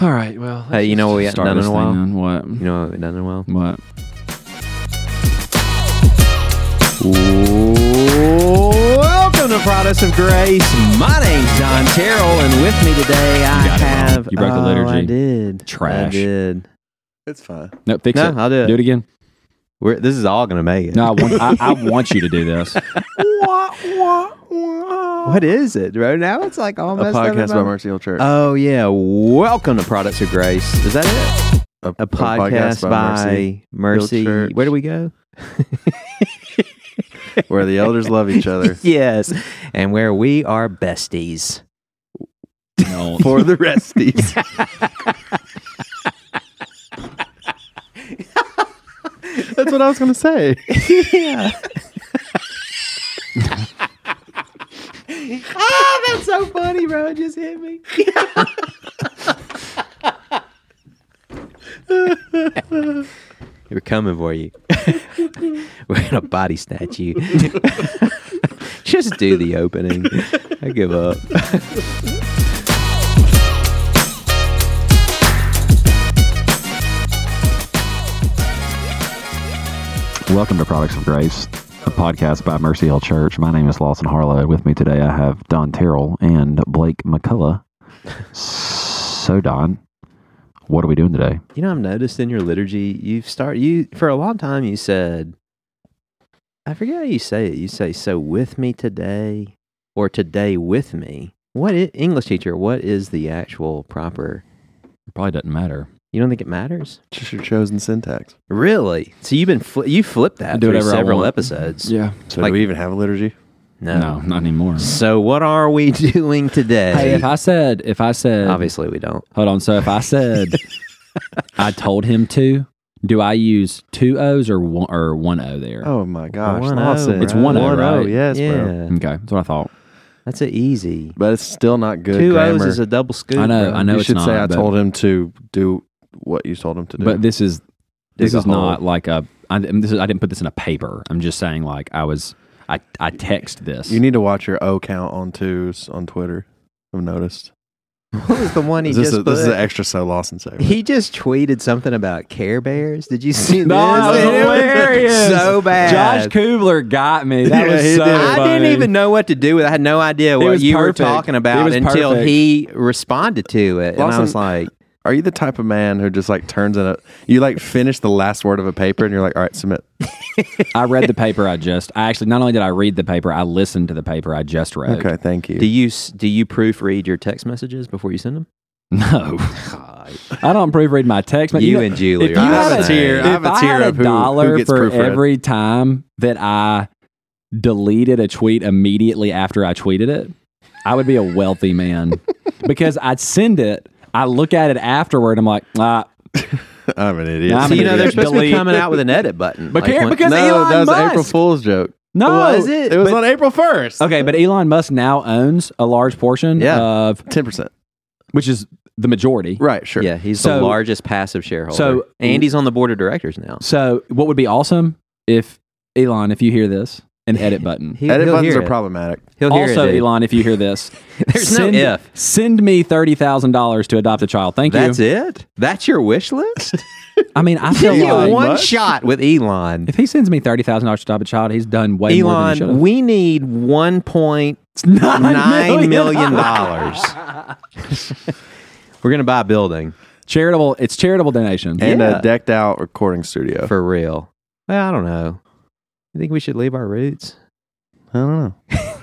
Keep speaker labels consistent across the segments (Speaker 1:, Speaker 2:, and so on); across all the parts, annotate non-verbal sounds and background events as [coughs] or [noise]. Speaker 1: All right. Well,
Speaker 2: Hey, you know what we haven't
Speaker 3: Start
Speaker 2: done in
Speaker 3: this
Speaker 2: a
Speaker 3: thing
Speaker 2: while?
Speaker 3: then. What?
Speaker 2: You know what we've done in a while?
Speaker 3: What?
Speaker 2: Welcome to Products of Grace. My name's Don Terrell, and with me today I
Speaker 3: You got it wrong.
Speaker 2: have.
Speaker 3: You broke the
Speaker 2: oh,
Speaker 3: letter
Speaker 2: I
Speaker 3: G.
Speaker 2: did. I
Speaker 3: Trash.
Speaker 2: did.
Speaker 1: it's fine.
Speaker 3: No, fix
Speaker 2: No,
Speaker 3: it.
Speaker 2: I'll do it.
Speaker 3: Do it again.
Speaker 2: We're, this is all going to make it.
Speaker 3: No, I want, I, I want you to do
Speaker 2: [laughs]
Speaker 3: this.
Speaker 2: What is it, bro? Now it's like
Speaker 1: A
Speaker 2: almost
Speaker 1: podcast by Mercy Hill Church.
Speaker 2: Oh yeah. Welcome to Products of Grace. Is that it? A podcast, by, Mercy.
Speaker 1: Hill Church.
Speaker 2: Where do we go?
Speaker 1: where the elders love
Speaker 3: [laughs]
Speaker 1: each other
Speaker 2: yes, [laughs] and where we are besties.
Speaker 3: No.
Speaker 1: for
Speaker 2: [laughs]
Speaker 1: the resties. That's what I was gonna say.
Speaker 2: yeah. ah, that's so funny, bro. It just hit me. [laughs] We're coming for you. We're going to body snatch you. [laughs] just do the opening. I give up.
Speaker 3: Welcome to Products of Grace, a podcast by Mercy Hill Church. My name is Lawson Harlow. With me today, I have Don Terrell and Blake McCullough. So, Don, what are we doing today?
Speaker 2: You know, I've noticed in your liturgy, you've start you for a long time. You said, I forget how you say it. You say, "So with me today," or "Today with me." What i English teacher? What is the actual proper?
Speaker 3: Probably doesn't matter.
Speaker 2: You don't think it matters,
Speaker 1: Just your chosen syntax.
Speaker 2: really? So you've been fli you flipped that
Speaker 3: I do
Speaker 2: through
Speaker 3: whatever I
Speaker 2: several
Speaker 3: want.
Speaker 2: episodes.
Speaker 3: Yeah.
Speaker 1: So
Speaker 2: Like-
Speaker 1: do we even have a liturgy?
Speaker 2: No.
Speaker 3: No, not anymore.
Speaker 2: So what are we [laughs] doing
Speaker 3: Hey,
Speaker 2: today?
Speaker 3: if I said, if I said,
Speaker 2: [laughs] Obviously, we don't.
Speaker 3: hold on. So, if I
Speaker 2: [laughs]
Speaker 3: said, I told him to, do I use two O's or one or one O there?
Speaker 1: Oh my gosh,
Speaker 2: One O,
Speaker 1: Lawson.
Speaker 3: It's one O, right?
Speaker 1: yes, bro.
Speaker 2: yeah,
Speaker 3: Okay, that's what I thought.
Speaker 2: that's an easy.
Speaker 1: But it's still not good.
Speaker 2: Two
Speaker 1: grammar.
Speaker 2: O's is a double scoop.
Speaker 3: I know,
Speaker 2: bro.
Speaker 3: I know.
Speaker 1: you
Speaker 3: it's
Speaker 1: should
Speaker 3: not,
Speaker 1: say I
Speaker 3: but-
Speaker 1: told him to do what you told him to do.
Speaker 3: But this is
Speaker 2: Dig
Speaker 3: this
Speaker 2: a
Speaker 3: is not
Speaker 2: hole.
Speaker 3: like a. I, and this is, I didn't put this in a paper. I'm just saying, like I was. I I text this.
Speaker 1: you need to watch your O count on twos on Twitter. I've noticed.
Speaker 2: [laughs] What was the one he
Speaker 1: Is this,
Speaker 2: just
Speaker 1: a, this is
Speaker 2: put?
Speaker 1: an extra so Lawson
Speaker 2: [laughs]
Speaker 1: segment.
Speaker 2: He just tweeted something about Care Bears. Did you see this?
Speaker 3: No, that was
Speaker 2: It
Speaker 3: hilarious.
Speaker 2: so bad.
Speaker 3: Josh Kubler got me. That
Speaker 1: Yeah,
Speaker 3: was
Speaker 1: he
Speaker 3: so.
Speaker 1: did.
Speaker 2: I didn't
Speaker 3: funny.
Speaker 2: even know what to do with. it. I had no idea
Speaker 3: It
Speaker 2: what
Speaker 3: was
Speaker 2: you
Speaker 3: perfect.
Speaker 2: were talking
Speaker 3: It
Speaker 2: about
Speaker 3: was
Speaker 2: until
Speaker 3: perfect.
Speaker 2: he responded to it, and I
Speaker 1: Lawson-
Speaker 2: was like,
Speaker 1: Are you the type of man who just like turns in a you like finish the last word of a paper and you're like, all right, submit.
Speaker 3: I read the paper. I just. I actually not only did I read the paper, I listened to the paper I just read.
Speaker 1: Okay, thank you.
Speaker 2: "Do you s- do you proofread your text messages before you send them?"
Speaker 3: [laughs]
Speaker 1: [laughs]
Speaker 3: No, I don't proofread my text. But
Speaker 2: you,
Speaker 3: know-
Speaker 2: and Julie,
Speaker 3: if you
Speaker 2: are
Speaker 1: I have
Speaker 3: had
Speaker 1: a tier- I
Speaker 3: if
Speaker 1: have a tier
Speaker 3: had
Speaker 1: of who- who
Speaker 3: dollar
Speaker 1: gets
Speaker 3: for
Speaker 1: proofread.
Speaker 3: every time that I deleted a tweet immediately after I tweeted it, I would be a wealthy
Speaker 1: [laughs]
Speaker 3: man because I'd send it. I look at it afterward. I'm like, ah,
Speaker 1: [laughs] I'm an idiot.
Speaker 3: I'm
Speaker 2: So,
Speaker 3: an
Speaker 2: you know they're
Speaker 3: idiot.
Speaker 2: supposed to be
Speaker 3: Delete.
Speaker 2: coming out with an edit button.
Speaker 3: But care-
Speaker 2: when-
Speaker 3: because-
Speaker 1: no,
Speaker 3: Elon
Speaker 1: that was an
Speaker 3: Musk.
Speaker 1: April Fool's joke.
Speaker 3: no,
Speaker 2: Was it?
Speaker 1: It was
Speaker 3: But-
Speaker 1: on April first.
Speaker 3: okay, but Elon Musk now owns a large portion
Speaker 1: Yeah.
Speaker 3: of,
Speaker 1: Ten percent.
Speaker 3: which is the majority.
Speaker 1: Right, sure.
Speaker 2: yeah, he's the
Speaker 3: So-
Speaker 2: largest passive shareholder.
Speaker 3: so-
Speaker 2: and he's on the board of directors now.
Speaker 3: So, what would be awesome if Elon, if you hear this, an edit button.
Speaker 2: He,
Speaker 1: Edit
Speaker 2: will
Speaker 1: buttons
Speaker 2: hear
Speaker 1: are
Speaker 2: it.
Speaker 1: problematic.
Speaker 2: He'll hear
Speaker 3: also,
Speaker 2: it, dude.
Speaker 3: Elon, if you hear this,
Speaker 2: [laughs] There's no
Speaker 3: send,
Speaker 2: if.
Speaker 3: Send me thirty thousand dollars to adopt a child. Thank
Speaker 2: That's
Speaker 3: you.
Speaker 2: it. That's your wish [laughs] list.
Speaker 3: I mean, I feel
Speaker 2: Give you
Speaker 3: like
Speaker 2: one
Speaker 1: Musk?
Speaker 2: shot with Elon.
Speaker 3: if he sends me thirty thousand dollars to adopt a child, he's done way more than he should
Speaker 2: Elon,
Speaker 3: have.
Speaker 2: we need one point
Speaker 1: [laughs]
Speaker 2: nine million dollars. We're gonna buy a building
Speaker 3: charitable. It's charitable donation.
Speaker 1: And
Speaker 2: Yeah.
Speaker 1: a decked out recording studio.
Speaker 2: for real. Well, I don't know. You think we should leave our roots?
Speaker 1: I don't know.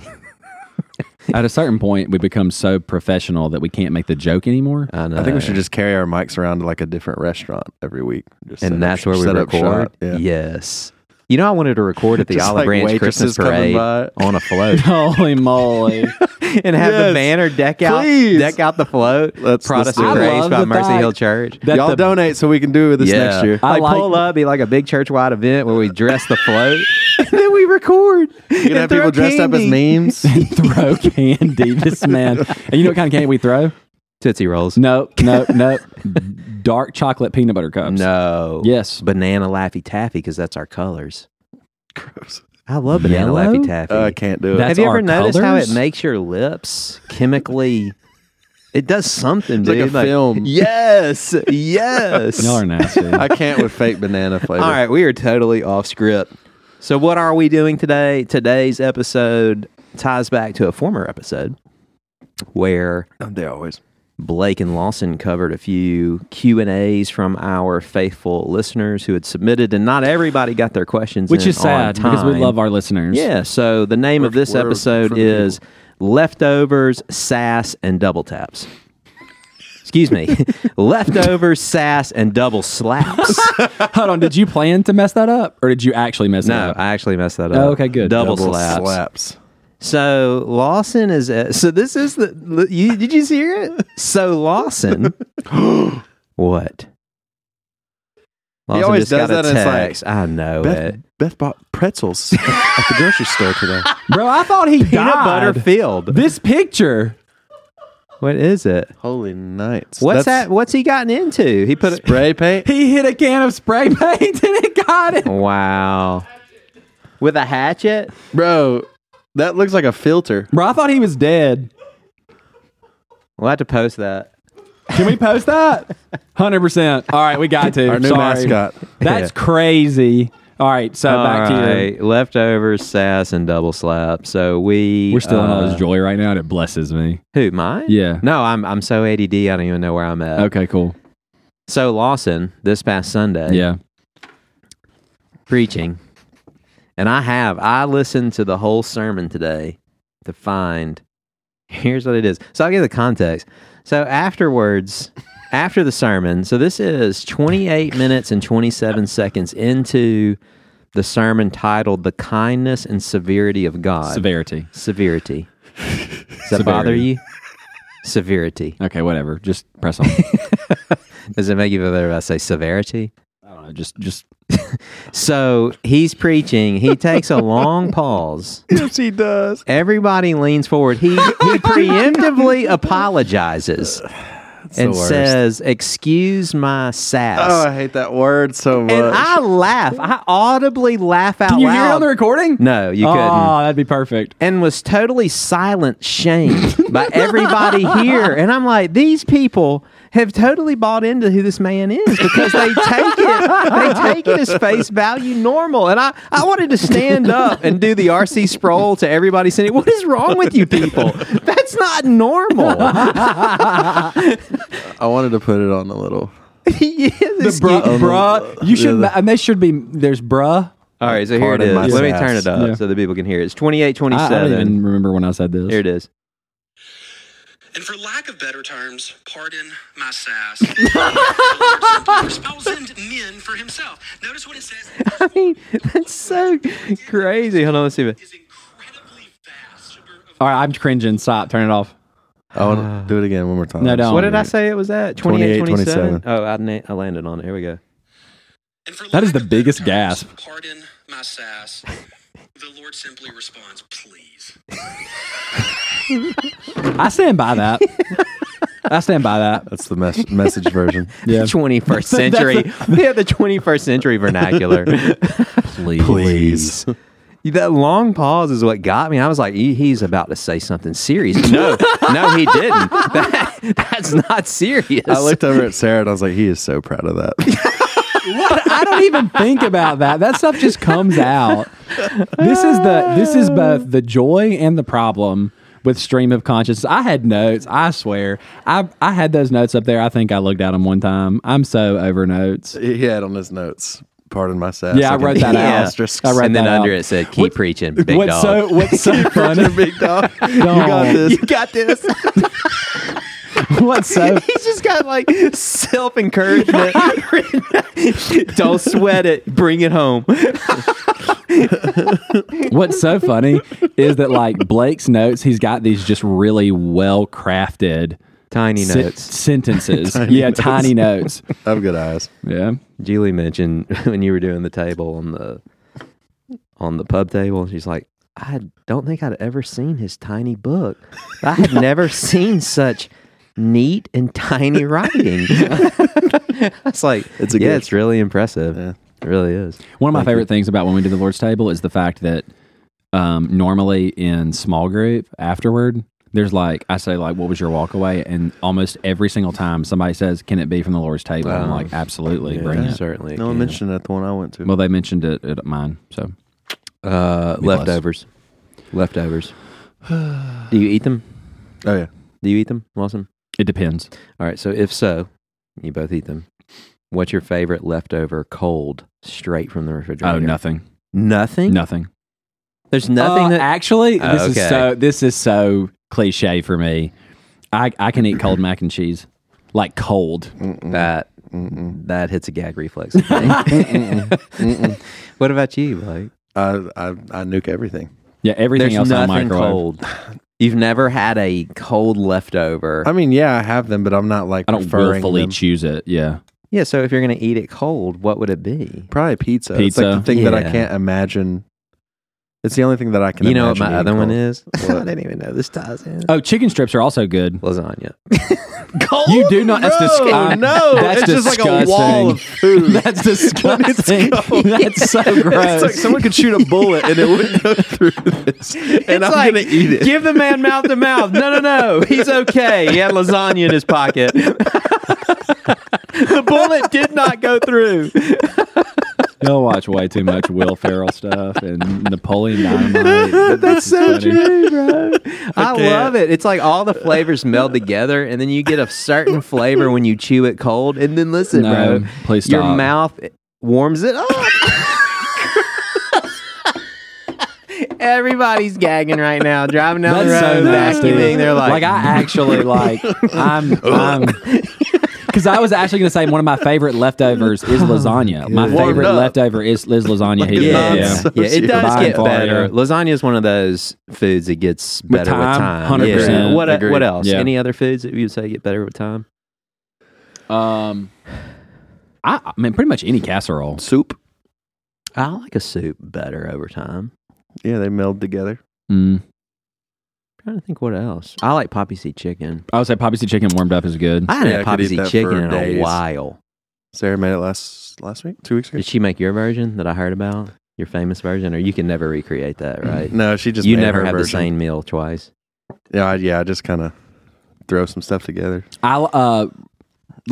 Speaker 3: At a certain point, we become so professional that we can't make the joke anymore. [laughs]
Speaker 2: I know.
Speaker 1: I think we should just carry our mics around to like a different restaurant every week. Just set
Speaker 2: and
Speaker 1: up-
Speaker 2: that's where we
Speaker 1: set up
Speaker 2: record.
Speaker 1: shop. Yeah.
Speaker 2: Yes. You know, I wanted to record at the
Speaker 1: [laughs] Just
Speaker 2: Olive
Speaker 1: like
Speaker 2: Branch Christmas
Speaker 1: waitresses coming
Speaker 2: Parade
Speaker 1: by.
Speaker 2: on a
Speaker 1: [laughs]
Speaker 2: float
Speaker 3: Holy moly! [laughs]
Speaker 2: and have the
Speaker 1: Yes.
Speaker 2: banner deck out,
Speaker 1: Please.
Speaker 2: deck out the float.
Speaker 1: Let's- let's
Speaker 2: Protest
Speaker 1: do
Speaker 2: of
Speaker 1: it.
Speaker 3: I
Speaker 2: Grace
Speaker 3: love
Speaker 2: by
Speaker 3: the
Speaker 2: Mercy Hill
Speaker 3: fact
Speaker 2: Church.
Speaker 3: that
Speaker 1: Y'all
Speaker 3: the-
Speaker 1: donate so we can do this
Speaker 2: [laughs]
Speaker 1: next year.
Speaker 3: I
Speaker 2: Like,
Speaker 3: like-
Speaker 2: pull up, be like a big church wide event [laughs] where we dress the float, and then we record.
Speaker 1: You're gonna have people dressed up
Speaker 2: [laughs]
Speaker 1: as memes.
Speaker 3: throw candy, this man. And you know what kind of candy we throw?
Speaker 2: Tootsie rolls.
Speaker 3: No, no, no. Dark chocolate peanut butter cups.
Speaker 2: No.
Speaker 3: Yes.
Speaker 2: Banana Laffy Taffy because that's our colors.
Speaker 1: Gross.
Speaker 2: I love Banana
Speaker 3: Yellow?
Speaker 2: Laffy Taffy.
Speaker 1: Uh, I can't do it.
Speaker 3: That-
Speaker 2: have
Speaker 3: That's
Speaker 2: you ever
Speaker 3: our
Speaker 2: noticed how
Speaker 3: colors?
Speaker 2: it makes your lips chemically It does something,
Speaker 1: It's like
Speaker 2: dude.
Speaker 1: a
Speaker 2: [laughs]
Speaker 1: film.
Speaker 2: Yes, yes.
Speaker 4: Y'all are
Speaker 2: [laughs]
Speaker 4: nasty.
Speaker 1: [laughs] I can't with fake banana flavor.
Speaker 2: All right, we are totally off script. So, what are we doing today? Today's episode ties back to a former episode where
Speaker 1: They always.
Speaker 2: Blake and Lawson covered a few Q and A's from our faithful listeners who had submitted, and not everybody got their questions,
Speaker 4: Which
Speaker 2: in
Speaker 4: is
Speaker 2: on
Speaker 4: sad because we
Speaker 2: time.
Speaker 4: love our listeners.
Speaker 2: Yeah. So the name of
Speaker 1: We're-
Speaker 2: this
Speaker 1: we're
Speaker 2: episode
Speaker 1: for the
Speaker 2: is leftovers, sass, and double taps. Excuse me, [laughs] leftovers, sass, and double slaps.
Speaker 4: Hold on. Did you plan to mess that up or did you actually mess it
Speaker 2: no,
Speaker 4: up?
Speaker 2: I actually messed that up.
Speaker 4: Oh, okay, good.
Speaker 2: Double,
Speaker 4: Double
Speaker 2: slaps.
Speaker 1: Slaps.
Speaker 2: So Lawson is at, so this is the you did you hear it? So Lawson, what? Lawson
Speaker 1: always
Speaker 2: just got
Speaker 1: does that
Speaker 2: a
Speaker 1: and it's like,
Speaker 2: text. I know
Speaker 1: Beth,
Speaker 2: it.
Speaker 1: Beth bought pretzels [laughs] at the grocery store today.
Speaker 4: Bro, I thought he
Speaker 2: Peanut butter
Speaker 4: died.
Speaker 2: field.
Speaker 4: This picture.
Speaker 2: What is it?
Speaker 1: Holy nights.
Speaker 2: What's
Speaker 1: That's
Speaker 2: that? What's he gotten into? He put it.
Speaker 1: Spray
Speaker 4: [laughs]
Speaker 1: paint?
Speaker 4: He hit a can of spray [laughs] paint and it got it.
Speaker 2: Wow. With a hatchet?
Speaker 1: Bro, that looks like a filter.
Speaker 4: Bro, I thought he was dead.
Speaker 2: We'll have to post that.
Speaker 4: Can we post that? 100%. All right, we got to.
Speaker 1: Our new
Speaker 4: Sorry.
Speaker 1: mascot.
Speaker 4: [laughs]
Speaker 2: [laughs]
Speaker 4: That's crazy. All right, so
Speaker 3: Uh,
Speaker 4: back to you.
Speaker 2: Leftovers, sass, and double slap. So we
Speaker 3: We're still in all
Speaker 2: uh,
Speaker 3: this joy right now, and it blesses me.
Speaker 2: Who mine?
Speaker 3: Yeah.
Speaker 2: No, I'm I'm so ADD. I don't even know where I'm at.
Speaker 3: Okay, cool.
Speaker 2: So Lawson, this past Sunday,
Speaker 3: Yeah.
Speaker 2: preaching, and I have I listened to the whole sermon today to find. Here's what it is. So I'll give the context. So afterwards, after the sermon, so this is 28 minutes and 27 seconds into the sermon titled "The Kindness and Severity of God."
Speaker 3: Severity.
Speaker 2: Severity. Does that bother
Speaker 3: Severity.
Speaker 2: you? Severity.
Speaker 3: Okay, whatever. Just press
Speaker 2: [laughs]
Speaker 3: on.
Speaker 2: Does it make you feel better if I say severity?
Speaker 3: I don't know. Just, just.
Speaker 2: So he's preaching. He takes a long pause.
Speaker 1: Yes, he does.
Speaker 2: Everybody leans forward. He he preemptively apologizes and
Speaker 1: the worst.
Speaker 2: says, "Excuse my sass."
Speaker 1: Oh, I hate that word so much.
Speaker 2: and I laugh. I audibly laugh out
Speaker 4: Can you
Speaker 2: loud.
Speaker 4: hear it on the recording?
Speaker 2: no, you couldn't.
Speaker 4: Oh, that'd be perfect.
Speaker 2: And was totally silent shamed by everybody here. And I'm like, these people have totally bought into who this man is because they take it they take it as face value normal. And I, I wanted to stand up and do the RC scroll to everybody saying, What is wrong with you people? That's not normal. [laughs]
Speaker 1: I wanted to put it on a little.
Speaker 2: Yes,
Speaker 4: The
Speaker 2: excuse-
Speaker 4: bruh, bruh, you should,
Speaker 1: Yeah, the-
Speaker 4: and they should be. There's bruh.
Speaker 2: All right, so here it
Speaker 1: Pardon
Speaker 2: is.
Speaker 1: my
Speaker 2: Let me
Speaker 1: sass.
Speaker 2: turn it up
Speaker 3: Yeah.
Speaker 2: so that people can hear it. It's twenty eight twenty
Speaker 3: I, I don't
Speaker 2: seven.
Speaker 3: even remember when I said this.
Speaker 2: Here it is.
Speaker 5: And for lack of better terms, pardon
Speaker 3: [laughs]
Speaker 5: my sass. The Lord simply Espoused men for himself. Notice what it says
Speaker 2: [laughs] I mean, that's so crazy. Hold on, let's see if it
Speaker 5: is incredibly vast.
Speaker 4: All right, I'm cringing. Stop. Turn it off.
Speaker 1: I
Speaker 4: [sighs]
Speaker 1: want to do it again one more time.
Speaker 4: No, don't.
Speaker 2: What did I say it was at? 28, 27?
Speaker 1: 27.
Speaker 2: Oh, I, na- I landed on it. Here we go.
Speaker 5: And for
Speaker 3: That is the
Speaker 5: lack of better
Speaker 3: biggest
Speaker 5: terms,
Speaker 3: gasp.
Speaker 5: Pardon my sass. The Lord simply responds, please.
Speaker 4: I stand by that. I stand by that.
Speaker 1: That's the mes- message
Speaker 4: [laughs]
Speaker 1: version.
Speaker 2: [laughs]
Speaker 3: Yeah.
Speaker 2: 21st century. [laughs] yeah, the 21st century vernacular.
Speaker 3: Please.
Speaker 1: Please.
Speaker 2: [laughs] that long pause is what got me. I was like, "He- he's about to say something serious. [laughs] No, no, he didn't. That- that's not serious.
Speaker 1: [laughs] I looked over at Sarah and I was like, he is so proud
Speaker 4: [laughs]
Speaker 1: of that.
Speaker 4: But I don't even think about that. That stuff just comes out. This is the this is both the joy and the problem with stream of consciousness. I had notes, I swear. I I had those notes up there. I think I looked at them one time. I'm so over notes.
Speaker 1: he had on his notes. Pardon my sass.
Speaker 4: Yeah, I
Speaker 1: can
Speaker 4: wrote that
Speaker 1: [laughs] hear
Speaker 4: out.
Speaker 1: asterisks.
Speaker 4: I wrote
Speaker 2: and then
Speaker 4: that
Speaker 2: under
Speaker 4: out.
Speaker 2: it said, keep preaching, big
Speaker 4: what's
Speaker 2: dog.
Speaker 4: so what's so funny?
Speaker 1: Big
Speaker 4: [laughs]
Speaker 1: dog. You got
Speaker 2: [laughs]
Speaker 1: this.
Speaker 2: you got this.
Speaker 4: What's so
Speaker 2: He's just got like self [laughs] encouragement. Don't sweat it. Bring it home.
Speaker 4: What's so funny is that like Blake's notes, he's got these just really well crafted
Speaker 2: Tiny notes. [laughs]
Speaker 4: sentences. yeah,
Speaker 1: notes.
Speaker 4: tiny notes.
Speaker 1: I have good eyes.
Speaker 4: Yeah.
Speaker 2: Julie mentioned [laughs] when you were doing the table on the on the pub table, she's like, I don't think I'd ever seen his tiny book. I
Speaker 1: [laughs]
Speaker 2: had never seen such neat and
Speaker 1: [laughs]
Speaker 2: tiny writing. [laughs] It's like
Speaker 1: It's a
Speaker 2: yeah,
Speaker 1: gift.
Speaker 2: it's really impressive. It really is.
Speaker 3: One of my favorite things about when we do the Lord's table is the fact that um, normally in small group afterward, there's like I say like what was your walk away and almost every single time somebody says can it be from the Lord's table I'm
Speaker 1: Oh.
Speaker 3: like absolutely
Speaker 2: Yeah,
Speaker 3: bring it
Speaker 2: Certainly. it
Speaker 1: No one
Speaker 2: can.
Speaker 1: mentioned that the one I went to. [sighs]
Speaker 3: well they mentioned it at mine so
Speaker 2: Uh,
Speaker 3: Be blessed.
Speaker 2: leftovers. Leftovers. Do you eat them?
Speaker 1: oh yeah,
Speaker 2: Do you eat them, Lawson?
Speaker 3: it depends
Speaker 2: All right. So if so, you both eat them. What's your favorite leftover cold straight from the refrigerator?
Speaker 3: oh nothing
Speaker 2: Nothing.
Speaker 3: nothing
Speaker 2: There's nothing
Speaker 3: Uh,
Speaker 2: that.
Speaker 3: actually
Speaker 2: Oh,
Speaker 3: this
Speaker 2: okay.
Speaker 3: is so this is so cliche for me I I can eat cold mac and cheese like cold
Speaker 2: that that hits a gag reflex. [laughs] in me. what about you, Blake?
Speaker 1: I I, I nuke everything.
Speaker 3: yeah everything else
Speaker 2: There's
Speaker 3: I
Speaker 2: nothing
Speaker 3: microwave
Speaker 2: cold. You've never had a cold leftover.
Speaker 1: I mean, yeah, I have them, but I'm not like
Speaker 3: I don't
Speaker 1: preferring
Speaker 3: willfully
Speaker 1: them.
Speaker 3: choose it yeah
Speaker 2: yeah. So if you're gonna eat it cold, what would it be?
Speaker 1: Probably pizza. It's
Speaker 3: Pizza.
Speaker 1: like the thing that I
Speaker 2: Yeah.
Speaker 1: can't imagine. It's the only thing that I can.
Speaker 2: You know what my
Speaker 1: imagine
Speaker 2: other
Speaker 1: eating
Speaker 2: one
Speaker 1: cold. [laughs]
Speaker 2: is? [laughs] I
Speaker 1: What?
Speaker 2: didn't even know this ties in.
Speaker 3: oh chicken strips are also good
Speaker 2: [laughs] Lasagna.
Speaker 1: Cold?
Speaker 3: You do not- that's disgu-
Speaker 1: No,
Speaker 3: I-
Speaker 2: [laughs]
Speaker 1: Oh, no,
Speaker 3: that's
Speaker 1: it's just like a wall of food.
Speaker 3: [laughs] That's disgusting.
Speaker 1: It's cold.
Speaker 3: That's so
Speaker 1: it's
Speaker 3: gross.
Speaker 1: like someone could shoot a bullet and it
Speaker 2: [laughs]
Speaker 1: wouldn't go through this, and I'm
Speaker 2: like,
Speaker 1: gonna eat it.
Speaker 2: Give the man mouth to mouth. No, no, no. He's okay. He had lasagna in his pocket. [laughs] the bullet did not go through.
Speaker 3: You'll watch way too much Will Ferrell stuff and Napoleon Dynamite. That's so
Speaker 2: True, bro. I
Speaker 1: can't.
Speaker 2: love it. It's like all the flavors
Speaker 3: [laughs]
Speaker 2: meld together, and then you get a certain flavor when you chew it cold. And then listen,
Speaker 3: No,
Speaker 2: bro,
Speaker 3: please
Speaker 2: your
Speaker 3: stop.
Speaker 2: mouth
Speaker 3: [laughs]
Speaker 2: warms it up. Everybody's gagging right now, driving down
Speaker 3: That's
Speaker 2: the
Speaker 3: so
Speaker 2: road,
Speaker 3: nasty.
Speaker 2: vacuuming. They're like,
Speaker 3: I [laughs] actually like. I'm. [laughs] I'm because I was actually going to say one of my favorite leftovers is lasagna. my
Speaker 1: Warmed
Speaker 3: favorite
Speaker 1: up.
Speaker 3: leftover is, is lasagna.
Speaker 1: Like a
Speaker 2: yeah, yeah.
Speaker 1: Yeah.
Speaker 2: yeah, it does
Speaker 3: By
Speaker 2: get
Speaker 3: far,
Speaker 2: better.
Speaker 3: yeah.
Speaker 2: Lasagna is one of those foods that gets better with
Speaker 3: time,
Speaker 2: time.
Speaker 3: 100%.
Speaker 2: Yeah. What
Speaker 3: Agreed.
Speaker 2: what else?
Speaker 3: Yeah.
Speaker 2: Any other foods that you would say get better with time?
Speaker 3: Um, I, I mean, pretty much any casserole.
Speaker 1: Soup.
Speaker 2: I like a soup better over time.
Speaker 1: Yeah, they meld together.
Speaker 3: Mm.
Speaker 2: I'm trying to think what else. I like poppy seed chicken.
Speaker 3: I would say poppy seed chicken warmed up is good.
Speaker 2: I haven't
Speaker 1: Yeah,
Speaker 2: had
Speaker 1: I could
Speaker 2: poppy
Speaker 1: eat
Speaker 2: seed
Speaker 1: that
Speaker 2: chicken
Speaker 1: for
Speaker 2: in a
Speaker 1: days.
Speaker 2: while.
Speaker 1: Sarah made it last last week, two weeks ago.
Speaker 2: Did she make your version that I heard about? Your famous version, or you can never recreate that, right?
Speaker 1: No, she just
Speaker 2: you
Speaker 1: made
Speaker 2: never
Speaker 1: her
Speaker 2: have the
Speaker 1: version.
Speaker 2: same meal twice.
Speaker 1: Yeah, I, yeah, I just kind of throw some stuff together.
Speaker 3: I uh,
Speaker 1: I
Speaker 3: like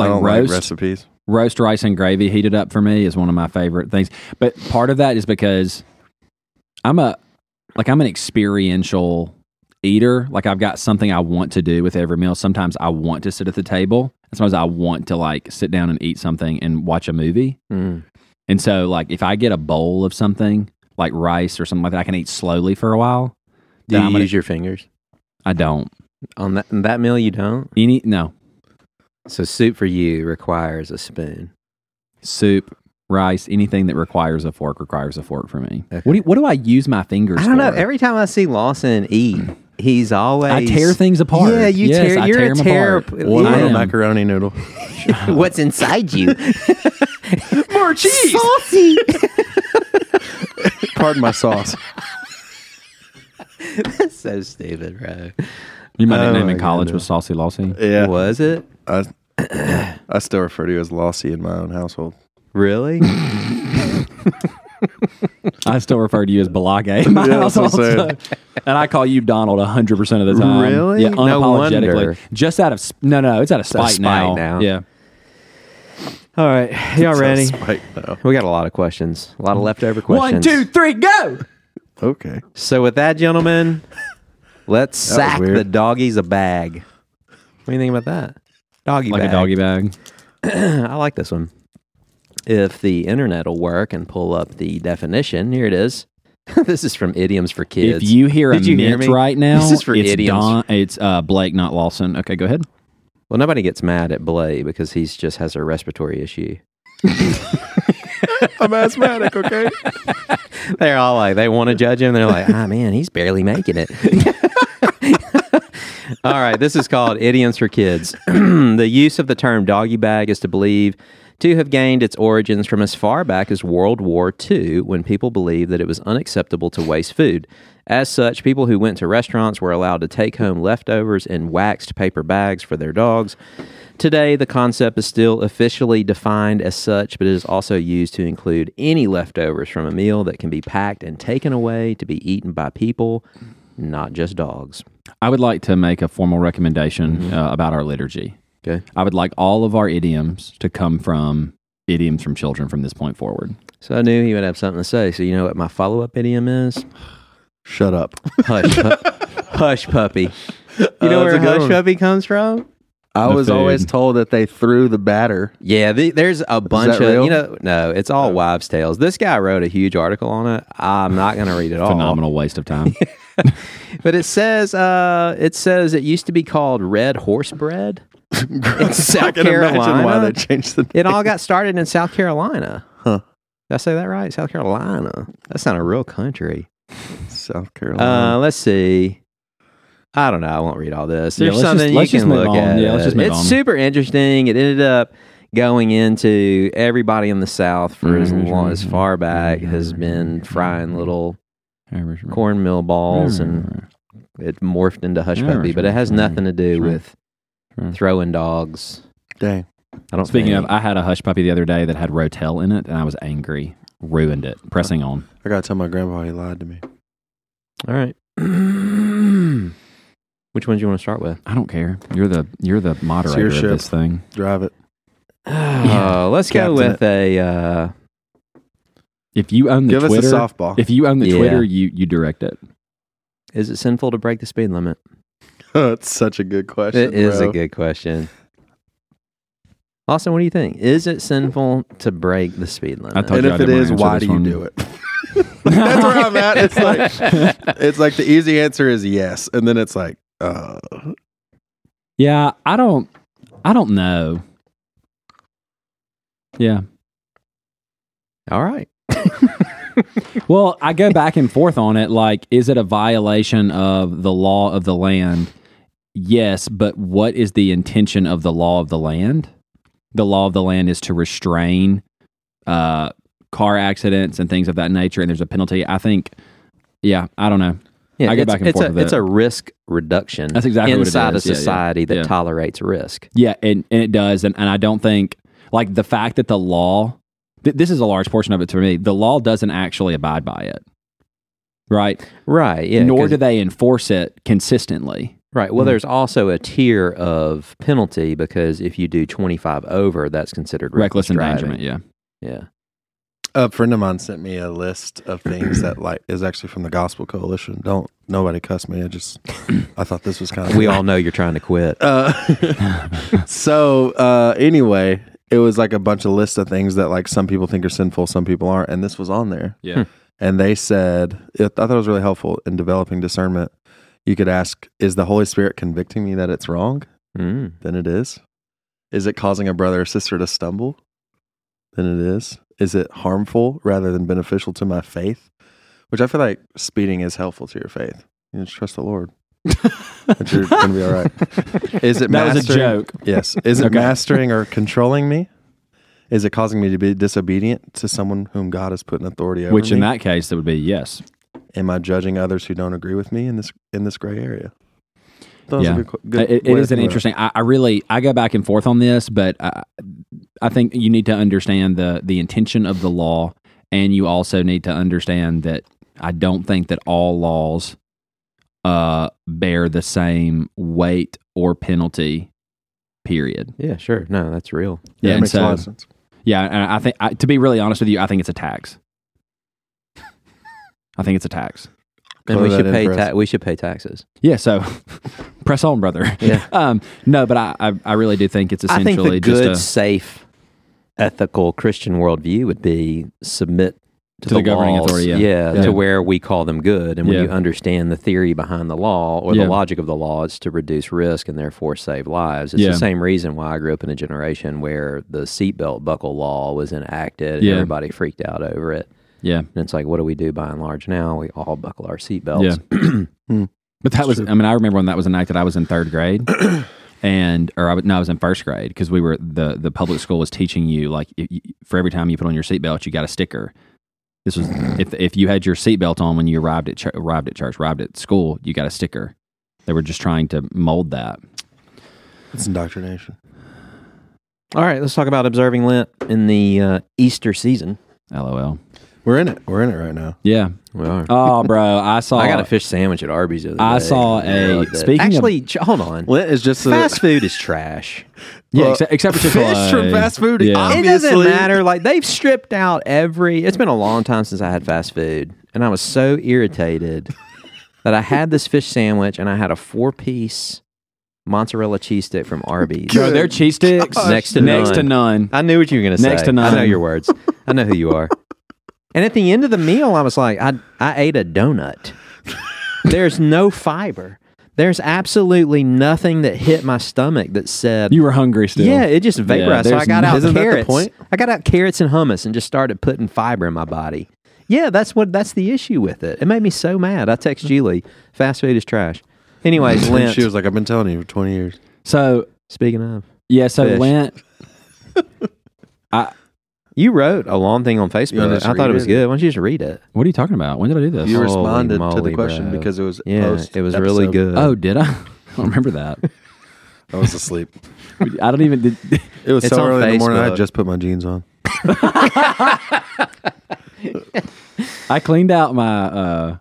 Speaker 1: don't
Speaker 3: roast.
Speaker 1: like recipes.
Speaker 3: roast rice and gravy heated up for me is one of my favorite things. But part of that is because I'm a like I'm an experiential eater. Like I've got something I want to do with every meal. Sometimes I want to sit at the table. and Sometimes I want to like sit down and eat something and watch a movie.
Speaker 2: Mm.
Speaker 3: And so like if I get a bowl of something like rice or something like that, I can eat slowly for a while.
Speaker 2: Do
Speaker 3: Then
Speaker 2: you
Speaker 3: I'm gonna-
Speaker 2: use your fingers
Speaker 3: I don't
Speaker 2: on that on that meal? You don't.
Speaker 3: any no
Speaker 2: So soup for you requires a spoon.
Speaker 3: soup. Rice, anything that requires a fork requires a fork for me.
Speaker 2: Okay.
Speaker 3: What do you, what do I use my fingers?
Speaker 2: I don't know.
Speaker 3: for?
Speaker 2: Every time I see Lawson eat, he's always
Speaker 3: I tear things apart.
Speaker 2: Yeah, you
Speaker 3: Yes,
Speaker 2: tear.
Speaker 3: I
Speaker 2: You're
Speaker 3: tear
Speaker 2: a
Speaker 3: them
Speaker 2: tear.
Speaker 3: apart.
Speaker 2: ap-
Speaker 3: Well,
Speaker 1: One
Speaker 2: yeah.
Speaker 1: little macaroni
Speaker 2: [laughs]
Speaker 1: noodle.
Speaker 2: What's inside you? More cheese. Saucy. [laughs]
Speaker 1: Pardon my sauce.
Speaker 2: That's so stupid, bro.
Speaker 3: You my
Speaker 2: Oh
Speaker 3: nickname
Speaker 1: my
Speaker 3: in college was Saucy Lossy.
Speaker 1: Yeah,
Speaker 2: Was Uh, it
Speaker 1: I, I still refer to you as Lossie in my own household.
Speaker 3: [laughs]
Speaker 2: really?
Speaker 3: I still refer to you as
Speaker 2: [laughs]
Speaker 3: Balage. in my
Speaker 1: Yeah, that's
Speaker 3: [laughs]
Speaker 1: what I'm
Speaker 3: household.
Speaker 1: saying.
Speaker 3: and I call you Donald 100% of the time.
Speaker 2: Really?
Speaker 3: Yeah,
Speaker 2: No
Speaker 3: unapologetically.
Speaker 2: wonder.
Speaker 3: Just out of, s- no, no, it's out of spite,
Speaker 2: out of spite now.
Speaker 3: Yeah.
Speaker 2: All right, y'all ready?
Speaker 1: Right now.
Speaker 2: We got a lot of questions. A lot of leftover questions.
Speaker 3: One, two, three, go.
Speaker 1: Okay.
Speaker 2: So with that, gentlemen, let's
Speaker 1: was
Speaker 2: sack
Speaker 1: weird.
Speaker 2: the doggies a bag. What do you think about that? Doggy
Speaker 3: Like
Speaker 2: bag.
Speaker 3: a doggy bag.
Speaker 2: [laughs] I like this one. If the internet will work and pull up the definition, here it is. [laughs] this is from Idioms for Kids.
Speaker 3: If you hear
Speaker 2: Did
Speaker 3: a
Speaker 2: you hear
Speaker 3: mint
Speaker 2: me?
Speaker 3: right now,
Speaker 2: This is for
Speaker 3: it's,
Speaker 2: idioms.
Speaker 3: Don, it's uh, Blake, not Lawson. Okay, go ahead.
Speaker 2: well, nobody gets mad at Blay because he's just has a respiratory issue.
Speaker 3: [laughs]
Speaker 1: I'm asthmatic, okay?
Speaker 2: They're all like, they want to judge him. They're like, ah, man, he's barely making it. all right, this is called Idioms for Kids. [clears throat] the use of the term doggy bag is to believe to have gained its origins from as far back as World War II when people believed that it was unacceptable to waste food. As such, people who went to restaurants were allowed to take home leftovers in waxed paper bags for their dogs. Today, the concept is still officially defined as such, but it is also used to include any leftovers from a meal that can be packed and taken away to be eaten by people not just dogs.
Speaker 3: I would like to make a formal recommendation uh, about our liturgy.
Speaker 2: Mm-hmm. Okay.
Speaker 3: I would like all of our idioms to come from idioms from children from this point forward.
Speaker 2: So I knew he would have something to say. So you know what my follow up idiom is?
Speaker 1: Shut up.
Speaker 2: Hush, [laughs] pu- hush puppy. You know
Speaker 1: Uh, that's
Speaker 2: where
Speaker 1: a good
Speaker 2: hush
Speaker 1: one.
Speaker 2: puppy comes from?
Speaker 1: I
Speaker 3: The
Speaker 1: was always
Speaker 3: food.
Speaker 1: told that they threw the batter. [laughs]
Speaker 2: Yeah, the, there's a bunch of
Speaker 1: real?
Speaker 2: you know. No, it's all wives' tales. This guy wrote a huge article on it. I'm not going to read it all.
Speaker 3: Phenomenal waste of
Speaker 2: [laughs]
Speaker 3: time.
Speaker 2: But it says, uh, it says it used to be called red horse bread. in
Speaker 1: I
Speaker 2: South
Speaker 1: can imagine why
Speaker 2: Carolina.
Speaker 1: they changed the
Speaker 2: It all got started in South Carolina. Huh. Did I say that right? South Carolina. That's not a real country.
Speaker 1: South Carolina.
Speaker 2: Uh,
Speaker 3: Um,
Speaker 2: let's see. I don't know. I won't read all this.
Speaker 3: Yeah,
Speaker 2: There's
Speaker 3: let's
Speaker 2: something
Speaker 3: just- let's
Speaker 2: you
Speaker 3: just
Speaker 2: can
Speaker 3: move on.
Speaker 2: look at.
Speaker 3: Yeah, let's
Speaker 2: it.
Speaker 3: just move
Speaker 2: it's
Speaker 3: on.
Speaker 2: super interesting. It ended up going into everybody in the South for as
Speaker 3: Mm-hmm.
Speaker 2: long as far back has been frying little
Speaker 3: Mm-hmm.
Speaker 2: cornmeal balls, and
Speaker 3: Hmm.
Speaker 2: it morphed into hush puppy. But it has nothing to do with throwing dogs.
Speaker 1: Dang.
Speaker 2: I don't.
Speaker 3: Speaking
Speaker 2: think.
Speaker 3: of, I had a hush puppy the other day that had Rotel in it, and I was angry. Ruined it. Pressing
Speaker 2: [clears throat]
Speaker 3: on.
Speaker 1: I gotta tell my grandpa he lied to me.
Speaker 2: all right. Which one do you want to
Speaker 3: [sighs]
Speaker 2: start with?
Speaker 3: I don't care. You're the you're the moderator of
Speaker 1: ship.
Speaker 3: this thing.
Speaker 1: Drive it.
Speaker 2: Uh, let's go
Speaker 1: Captain
Speaker 2: with a. Uh,
Speaker 3: If you own the
Speaker 1: Give
Speaker 3: Twitter,
Speaker 1: us a softball. [laughs]
Speaker 3: if you own the
Speaker 2: Yeah.
Speaker 3: Twitter, you you direct it.
Speaker 2: is it sinful to break the speed limit?
Speaker 1: it's such a good question.
Speaker 2: It is
Speaker 1: bro.
Speaker 2: a good question. Austin, what do you think? Is it sinful to break the speed limit?
Speaker 3: I told
Speaker 1: And
Speaker 3: you I
Speaker 1: if it
Speaker 3: didn't wanna
Speaker 1: is,
Speaker 3: answer
Speaker 1: why
Speaker 3: this
Speaker 1: do you
Speaker 3: one.
Speaker 1: do it? [laughs] [laughs] That's where I'm at. It's like it's like the easy answer is yes, and then it's like, uh,
Speaker 3: [laughs] Yeah, I don't I don't know. Yeah.
Speaker 2: All right.
Speaker 3: Well, I go back and forth on it. Like, is it a violation of the law of the land? Yes, but what is the intention of the law of the land? The law of the land is to restrain uh, car accidents and things of that nature, and there's a penalty. I think, yeah, I don't know.
Speaker 2: Yeah,
Speaker 3: I go
Speaker 2: it's-
Speaker 3: back and
Speaker 2: it's
Speaker 3: forth
Speaker 2: A,
Speaker 3: with
Speaker 2: it's
Speaker 3: it.
Speaker 2: a risk reduction.
Speaker 3: That's exactly what it
Speaker 2: inside
Speaker 3: is.
Speaker 2: a
Speaker 3: Yeah, yeah,
Speaker 2: society that
Speaker 3: yeah.
Speaker 2: tolerates risk.
Speaker 3: Yeah, and, and it does. And, and I don't think, like, the fact that the law, th- this is a large portion of it to me, the law doesn't actually abide by it. Right.
Speaker 2: Right. Yeah.
Speaker 3: Mm-hmm. Nor
Speaker 2: 'cause-
Speaker 3: do they Mm-hmm. enforce it consistently.
Speaker 2: right. Well, there's also a tier of penalty because if you do 25 over, that's considered
Speaker 3: Reckless
Speaker 2: driving.
Speaker 3: endangerment. Yeah.
Speaker 2: Yeah.
Speaker 1: a friend of mine sent me a list of
Speaker 2: [clears throat]
Speaker 1: things that like is actually from the Gospel Coalition. Don't nobody cuss me.
Speaker 2: [clears throat]
Speaker 1: I just I thought this was kind of
Speaker 2: We all know you're trying to quit.
Speaker 1: [laughs] Uh, so uh, anyway, it was like a bunch of list of things that like some people think are sinful, some people aren't, and this was on there.
Speaker 3: Yeah.
Speaker 1: And they said, I thought it was really helpful in developing discernment. You could ask, is the Holy Spirit convicting me that it's wrong?
Speaker 2: Mm.
Speaker 1: Then it is. Is it causing a brother or sister to stumble? Then it is. Is it harmful rather than beneficial to my faith? Which I feel like speeding is helpful to your faith. You just trust the Lord. that you're going to be
Speaker 3: [laughs]
Speaker 1: all right. Is it
Speaker 3: That was a
Speaker 1: mastering-
Speaker 3: joke.
Speaker 1: Yes. Is it
Speaker 3: Okay.
Speaker 1: mastering or controlling me? Is it causing me to be disobedient to someone whom God has put in authority over
Speaker 3: Which
Speaker 1: me?
Speaker 3: in that case, it would be yes.
Speaker 1: Am I judging others who don't agree with me in this in this gray area? That was
Speaker 3: Yeah. Uh,
Speaker 1: a good, qu- good
Speaker 3: It-
Speaker 1: way
Speaker 3: it
Speaker 1: to
Speaker 3: is an
Speaker 1: put it.
Speaker 3: interesting. I, I really I go back and forth on this, but I, I think you need to understand the the intention of the law, and you also need to understand that I don't think that all laws uh, bear the same weight or penalty. Period.
Speaker 2: Yeah, sure. No, that's real.
Speaker 1: Yeah, it
Speaker 3: and
Speaker 1: makes a lot
Speaker 3: so
Speaker 1: of sense.
Speaker 3: yeah, and I think I, to be really honest with you, I think it's a tax. [laughs] I think it's a tax.
Speaker 2: And
Speaker 1: Color
Speaker 2: we
Speaker 1: that
Speaker 2: should
Speaker 1: in
Speaker 2: pay
Speaker 1: for us.
Speaker 2: ta- we should pay taxes.
Speaker 3: Yeah, so [laughs] press on, brother.
Speaker 2: Yeah.
Speaker 3: [laughs] Um, no, but I, I, I really do think it's
Speaker 2: I
Speaker 3: essentially
Speaker 2: think the
Speaker 3: just
Speaker 2: good,
Speaker 3: a,
Speaker 2: safe, ethical Christian worldview would be submit to,
Speaker 3: To the governing
Speaker 2: laws,
Speaker 3: authority, yeah. Yeah.
Speaker 2: to where we call them good, and when
Speaker 3: Yeah.
Speaker 2: you understand the theory behind the law or
Speaker 3: Yeah.
Speaker 2: the logic of the law, it's to reduce risk and therefore save lives. It's
Speaker 3: Yeah.
Speaker 2: the same reason why I grew up in a generation where the seatbelt buckle law was enacted. and
Speaker 3: Yeah.
Speaker 2: Everybody freaked out over it,
Speaker 3: yeah.
Speaker 2: and it's like, what do we do by and large now? We all buckle our seatbelts. [clears throat]
Speaker 3: But that was, I mean, I remember when that was enacted. I was in third grade,
Speaker 2: [clears throat]
Speaker 3: and or I was, no, I was in first grade because we were the the public school was teaching you like if you, for every time you put on your seatbelt, you got a sticker. This was if if you had your seatbelt on when you arrived at chur arrived at church, arrived at school, you got a sticker. They were just trying to mold that.
Speaker 1: It's indoctrination.
Speaker 2: All right, let's talk about observing Lent in the uh, Easter season.
Speaker 3: LOL.
Speaker 1: We're in it. We're in it right now.
Speaker 2: [laughs]
Speaker 1: Uh,
Speaker 3: Yeah.
Speaker 2: We are.
Speaker 3: Oh, bro, I saw.
Speaker 2: I got a fish sandwich at Arby's the other
Speaker 3: I
Speaker 2: day.
Speaker 3: saw a-
Speaker 2: loved it.
Speaker 3: speaking of-
Speaker 2: Actually, j- hold on.
Speaker 1: Lent is just a,
Speaker 2: Fast food is trash.
Speaker 3: Yeah,
Speaker 1: Well,
Speaker 3: except, except for
Speaker 1: fish
Speaker 3: Chick-fil-A.
Speaker 1: from fast food,
Speaker 3: Yeah.
Speaker 1: I-
Speaker 2: It doesn't
Speaker 1: Obviously.
Speaker 2: matter. Like they've stripped out every. It's been a long time since I had fast food, and I was so
Speaker 3: [laughs]
Speaker 2: irritated that I had this fish sandwich and I had a four-piece mozzarella cheese stick from Arby's.
Speaker 3: Bro, their cheese sticks
Speaker 2: Next to
Speaker 3: next
Speaker 2: none.
Speaker 3: to none.
Speaker 2: I knew what you were going to say.
Speaker 3: Next to
Speaker 2: I know
Speaker 3: none.
Speaker 2: your words. I know who you
Speaker 1: [laughs]
Speaker 2: are. And at the end of the meal, I was like, I, I ate a donut. There's no fiber. There's absolutely nothing that hit my stomach that said,
Speaker 3: You were hungry still.
Speaker 2: yeah, it just vaporized. so
Speaker 3: there's
Speaker 2: I got
Speaker 3: no-
Speaker 2: out
Speaker 1: Isn't that the
Speaker 2: carrots.
Speaker 1: point?
Speaker 2: I got out carrots and hummus and just started putting fiber in my body. Yeah, that's what that's the issue with it. It made me so mad. I text Julie, fast food is trash. Anyways, Lent.
Speaker 1: [laughs] She was like, I've been telling you for 20 years.
Speaker 3: So
Speaker 2: speaking of,
Speaker 3: yeah, so
Speaker 2: Fish. [laughs]
Speaker 3: Lent. I.
Speaker 2: you wrote a long thing on
Speaker 1: wanna
Speaker 2: Facebook.
Speaker 1: just
Speaker 2: I thought
Speaker 1: read
Speaker 2: it was
Speaker 1: it?
Speaker 2: good. Why don't you just read it?
Speaker 3: What are you talking about? When did I do this?
Speaker 1: You
Speaker 2: Holy
Speaker 1: responded to
Speaker 2: moly,
Speaker 1: the question
Speaker 2: bro.
Speaker 1: because it was
Speaker 2: Yeah,
Speaker 1: post
Speaker 2: it was really
Speaker 1: episode.
Speaker 2: good. [laughs]
Speaker 3: oh, did I? [laughs] I don't remember that.
Speaker 1: I was asleep.
Speaker 3: I don't even. Did, [laughs]
Speaker 1: It was
Speaker 2: It's
Speaker 1: so
Speaker 2: on
Speaker 1: early in the morning.
Speaker 2: Facebook.
Speaker 1: I had just put my jeans on.
Speaker 3: I cleaned out my uh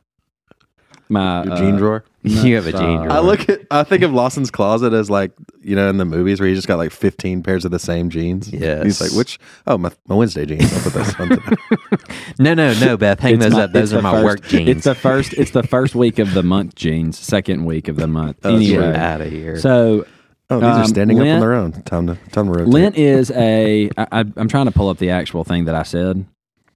Speaker 3: my
Speaker 1: Your
Speaker 3: uh,
Speaker 1: jean drawer.
Speaker 2: you have a
Speaker 3: Nuts,
Speaker 2: gene.
Speaker 3: uh,
Speaker 2: drawer.
Speaker 1: I look at. I think of Lawson's closet as like you know in the movies where you just got like 15 pairs of the same jeans.
Speaker 2: Yes.
Speaker 1: He's like, which? Oh, my, my Wednesday jeans. I'll put those
Speaker 2: [laughs]
Speaker 1: on. today."
Speaker 2: No, no, no, Beth. Hang
Speaker 3: It's
Speaker 2: those
Speaker 3: my-
Speaker 2: up. Those
Speaker 3: it's
Speaker 2: are
Speaker 3: the
Speaker 2: my
Speaker 3: first-
Speaker 2: work jeans.
Speaker 3: It's the first. It's the first week of the month jeans. Second week of the month.
Speaker 1: that's
Speaker 2: Get
Speaker 3: anyway,
Speaker 2: out of here.
Speaker 3: so
Speaker 1: Oh, these
Speaker 3: Um,
Speaker 1: are standing up
Speaker 3: Lent-
Speaker 1: on their own. Time to time to rotate.
Speaker 3: Lent is a. I, I- I'm trying to pull up the actual thing that I said,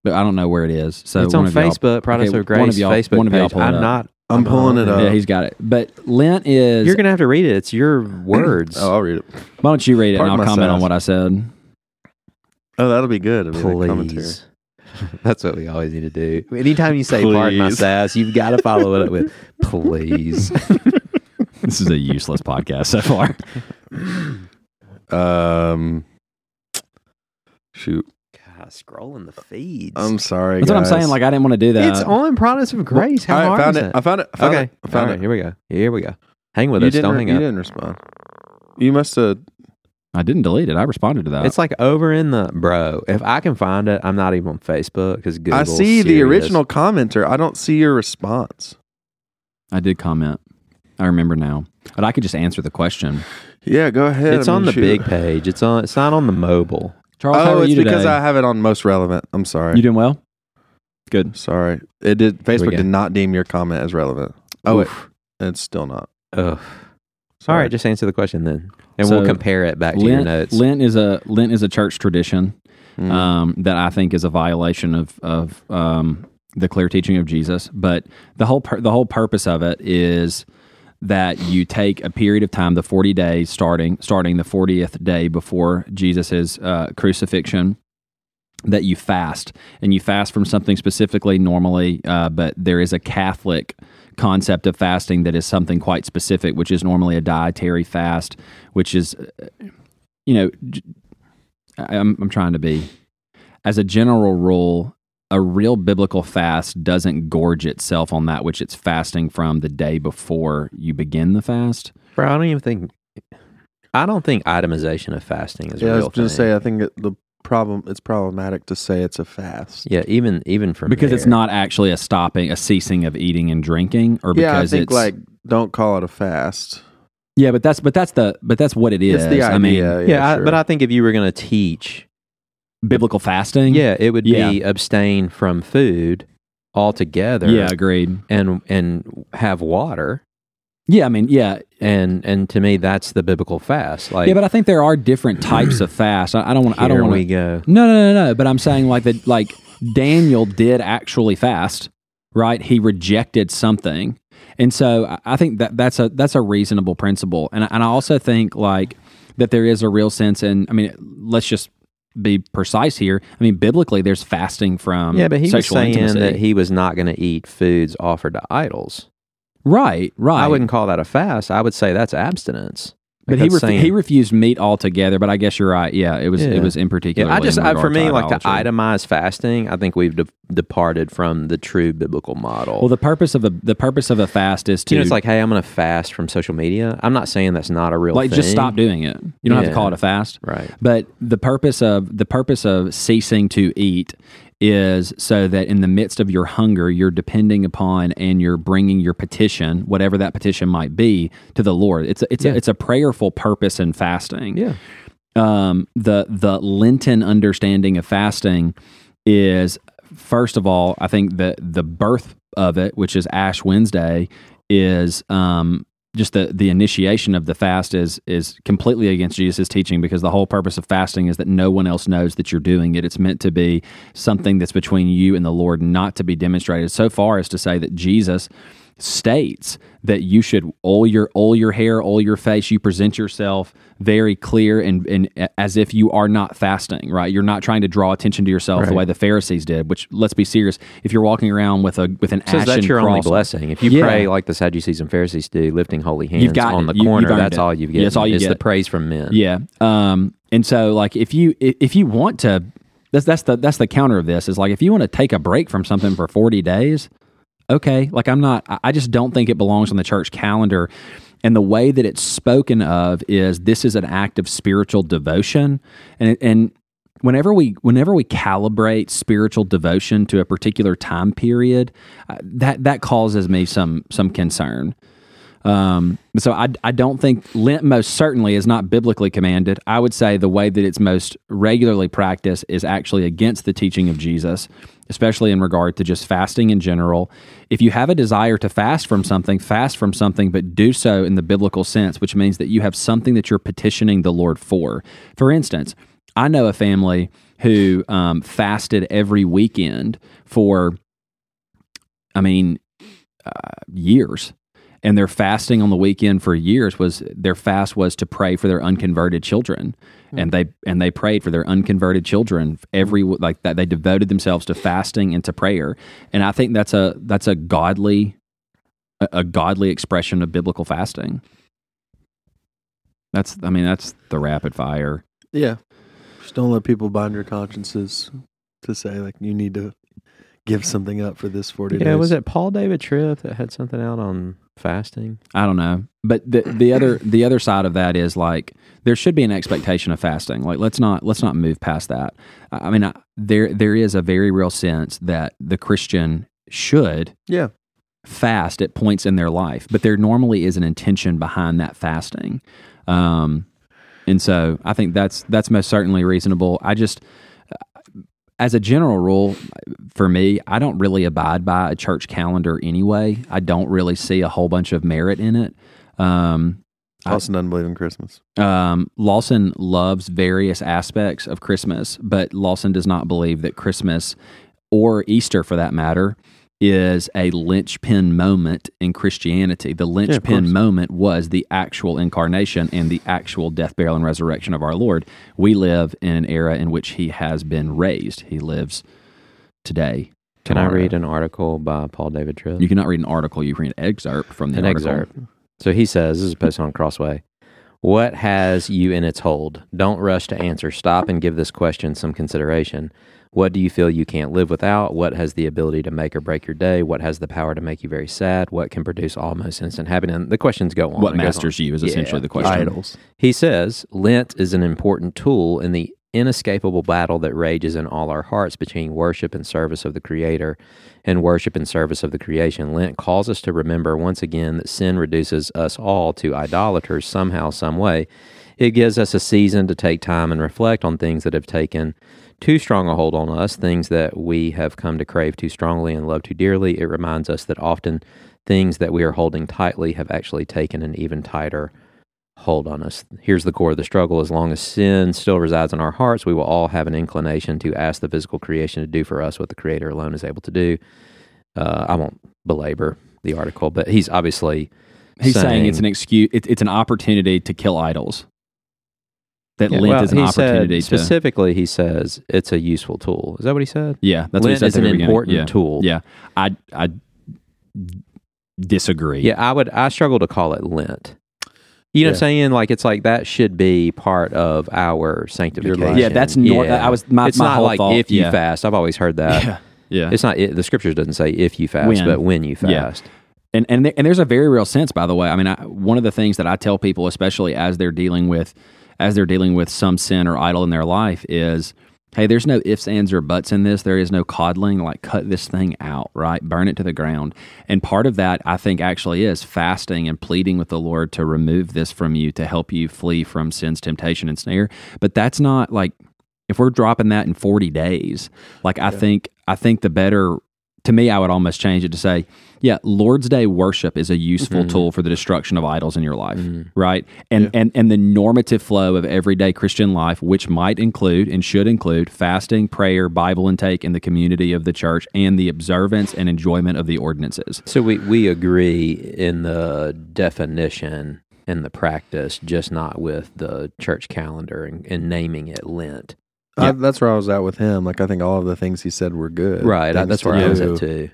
Speaker 3: but I don't know where it is. So
Speaker 2: it's
Speaker 3: one
Speaker 2: on
Speaker 3: of y'all-
Speaker 2: Facebook. Products
Speaker 3: okay,
Speaker 2: of Grace
Speaker 3: One of y'all.
Speaker 2: Facebook
Speaker 3: one of y'all
Speaker 2: page.
Speaker 3: pull it
Speaker 2: I'm
Speaker 3: up.
Speaker 2: not.
Speaker 1: I'm pulling it
Speaker 2: not-
Speaker 1: up.
Speaker 3: Yeah, he's got it. But Lent is.
Speaker 2: You're gonna have to read it. It's your words.
Speaker 1: Oh, I'll read it.
Speaker 3: why don't you read it and
Speaker 1: Pardon
Speaker 3: I'll
Speaker 1: my
Speaker 3: comment
Speaker 1: size.
Speaker 3: on what I said.
Speaker 1: Oh, that'll be good. I mean, the
Speaker 2: [laughs]
Speaker 1: commentary.
Speaker 2: Please. That's what we always need to do. Anytime you say "pardon my
Speaker 1: Please.
Speaker 2: sass," you've got to follow it up with "please."
Speaker 3: This is a useless [laughs] podcast so far.
Speaker 1: Um, shoot.
Speaker 2: God, [laughs] scrolling the feeds.
Speaker 1: I'm sorry.
Speaker 3: That's what I'm
Speaker 1: guys.
Speaker 3: saying. Like I didn't want to do that.
Speaker 2: it's on Products of Grace. How
Speaker 1: All right,
Speaker 2: hard
Speaker 1: found
Speaker 2: is
Speaker 1: it.
Speaker 2: that?
Speaker 1: I found it. I found
Speaker 2: okay,
Speaker 1: it. I found
Speaker 2: All right,
Speaker 1: it.
Speaker 2: Here we go. Here we go. Hang with
Speaker 1: you
Speaker 2: us.
Speaker 1: didn't,
Speaker 2: Don't
Speaker 1: re-
Speaker 2: hang
Speaker 1: you
Speaker 2: up.
Speaker 1: didn't respond. You must have.
Speaker 3: I didn't delete it. I responded to that.
Speaker 2: It's like over in the bro. If I can find it, I'm not even on Facebook because Google.
Speaker 1: I see the original commenter. I don't see your response.
Speaker 3: I did comment. I remember now. But I could just answer the question.
Speaker 1: Yeah, go ahead.
Speaker 2: It's
Speaker 1: I
Speaker 2: on
Speaker 1: mean,
Speaker 2: the
Speaker 1: shoot.
Speaker 2: big page. It's on. It's not on the mobile.
Speaker 3: Charles, how
Speaker 1: Oh,
Speaker 3: are
Speaker 1: it's
Speaker 3: you today?
Speaker 1: because I have it on most relevant. I'm sorry.
Speaker 3: You doing well? Good.
Speaker 1: sorry. It did.
Speaker 2: we
Speaker 1: Facebook
Speaker 2: go.
Speaker 1: did not deem your comment as relevant. Oh, it, it's still not.
Speaker 2: Ugh. All
Speaker 1: Sorry.
Speaker 2: right, just answer the question then, and
Speaker 3: So,
Speaker 2: we'll compare it back to your
Speaker 3: Lent,
Speaker 2: notes.
Speaker 3: Lent is a Lent is a church tradition
Speaker 1: Mm.
Speaker 3: um, that I think is a violation of of um, the clear teaching of Jesus. But the whole pur- the whole purpose of it is that you take a period of time, the forty days, starting starting the fortieth day before Jesus's uh, crucifixion, that you fast and you fast from something specifically normally uh, but there is a catholic concept of fasting that is something quite specific which is normally a dietary fast which is uh, you know j- I- I'm, I'm trying to be as a general rule a real biblical fast doesn't gorge itself on that which it's fasting from the day before you begin the fast
Speaker 2: Bro, I don't even think. I don't think itemization of fasting is
Speaker 1: Yeah,
Speaker 2: a
Speaker 1: I
Speaker 2: real
Speaker 1: was
Speaker 2: thing.
Speaker 1: going to say. I think it, the problem. It's problematic to say it's a fast.
Speaker 2: yeah, even even from
Speaker 3: because it's
Speaker 2: there.
Speaker 3: not actually a stopping a ceasing of eating and drinking or
Speaker 1: Yeah, I
Speaker 3: because
Speaker 1: think
Speaker 3: it's
Speaker 1: like don't call it a fast.
Speaker 3: Yeah, but that's but that's the but that's what it is.
Speaker 1: It's the idea.
Speaker 3: I mean,
Speaker 2: Yeah, I, but I think if you were going to teach,
Speaker 3: biblical fasting.
Speaker 2: yeah, it would be
Speaker 3: Yeah.
Speaker 2: abstain from food altogether.
Speaker 3: yeah, agreed.
Speaker 2: and and have water.
Speaker 3: Yeah, I mean, yeah,
Speaker 2: And and to me, that's the biblical fast. Like
Speaker 3: yeah. But I think there are different types of fast. I, I don't want. I don't
Speaker 2: here
Speaker 3: want.
Speaker 2: we
Speaker 3: to
Speaker 2: go.
Speaker 3: No, no, no, no. But I'm saying like that. Like Daniel did actually fast, right? He rejected something, and so I- I think that that's a that's a reasonable principle. And I- and I also think like that there is a real sense in. I mean, let's just be precise here. I mean, biblically, there's fasting from
Speaker 2: yeah, but he was
Speaker 3: sexual
Speaker 2: saying
Speaker 3: intimacy.
Speaker 2: that he was not going to eat foods offered to idols.
Speaker 3: right, right.
Speaker 2: I wouldn't call that a fast. I would say that's abstinence.
Speaker 3: But
Speaker 2: Like,
Speaker 3: he
Speaker 2: that's
Speaker 3: refu-
Speaker 2: saying-
Speaker 3: he refused meat altogether. But I guess you're right. Yeah, it was
Speaker 2: Yeah.
Speaker 3: it was in particular.
Speaker 2: Yeah, I just I, for me like to itemize fasting. I think we've de- departed from the true biblical model.
Speaker 3: Well, the purpose of a the purpose of a fast is to
Speaker 2: you know, it's like, hey, I'm going to fast from social media. I'm not saying that's not a real
Speaker 3: like
Speaker 2: thing.
Speaker 3: just stop doing it. You don't have
Speaker 2: Yeah.
Speaker 3: to call it a fast,
Speaker 2: Right.
Speaker 3: But the purpose of the purpose of ceasing to eat is so that in the midst of your hunger, you're depending upon and you're bringing your petition, whatever that petition might be, to the Lord. It's a, it's
Speaker 2: Yeah.
Speaker 3: a, it's a prayerful purpose in fasting
Speaker 2: Yeah.
Speaker 3: um, the the Lenten understanding of fasting is first of all, I think the the birth of it, which is Ash Wednesday, is um, just the the initiation of the fast is is completely against Jesus' teaching because the whole purpose of fasting is that no one else knows that you're doing it. It's meant to be something that's between you and the Lord, not to be demonstrated. So far as to say that Jesus states that you should oil your oil your hair, oil your face. You present yourself very clear and and as if you are not fasting. Right, you're not trying to draw attention to yourself the way the Pharisees did. Which let's be serious, if you're walking around with a with an
Speaker 2: So that's
Speaker 3: ashen
Speaker 2: your only
Speaker 3: cross-
Speaker 2: blessing. If you
Speaker 3: Yeah.
Speaker 2: pray like the Sadducees and Pharisees do, lifting holy hands
Speaker 3: got
Speaker 2: on the
Speaker 3: it. You-
Speaker 2: corner,
Speaker 3: you've earned
Speaker 2: that's
Speaker 3: it.
Speaker 2: all you get.
Speaker 3: Yeah, that's all you
Speaker 2: it's the
Speaker 3: get.
Speaker 2: praise from men.
Speaker 3: Yeah. Um, and so like if you i- if you want to that's that's the that's the counter of this is like if you want to take a break from something for 40 days, okay, like I'm not I- I just don't think it belongs on the church calendar. And the way that it's spoken of is this is an act of spiritual devotion and it- and whenever we whenever we calibrate spiritual devotion to a particular time period, uh, that that causes me some some concern. Um, so I, I don't think Lent most certainly is not biblically commanded. I would say the way that it's most regularly practiced is actually against the teaching of Jesus, especially in regard to just fasting in general. If you have a desire to fast from something, fast from something, but do so in the biblical sense, which means that you have something that you're petitioning the Lord for. For instance, I know a family who um, fasted every weekend for, I mean, uh, years and their fasting on the weekend for years was their fast was to pray for their unconverted children and they and they prayed for their unconverted children every like that they devoted themselves to fasting and to prayer and i think that's a that's a godly a, a godly expression of biblical fasting that's i mean that's the rapid fire
Speaker 1: Yeah. Just don't let people bind your consciences to say like you need to give something up for this forty
Speaker 2: Yeah,
Speaker 1: days.
Speaker 2: was it Paul David Tripp that had something out on fasting?
Speaker 3: I don't know. But the the other the other side of that is like there should be an expectation of fasting. Like let's not let's not move past that. I I mean, I, there there is a very real sense that the Christian should
Speaker 1: Yeah.
Speaker 3: fast at points in their life, but there normally is an intention behind that fasting. Um, and so I think that's that's most certainly reasonable. I just uh, as a general rule for me, I don't really abide by a church calendar anyway. I don't really see a whole bunch of merit in it. Um,
Speaker 1: Austin doesn't believe in Christmas.
Speaker 3: um, Lawson loves various aspects of Christmas, but Lawson does not believe that Christmas or Easter, for that matter, is a linchpin moment in Christianity. The linchpin moment was the actual incarnation and the actual death, burial, and resurrection of our Lord. We live in an era in which he has been raised. He lives today.
Speaker 2: Can I
Speaker 3: tomorrow.
Speaker 2: read an article by Paul David Tripp?
Speaker 3: You cannot read an article. You can read an excerpt from the
Speaker 2: an
Speaker 3: article.
Speaker 2: excerpt. So he says, this is posted on Crossway. What has you in its hold? Don't rush to answer. Stop and give this question some consideration. What do you feel you can't live without? What has the ability to make or break your day? What has the power to make you very sad? What can produce almost instant happiness? And the questions go on.
Speaker 3: What
Speaker 2: and goes on.
Speaker 3: masters you is essentially the
Speaker 2: Yeah.
Speaker 3: question.
Speaker 2: He says, Lent is an important tool in the inescapable battle that rages in all our hearts between worship and service of the Creator and worship and service of the creation. Lent calls us to remember once again that sin reduces us all to idolaters somehow, some way. It gives us a season to take time and reflect on things that have taken too strong a hold on us, things that we have come to crave too strongly and love too dearly. It reminds us that often things that we are holding tightly have actually taken an even tighter hold on us. Here's the core of the struggle. As long as sin still resides in our hearts, we will all have an inclination to ask the physical creation to do for us what the Creator alone is able to do. Uh, I won't belabor the article, but he's obviously
Speaker 3: He's saying,
Speaker 2: saying-
Speaker 3: it's an excuse. It, it's an opportunity to kill idols. That Lent
Speaker 2: Well,
Speaker 3: is an
Speaker 2: he said-
Speaker 3: opportunity to.
Speaker 2: Specifically, he says it's a useful tool. Is that what he said?
Speaker 3: Yeah, that's what he
Speaker 2: Lent
Speaker 3: said at
Speaker 2: is
Speaker 3: the
Speaker 2: an
Speaker 3: very beginning.
Speaker 2: important
Speaker 3: yeah.
Speaker 2: tool.
Speaker 3: Yeah, I I disagree.
Speaker 2: Yeah, I would. I struggle to call it lint. You know what I'm
Speaker 1: Yeah.
Speaker 2: saying? Like it's like that should be part of our sanctification.
Speaker 3: Yeah, that's nor- I was- my-
Speaker 2: it's
Speaker 3: my
Speaker 2: not
Speaker 3: whole
Speaker 2: like
Speaker 3: thought-
Speaker 2: if you
Speaker 3: yeah.
Speaker 2: fast. I've always heard that.
Speaker 3: yeah, yeah.
Speaker 2: It's not it, the scriptures doesn't say if you fast,
Speaker 3: When.
Speaker 2: but when you
Speaker 3: Yeah.
Speaker 2: fast.
Speaker 3: and and there, and there's a very real sense by the way i mean I, one of the things that i tell people especially as they're dealing with as they're dealing with some sin or idol in their life is Hey, there's no ifs, ands, or buts in this. There is no coddling. Like, cut this thing out, right? Burn it to the ground. And part of that, I think, actually is fasting and pleading with the Lord to remove this from you to help you flee from sin's temptation and snare. But that's not like if we're dropping that in 40 days, like, I think, I think the better to me, I would almost change it to say, yeah, Lord's Day worship is a useful tool for the destruction of idols in your life, right? And and and the normative flow of everyday Christian life, which might include and should include fasting, prayer, Bible intake in the community of the church, and the observance and enjoyment of the ordinances.
Speaker 2: So we, we agree in the definition and the practice, just not with the church calendar and, and naming it Lent.
Speaker 1: I, that's where I was at with him. Like I think all of the things he said were good.
Speaker 2: Right. I,
Speaker 1: things
Speaker 2: that's
Speaker 1: to
Speaker 2: where I was
Speaker 1: do,
Speaker 2: at too.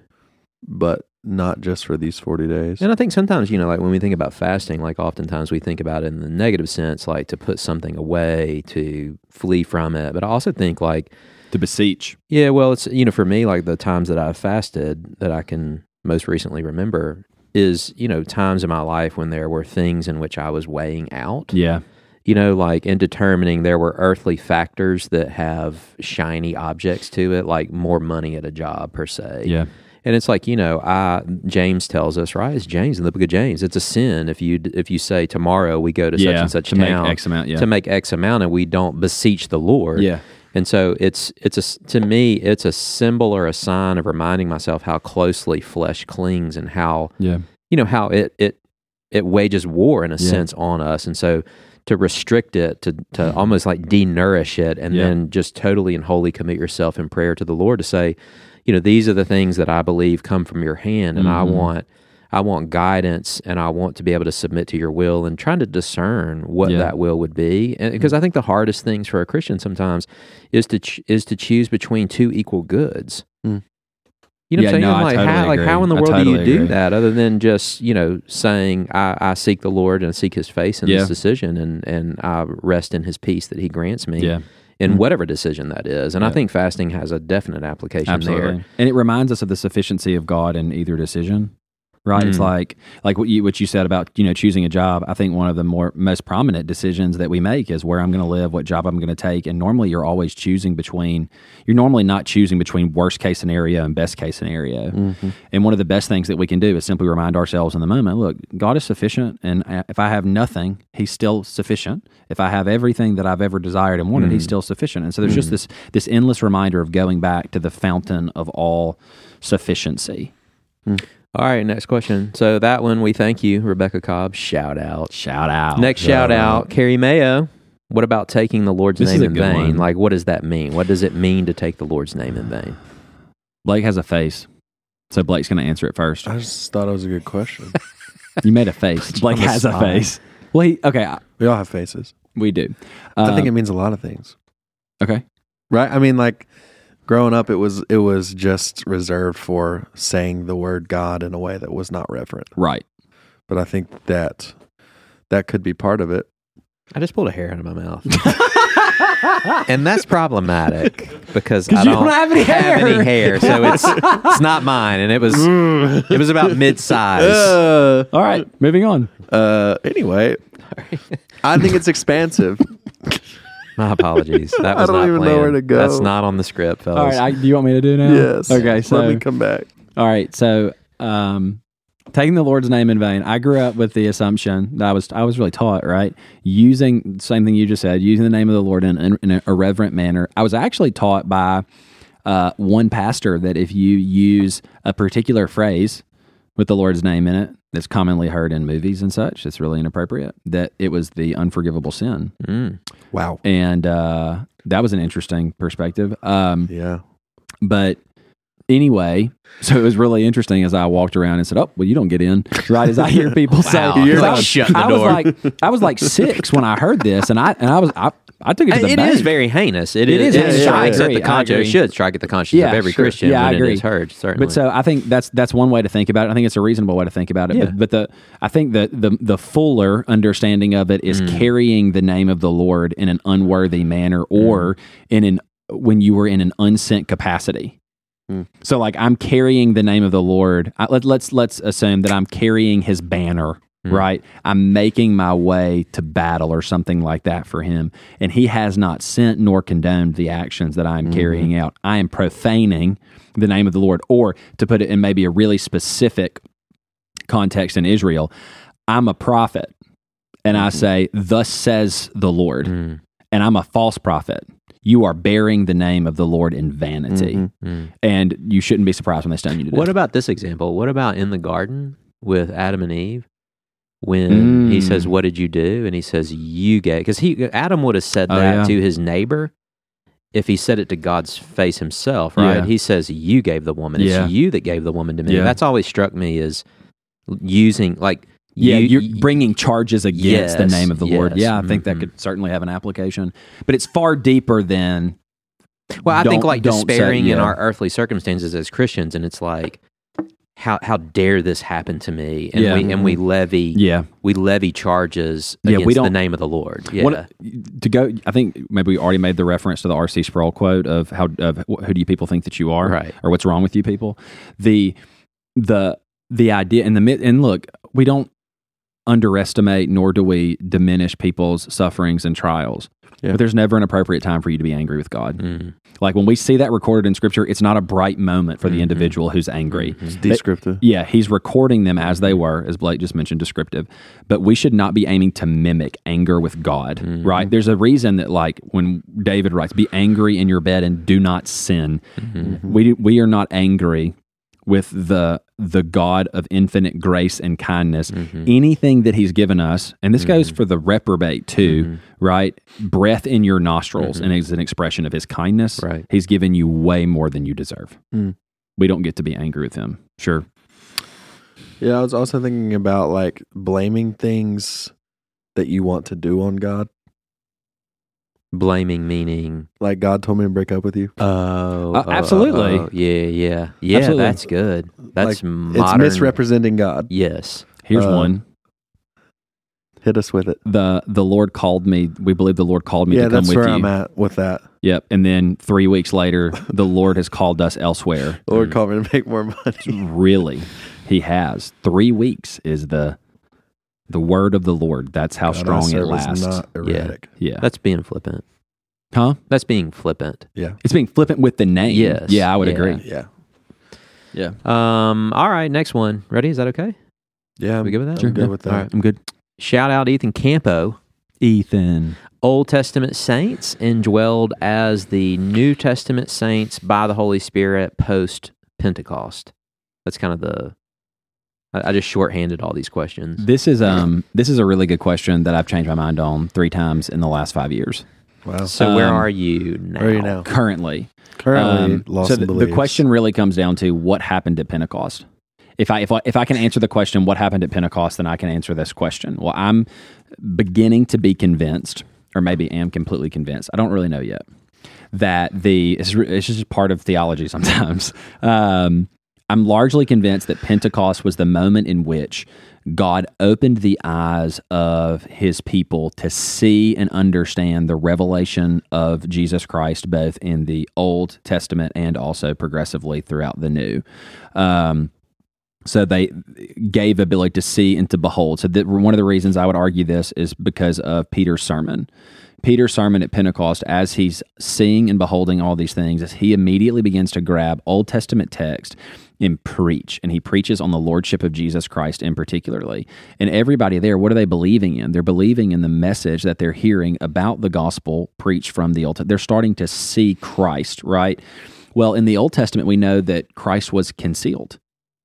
Speaker 1: But not just for these forty days.
Speaker 2: And I think sometimes, you know, like when we think about fasting, like oftentimes we think about it in the negative sense, like to put something away, to flee from it. But I also think like
Speaker 3: To beseech.
Speaker 2: Yeah, well, it's you know, for me, like the times that I've fasted that I can most recently remember is you know times in my life when there were things in which I was weighing out.
Speaker 3: Yeah.
Speaker 2: You know, like in determining there were earthly factors that have shiny objects to it, like more money at a job per se.
Speaker 3: Yeah.
Speaker 2: And it's like you know, I James tells us right. It's James in the book of James. It's a sin if you if you say tomorrow we go to
Speaker 3: Yeah,
Speaker 2: such and such
Speaker 3: to make
Speaker 2: town
Speaker 3: X amount, yeah.
Speaker 2: to make X amount, and we don't beseech the Lord.
Speaker 3: Yeah.
Speaker 2: And so it's it's a s- to me it's a symbol or a sign of reminding myself how closely flesh clings and how
Speaker 3: Yeah.
Speaker 2: you know how it it it wages war in a
Speaker 3: Yeah.
Speaker 2: sense on us and so to restrict it to to almost like denourish it
Speaker 3: Mm-hmm.
Speaker 2: and
Speaker 3: Yeah.
Speaker 2: then just totally and wholly commit yourself in prayer to the Lord to say you know these are the things that I believe come from your hand and I
Speaker 3: Mhm.
Speaker 2: want I want guidance and I want to be able to submit to your will and trying to discern what
Speaker 3: Yeah. Mm-hmm.
Speaker 2: that will would be because I think the hardest things for a Christian sometimes is to ch- is to choose between two equal goods.
Speaker 1: Mm.
Speaker 2: You know
Speaker 3: Yeah,
Speaker 2: what I'm saying?
Speaker 3: no, I
Speaker 2: like,
Speaker 3: totally
Speaker 2: how, like
Speaker 3: agree.
Speaker 2: how in the
Speaker 3: I
Speaker 2: world do
Speaker 3: totally
Speaker 2: you do
Speaker 3: agree.
Speaker 2: that other than just you know saying I, I seek the Lord and I seek His face in
Speaker 3: Yeah.
Speaker 2: this decision and and I rest in His peace that He grants me
Speaker 3: Yeah. Mm-hmm.
Speaker 2: in whatever decision that is. And I
Speaker 3: Yeah.
Speaker 2: think fasting has a definite application
Speaker 3: Absolutely.
Speaker 2: there.
Speaker 3: And it reminds us of the sufficiency of God in either decision. Right. It's
Speaker 2: Mm.
Speaker 3: like like what you what you said about, you know, choosing a job. I think one of the more most prominent decisions that we make is where I'm gonna live, what job I'm gonna take. And normally you're always choosing between you're normally not choosing between worst case scenario and best case scenario. And one of the best things that we can do is simply remind ourselves in the moment, look, God is sufficient and I- if I have nothing, he's still sufficient. If I have everything that I've ever desired and wanted, he's still sufficient. And so there's just this this endless reminder of going back to the fountain of all sufficiency.
Speaker 2: All right, next question. So that one we thank you, Rebecca Cobb. Shout out.
Speaker 3: Shout out.
Speaker 2: Next shout out, Carrie Mayo. What about taking the Lord's
Speaker 3: This is
Speaker 2: name
Speaker 3: a
Speaker 2: in
Speaker 3: good
Speaker 2: vain?
Speaker 3: one.
Speaker 2: Like, what does that mean? What does it mean to take the Lord's name in vain?
Speaker 3: Blake has a face. So Blake's going to answer it
Speaker 1: [laughs]
Speaker 3: first.
Speaker 1: I just thought it was a
Speaker 2: [laughs]
Speaker 1: good question.
Speaker 3: You made a face. Blake has a face. Well, he, okay, I-
Speaker 1: we all have faces.
Speaker 3: we do. Uh,
Speaker 1: I think it means a lot of things.
Speaker 3: okay.
Speaker 1: Right? I mean, like growing up, it was it was just reserved for saying the word God in a way that was not reverent.
Speaker 3: Right.
Speaker 1: But I think that that could be part of it.
Speaker 3: [laughs]
Speaker 2: I just pulled a hair out of my mouth. [laughs] and that's problematic
Speaker 3: [laughs]
Speaker 2: because I
Speaker 3: you
Speaker 2: don't,
Speaker 3: don't have any
Speaker 2: have
Speaker 3: hair.
Speaker 2: any hair, so it's it's not mine. And it was it was about mid
Speaker 1: [laughs]
Speaker 2: size.
Speaker 1: Uh,
Speaker 3: All right. Moving on.
Speaker 1: uh, anyway, I think
Speaker 3: [laughs]
Speaker 1: it's expansive.
Speaker 2: My apologies. That was
Speaker 1: I don't
Speaker 2: not
Speaker 1: even know
Speaker 2: planned.
Speaker 1: where to go.
Speaker 2: That's not on the script, fellas.
Speaker 3: All right. I, do you want me to do now?
Speaker 1: yes.
Speaker 3: Okay. So
Speaker 1: let me come back.
Speaker 3: All right, so um, taking the Lord's name in vain. I grew up with the assumption that I was I was really taught right using same thing you just said, using the name of the Lord in, an- in an irreverent manner. I was actually taught by uh, one pastor that if you use a particular phrase with the Lord's name in it, that's commonly heard in movies and such, it's really inappropriate. That it was the unforgivable sin,
Speaker 2: Mm.
Speaker 1: Wow.
Speaker 3: and uh, that was an interesting perspective. Um,
Speaker 1: Yeah.
Speaker 3: but anyway, [laughs] so it was really interesting as I walked around and said, "Oh, well, you don't get in." Right as I
Speaker 2: [laughs]
Speaker 3: hear people
Speaker 2: Wow,
Speaker 3: say,
Speaker 2: you're
Speaker 3: I
Speaker 2: like
Speaker 3: was-
Speaker 2: shutting the
Speaker 3: I
Speaker 2: door.
Speaker 3: was like, I was like six when I heard this, and I and I was I, I took it to the
Speaker 2: It
Speaker 3: bank.
Speaker 2: is very heinous.
Speaker 3: It
Speaker 2: is.
Speaker 3: is heinous.
Speaker 2: It
Speaker 1: Yeah, I
Speaker 2: strikes at
Speaker 3: agree.
Speaker 2: the
Speaker 3: I
Speaker 2: conscience. It
Speaker 3: agree.
Speaker 2: should strike at the conscience
Speaker 3: Yeah,
Speaker 2: of every
Speaker 3: sure.
Speaker 2: Christian
Speaker 3: Yeah, I
Speaker 2: when
Speaker 3: agree.
Speaker 2: it is heard. Certainly.
Speaker 3: But so I think that's that's one way to think about it. I think it's a reasonable way to think about it.
Speaker 2: Yeah.
Speaker 3: But, but the I think the the the fuller understanding of it is
Speaker 2: Mm.
Speaker 3: carrying the name of the Lord in an unworthy manner or
Speaker 2: Mm.
Speaker 3: in an when you were in an unsent capacity.
Speaker 1: Mm.
Speaker 3: So like I'm carrying the name of the Lord. I, let, let's let's assume that I'm carrying his banner
Speaker 2: Hmm.
Speaker 3: right? I'm making my way to battle or something like that for him. And he has not sent nor condoned the actions that I am
Speaker 2: Mm-hmm.
Speaker 3: carrying out. I am profaning the name of the Lord. Or to put it in maybe a really specific context in Israel, I'm a prophet and I say, Thus says the Lord.
Speaker 2: Mm-hmm. Mm,
Speaker 3: And I'm a false prophet. You are bearing the name of the Lord in vanity.
Speaker 1: Mhm.
Speaker 2: mm.
Speaker 3: And you shouldn't be surprised when they stone you to death.
Speaker 2: What about this example? What about in the garden with Adam and Eve? When he
Speaker 3: Mm.
Speaker 2: says, "What did you do?" and he says, "You gave," because he Adam would have said
Speaker 3: Oh,
Speaker 2: that
Speaker 3: yeah.
Speaker 2: to his neighbor if he said it to God's face himself, right?
Speaker 3: Yeah.
Speaker 2: He says, "You gave the woman.
Speaker 3: Yeah.
Speaker 2: It's you that gave the woman to me."
Speaker 3: Yeah.
Speaker 2: That's always struck me as using like
Speaker 3: Yeah,
Speaker 2: you-
Speaker 3: you, are bringing charges against the
Speaker 2: Yes,
Speaker 3: name of the Lord.
Speaker 2: yes,
Speaker 3: Yeah, I think
Speaker 2: mhm.
Speaker 3: that could certainly have an application, but it's far deeper than.
Speaker 2: Well, I think
Speaker 3: don't-
Speaker 2: like
Speaker 3: don't say-
Speaker 2: despairing in
Speaker 3: yeah.
Speaker 2: our earthly circumstances as Christians, and it's like, how how dare this happen to me? And
Speaker 3: Yeah.
Speaker 2: we and we levy
Speaker 3: Yeah,
Speaker 2: we levy charges
Speaker 3: Yeah, we
Speaker 2: against the
Speaker 3: don't-
Speaker 2: name of the Lord. Yeah,
Speaker 3: One- to go, I think maybe we already made the reference to the R.C. Sproul quote of how of wh- who do you people think that you are,
Speaker 2: Right.
Speaker 3: Or what's wrong with you people? The the the idea and the mi- and look, we don't underestimate nor do we diminish people's sufferings and trials.
Speaker 1: Yeah.
Speaker 3: But there's never an appropriate time for you to be angry with God.
Speaker 2: Mm.
Speaker 3: Like when we see that recorded in Scripture, it's not a bright moment for the
Speaker 2: Mhm.
Speaker 3: individual who's angry.
Speaker 1: It's
Speaker 2: Mhm.
Speaker 1: descriptive.
Speaker 3: Yeah, he's recording them as they were, as Blake just mentioned, descriptive. But we should not be aiming to mimic anger with God,
Speaker 2: Mhm.
Speaker 3: right? There's a reason that, like, when David writes, "Be angry in your bed and do not sin,"
Speaker 1: Mm-hmm.
Speaker 2: Mhm.
Speaker 3: we we are not angry with the the God of infinite grace and kindness.
Speaker 2: Mhm.
Speaker 3: Anything that He's given us, and this goes for the reprobate too,
Speaker 2: Mhm.
Speaker 3: right? Breath in your nostrils,
Speaker 2: Mhm.
Speaker 3: and it's an expression of His kindness.
Speaker 2: Right.
Speaker 3: He's given you way more than you deserve.
Speaker 1: Mm.
Speaker 3: We don't get to be angry with Him. Sure,
Speaker 1: Yeah, I was also thinking about like blaming things that you want to do on God.
Speaker 2: Blaming meaning.
Speaker 1: Like God told me to break up with you.
Speaker 2: Oh,
Speaker 3: Uh,
Speaker 2: oh,
Speaker 3: absolutely.
Speaker 2: oh, oh. yeah, yeah, yeah.
Speaker 3: Absolutely.
Speaker 2: That's good. That's
Speaker 1: Like,
Speaker 2: modern.
Speaker 1: It's misrepresenting God.
Speaker 2: Yes.
Speaker 3: Here's
Speaker 1: Uh,
Speaker 3: one.
Speaker 1: Hit us with it.
Speaker 3: The the Lord called me. We believe the Lord called me
Speaker 1: yeah,
Speaker 3: to come
Speaker 1: that's
Speaker 3: with
Speaker 1: where
Speaker 3: you.
Speaker 1: I'm at with that.
Speaker 3: Yep. And then three weeks later, the Lord has called us elsewhere.
Speaker 1: Lord called me to make more money.
Speaker 3: really, He has. Three weeks is the the word of the Lord. That's how
Speaker 1: [laughs] God, our
Speaker 3: strong it
Speaker 1: servant's
Speaker 3: lasts.
Speaker 1: Not erratic.
Speaker 3: yeah.
Speaker 2: That's being flippant.
Speaker 3: huh?
Speaker 2: That's being flippant.
Speaker 3: It's being flippant with the name.
Speaker 2: Yes.
Speaker 3: Yeah, I would
Speaker 2: Yeah.
Speaker 1: Yeah.
Speaker 3: agree.
Speaker 1: yeah,
Speaker 2: Um. All right. Next one. Ready? Is that okay?
Speaker 1: yeah.
Speaker 2: we good with that?
Speaker 1: I'm
Speaker 2: Sure,
Speaker 1: good
Speaker 2: yeah.
Speaker 1: with that.
Speaker 2: All right. I'm good. Shout out Ethan Campo.
Speaker 3: Ethan.
Speaker 2: Old Testament saints indwelled as the New Testament saints by the Holy Spirit post Pentecost. That's kind of the. I, I just shorthanded all these questions.
Speaker 3: This is um this is a really good question that I've changed my mind on three times in the last five years.
Speaker 1: Wow.
Speaker 2: So where
Speaker 3: Um,
Speaker 2: are you now?
Speaker 1: Where are you now?
Speaker 3: Currently.
Speaker 1: Currently
Speaker 3: Um,
Speaker 1: lost
Speaker 3: so
Speaker 1: in
Speaker 3: the, the
Speaker 1: beliefs.
Speaker 3: question really comes down to what happened at Pentecost. If I, if I if I can answer the question what happened at Pentecost, then I can answer this question. Well, I'm beginning to be convinced, or maybe am completely convinced. I don't really know yet that the it's, re- it's just part of theology sometimes. [laughs] Um, I'm largely convinced that Pentecost was the moment in which God opened the eyes of his people to see and understand the revelation of Jesus Christ, both in the Old Testament and also progressively throughout the New. Um, so they gave ability to see and to behold. So that one of the reasons I would argue this is because of Peter's sermon. Peter's sermon at Pentecost, as he's seeing and beholding all these things, as he immediately begins to grab Old Testament text and preach, and he preaches on the lordship of Jesus Christ in particularly. And everybody there, what are they believing in? They're believing in the message that they're hearing about the gospel preached from the Old Testament. They're starting to see Christ, right? Well, in the Old Testament, we know that Christ was concealed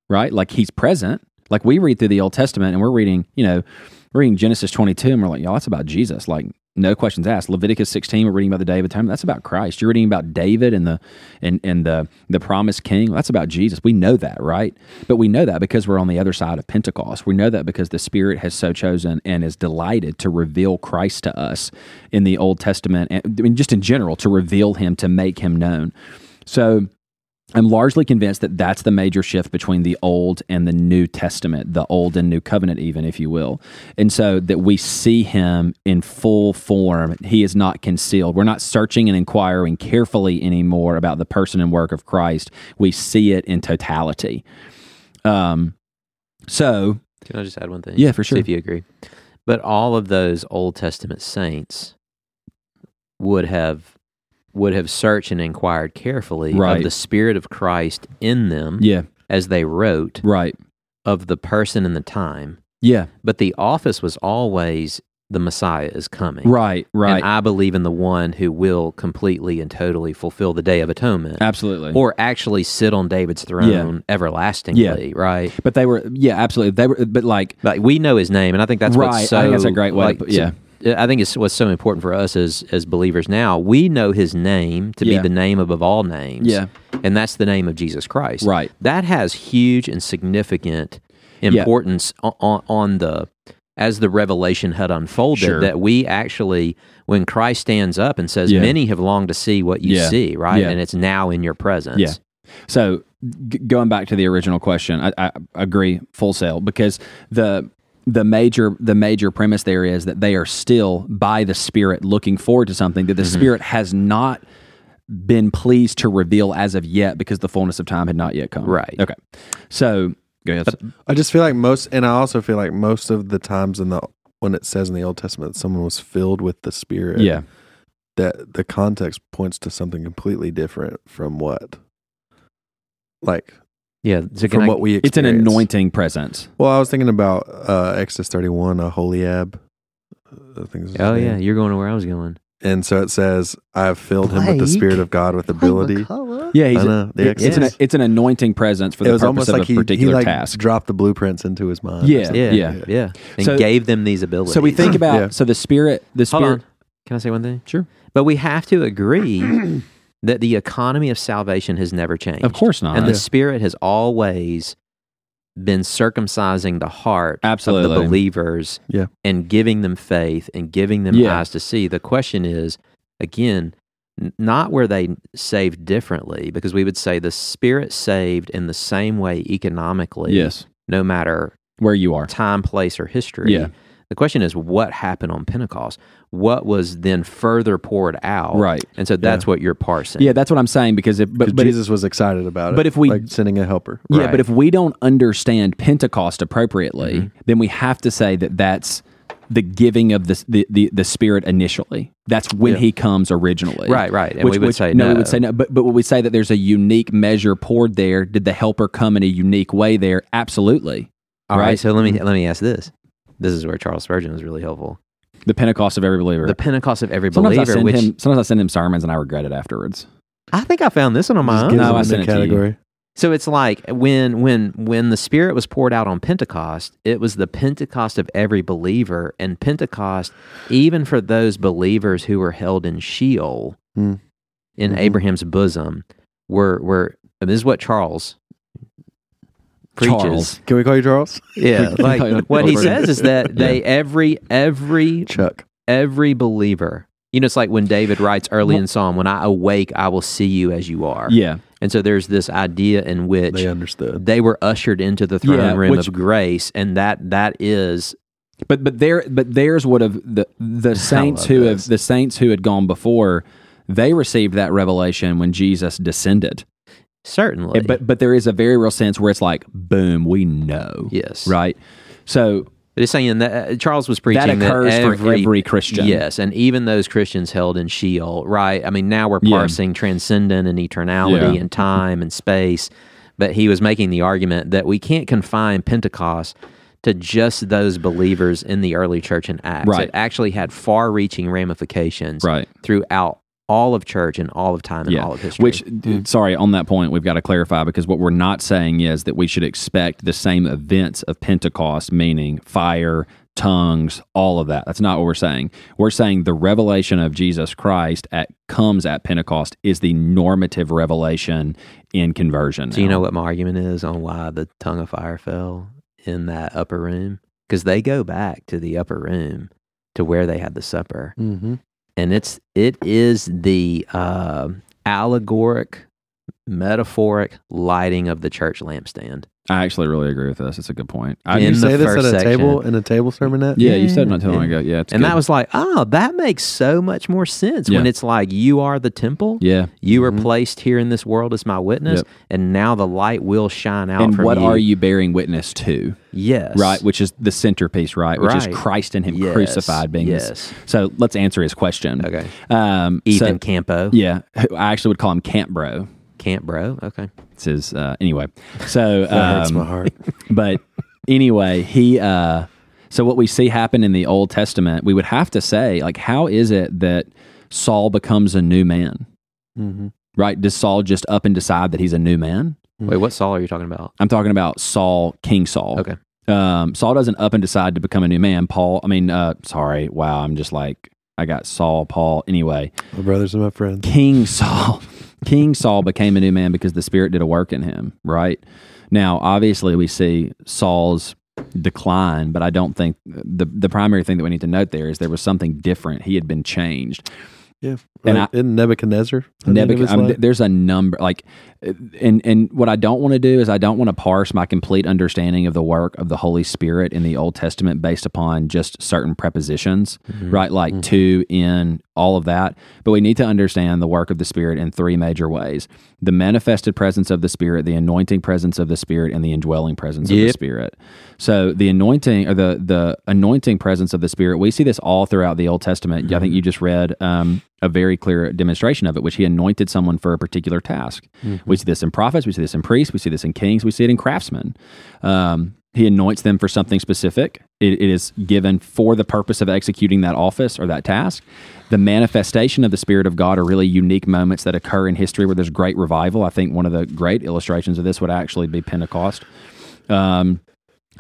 Speaker 3: right? Like he's present. Like we read through the Old Testament and we're reading, you know, we're reading Genesis 22 and we're like, y'all, that's about Jesus. Like no questions asked. Leviticus 16, we're reading about the David time. That's about Christ. You're reading about David and the and and the the promised king. That's about Jesus. We know that, right? But we know that because we're on the other side of Pentecost. We know that because the Spirit has so chosen and is delighted to reveal Christ to us in the Old Testament and I mean, just in general to reveal him, to make him known. So I'm largely convinced that that's the major shift between the Old and the New Testament, the Old and New Covenant, even if you will. And so that we see him in full form. He is not concealed. We're not searching and inquiring carefully anymore about the person and work of Christ. We see it in totality. Um, so
Speaker 2: Can I just add one thing?
Speaker 3: Yeah, for sure.
Speaker 2: See if you agree. But all of those Old Testament saints would have would have searched and inquired carefully
Speaker 3: Right.
Speaker 2: of the Spirit of Christ in them
Speaker 3: Yeah,
Speaker 2: as they wrote
Speaker 3: right.
Speaker 2: of the person and the time.
Speaker 3: Yeah,
Speaker 2: But the office was always the Messiah is coming.
Speaker 3: right, right.
Speaker 2: And I believe in the one who will completely and totally fulfill the Day of Atonement.
Speaker 3: Absolutely.
Speaker 2: Or actually sit on David's throne everlastingly, right?
Speaker 3: but they were, yeah, absolutely. They were, but like,
Speaker 2: like we know his name, and I think that's
Speaker 3: Right. I
Speaker 2: What's
Speaker 3: think
Speaker 2: so,
Speaker 3: that's a great way to
Speaker 2: Like,
Speaker 3: put- yeah.
Speaker 2: so- I think it's what's so important for us as as believers now. We know his name to
Speaker 3: Yeah.
Speaker 2: be the name above all names,
Speaker 3: Yeah.
Speaker 2: and that's the name of Jesus Christ.
Speaker 3: Right.
Speaker 2: That has huge and significant
Speaker 3: Yeah.
Speaker 2: importance o on, on the as the revelation had unfolded.
Speaker 3: Sure.
Speaker 2: That we actually, when Christ stands up and says,
Speaker 3: Yeah.
Speaker 2: "Many have longed to see what you
Speaker 3: Yeah.
Speaker 2: see," right,
Speaker 3: Yeah.
Speaker 2: and it's now in your presence.
Speaker 3: Yeah. so g- going back to the original question, I, I agree full sail because the, the major the major premise there is that they are still by the spirit looking forward to something that the
Speaker 1: Mm-hmm.
Speaker 3: spirit has not been pleased to reveal as of yet because the fullness of time had not yet come
Speaker 2: Right.
Speaker 3: okay so go ahead
Speaker 1: I just feel like most, and I also feel like most of the times in the when it says in the Old Testament that someone was filled with the Spirit,
Speaker 3: yeah
Speaker 1: that the context points to something completely different from what, like
Speaker 2: yeah. So can
Speaker 1: from
Speaker 2: I-
Speaker 1: what we.
Speaker 3: it's an
Speaker 1: experience.
Speaker 3: anointing presence
Speaker 1: Well, I was thinking about uh, Exodus thirty-one, a holy ab. I think. is his
Speaker 2: Oh
Speaker 1: name.
Speaker 2: yeah, you're going to where I was going.
Speaker 1: And so it says, "I have filled him with the Spirit of God with ability."
Speaker 3: yeah he's
Speaker 1: I know, the
Speaker 3: it- it's, an,
Speaker 1: Exodus.
Speaker 3: it's an anointing presence for the
Speaker 1: it was
Speaker 3: purpose
Speaker 1: almost
Speaker 3: of
Speaker 1: like
Speaker 3: a
Speaker 1: he, he
Speaker 3: particular
Speaker 1: like
Speaker 3: task
Speaker 1: dropped the blueprints into his mind. or
Speaker 3: Yeah.
Speaker 1: something.
Speaker 2: Yeah, yeah, yeah. And
Speaker 3: So-
Speaker 2: gave them these abilities.
Speaker 3: so we think about
Speaker 1: Yeah.
Speaker 3: so the spirit the
Speaker 2: Hold
Speaker 3: spirit
Speaker 2: on. Can I say one thing?
Speaker 3: Sure.
Speaker 2: But we have to agree [clears throat] that the economy of salvation has never changed.
Speaker 3: of course not
Speaker 2: And the Spirit has always been circumcising the heart of
Speaker 3: Absolutely.
Speaker 2: the believers
Speaker 1: Yeah.
Speaker 2: and giving them faith and giving them
Speaker 3: Yeah.
Speaker 2: eyes to see. The question is, again, n- not where they saved differently, because we would say the Spirit saved in the same way economically,
Speaker 3: yes
Speaker 2: no matter
Speaker 3: where you are
Speaker 2: time, place, or history.
Speaker 3: Yeah.
Speaker 2: The question is, what happened on Pentecost? What was then further poured out?
Speaker 3: Right.
Speaker 2: And so that's what you're parsing.
Speaker 3: yeah that's what i'm saying because if but,
Speaker 1: 'Cause
Speaker 3: but it-
Speaker 1: Jesus was excited about it.
Speaker 3: but if we-
Speaker 1: like sending a helper,
Speaker 3: yeah but if we don't understand pentecost appropriately
Speaker 2: Mm-hmm.
Speaker 3: then we have to say that that's the giving of the the, the, the spirit initially that's when
Speaker 1: Yeah.
Speaker 3: he comes originally
Speaker 2: Right, right. And we would say
Speaker 3: no, we
Speaker 2: no.
Speaker 3: would say no but but when we say that there's a unique measure poured there did the helper come in a unique way there absolutely
Speaker 2: All right.
Speaker 3: right. Mm-hmm.
Speaker 2: So let me let me ask this. This is where Charles Spurgeon was really helpful.
Speaker 3: the pentecost of every believer
Speaker 2: The Pentecost of every
Speaker 3: Sometimes I
Speaker 2: believer,
Speaker 3: send
Speaker 2: which
Speaker 3: him. Sometimes I send him sermons, and I regret it afterwards.
Speaker 2: I think I found this one on my
Speaker 1: Just
Speaker 2: own.
Speaker 1: gives
Speaker 3: No,
Speaker 1: him
Speaker 3: I
Speaker 1: a
Speaker 3: sent
Speaker 1: new
Speaker 3: it to you.
Speaker 1: category.
Speaker 2: So it's like when when when the Spirit was poured out on Pentecost, it was the Pentecost of every believer, and Pentecost, even for those believers who were held in Sheol,
Speaker 1: Hmm.
Speaker 2: in
Speaker 3: Mm-hmm.
Speaker 1: Mhm.
Speaker 2: Abraham's bosom, were were. And this is what Charles preaches.
Speaker 3: Charles.
Speaker 1: Can we call you Charles? [laughs]
Speaker 2: Yeah,
Speaker 3: [laughs]
Speaker 2: like what he says is that they every every
Speaker 1: Chuck.
Speaker 2: every believer. You know, it's like when David writes early in Psalm, "When I awake, I will see you as you are."
Speaker 3: Yeah, uh,
Speaker 2: And so there's this idea in which
Speaker 1: They understood.
Speaker 2: they were ushered into the throne
Speaker 3: Yeah,
Speaker 2: room
Speaker 3: which-
Speaker 2: of grace, and that that is
Speaker 3: but but there but theirs would have the the saints
Speaker 2: love
Speaker 3: who
Speaker 2: this.
Speaker 3: have the saints who had gone before they received that revelation when Jesus descended.
Speaker 2: certainly.
Speaker 3: But but there is a very real sense where it's like boom, we know.
Speaker 2: yes,
Speaker 3: Right. So
Speaker 2: But it's saying that uh, Charles was preaching
Speaker 3: occurs for
Speaker 2: every,
Speaker 3: every Christian.
Speaker 2: Yes, and even those Christians held in Sheol. Right. I mean, now we're
Speaker 3: Yeah.
Speaker 2: parsing transcendent and eternality
Speaker 3: Yeah.
Speaker 2: and time and space. But he was making the argument that we can't confine Pentecost to just those believers in the early church in Acts.
Speaker 3: Right.
Speaker 2: It actually had far-reaching ramifications
Speaker 3: right.
Speaker 2: throughout all of church and all of time and
Speaker 3: Yeah.
Speaker 2: all of history.
Speaker 3: Which sorry, on that point we've got to clarify because what we're not saying is that we should expect the same events of Pentecost, meaning fire, tongues, all of that. That's not what we're saying. We're saying the revelation of Jesus Christ at comes at Pentecost is the normative revelation in conversion.
Speaker 2: Do you
Speaker 3: now.
Speaker 2: know what my argument is on why the tongue of fire fell in that upper room? Because they go back to the upper room to where they had the supper,
Speaker 1: Mm-hmm.
Speaker 2: and it's it is the um, uh, allegoric, metaphoric lighting of the church lampstand.
Speaker 3: I actually really agree with this. It's a good point. I,
Speaker 1: Did
Speaker 2: In
Speaker 1: you
Speaker 2: the
Speaker 1: say this at
Speaker 2: first
Speaker 1: a
Speaker 2: section.
Speaker 1: table in a table sermonette?
Speaker 3: yeah, you said
Speaker 2: Yeah.
Speaker 3: not too long ago. Yeah, it's
Speaker 2: and
Speaker 3: good.
Speaker 2: that was like, oh, that makes so much more sense when
Speaker 3: Yeah.
Speaker 2: it's like you are the temple.
Speaker 3: yeah. Mm-hmm.
Speaker 2: You were
Speaker 1: Mhm.
Speaker 2: placed here in this world as my witness,
Speaker 3: Yep.
Speaker 2: and now the light will shine out
Speaker 3: and
Speaker 2: from
Speaker 3: what
Speaker 2: you.
Speaker 3: are you bearing witness to?
Speaker 2: Yes.
Speaker 3: Right, which is the centerpiece, right? Which
Speaker 2: Right.
Speaker 3: is Christ and Him
Speaker 2: Yes.
Speaker 3: crucified being this-
Speaker 2: Yes.
Speaker 3: So let's answer his question.
Speaker 2: Okay.
Speaker 3: Um, so-
Speaker 2: Ethan Campo.
Speaker 3: yeah, I actually would call him Camp Bro.
Speaker 2: Camp bro. Okay.
Speaker 3: It's his uh, anyway.
Speaker 2: [laughs]
Speaker 3: So
Speaker 1: That hurts my
Speaker 3: um,
Speaker 1: heart.
Speaker 3: but anyway, he uh so what we see happen in the Old Testament, we would have to say, like, how is it that Saul becomes a new man?
Speaker 1: Mhm.
Speaker 3: Right? Does Saul just up and decide that he's a new man?
Speaker 2: Wait, what Saul are you talking about?
Speaker 3: I'm talking about Saul, King Saul.
Speaker 2: Okay.
Speaker 3: Um, Saul doesn't up and decide to become a new man. Paul, I mean, uh, sorry, wow, I'm just like I got Saul, Paul. Anyway,
Speaker 1: My brothers and my friends.
Speaker 3: King [laughs] Saul. King Saul became a new man because the Spirit did a work in him, right? Now, obviously, we see Saul's decline, but I don't think the the primary thing that we need to note there is there was something different. He had been changed.
Speaker 1: Yeah.
Speaker 3: And
Speaker 1: Right. Isn't Nebuchadnezzar? at the end of his
Speaker 3: Nebuchadnezzar,
Speaker 1: life?
Speaker 3: there's a number like, and and what I don't want to do is I don't want to parse my complete understanding of the work of the Holy Spirit in the Old Testament based upon just certain prepositions, right? Like to, in, all of that. But we need to understand the work of the Spirit in three major ways: the manifested presence of the Spirit, the anointing presence of the Spirit, and the indwelling presence of the
Speaker 2: Yep.
Speaker 3: Spirit. So the anointing or the the anointing presence of the Spirit, we see this all throughout the Old Testament. I think you just read um, a very clear demonstration of it, which he anointed someone for a particular task. We see this in prophets, we see this in priests, we see this in kings, we see it in craftsmen. Um, he anoints them for something specific. It, it is given for the purpose of executing that office or that task. The manifestation of the Spirit of God are really unique moments that occur in history where there's great revival. I think one of the great illustrations of this would actually be Pentecost. Um,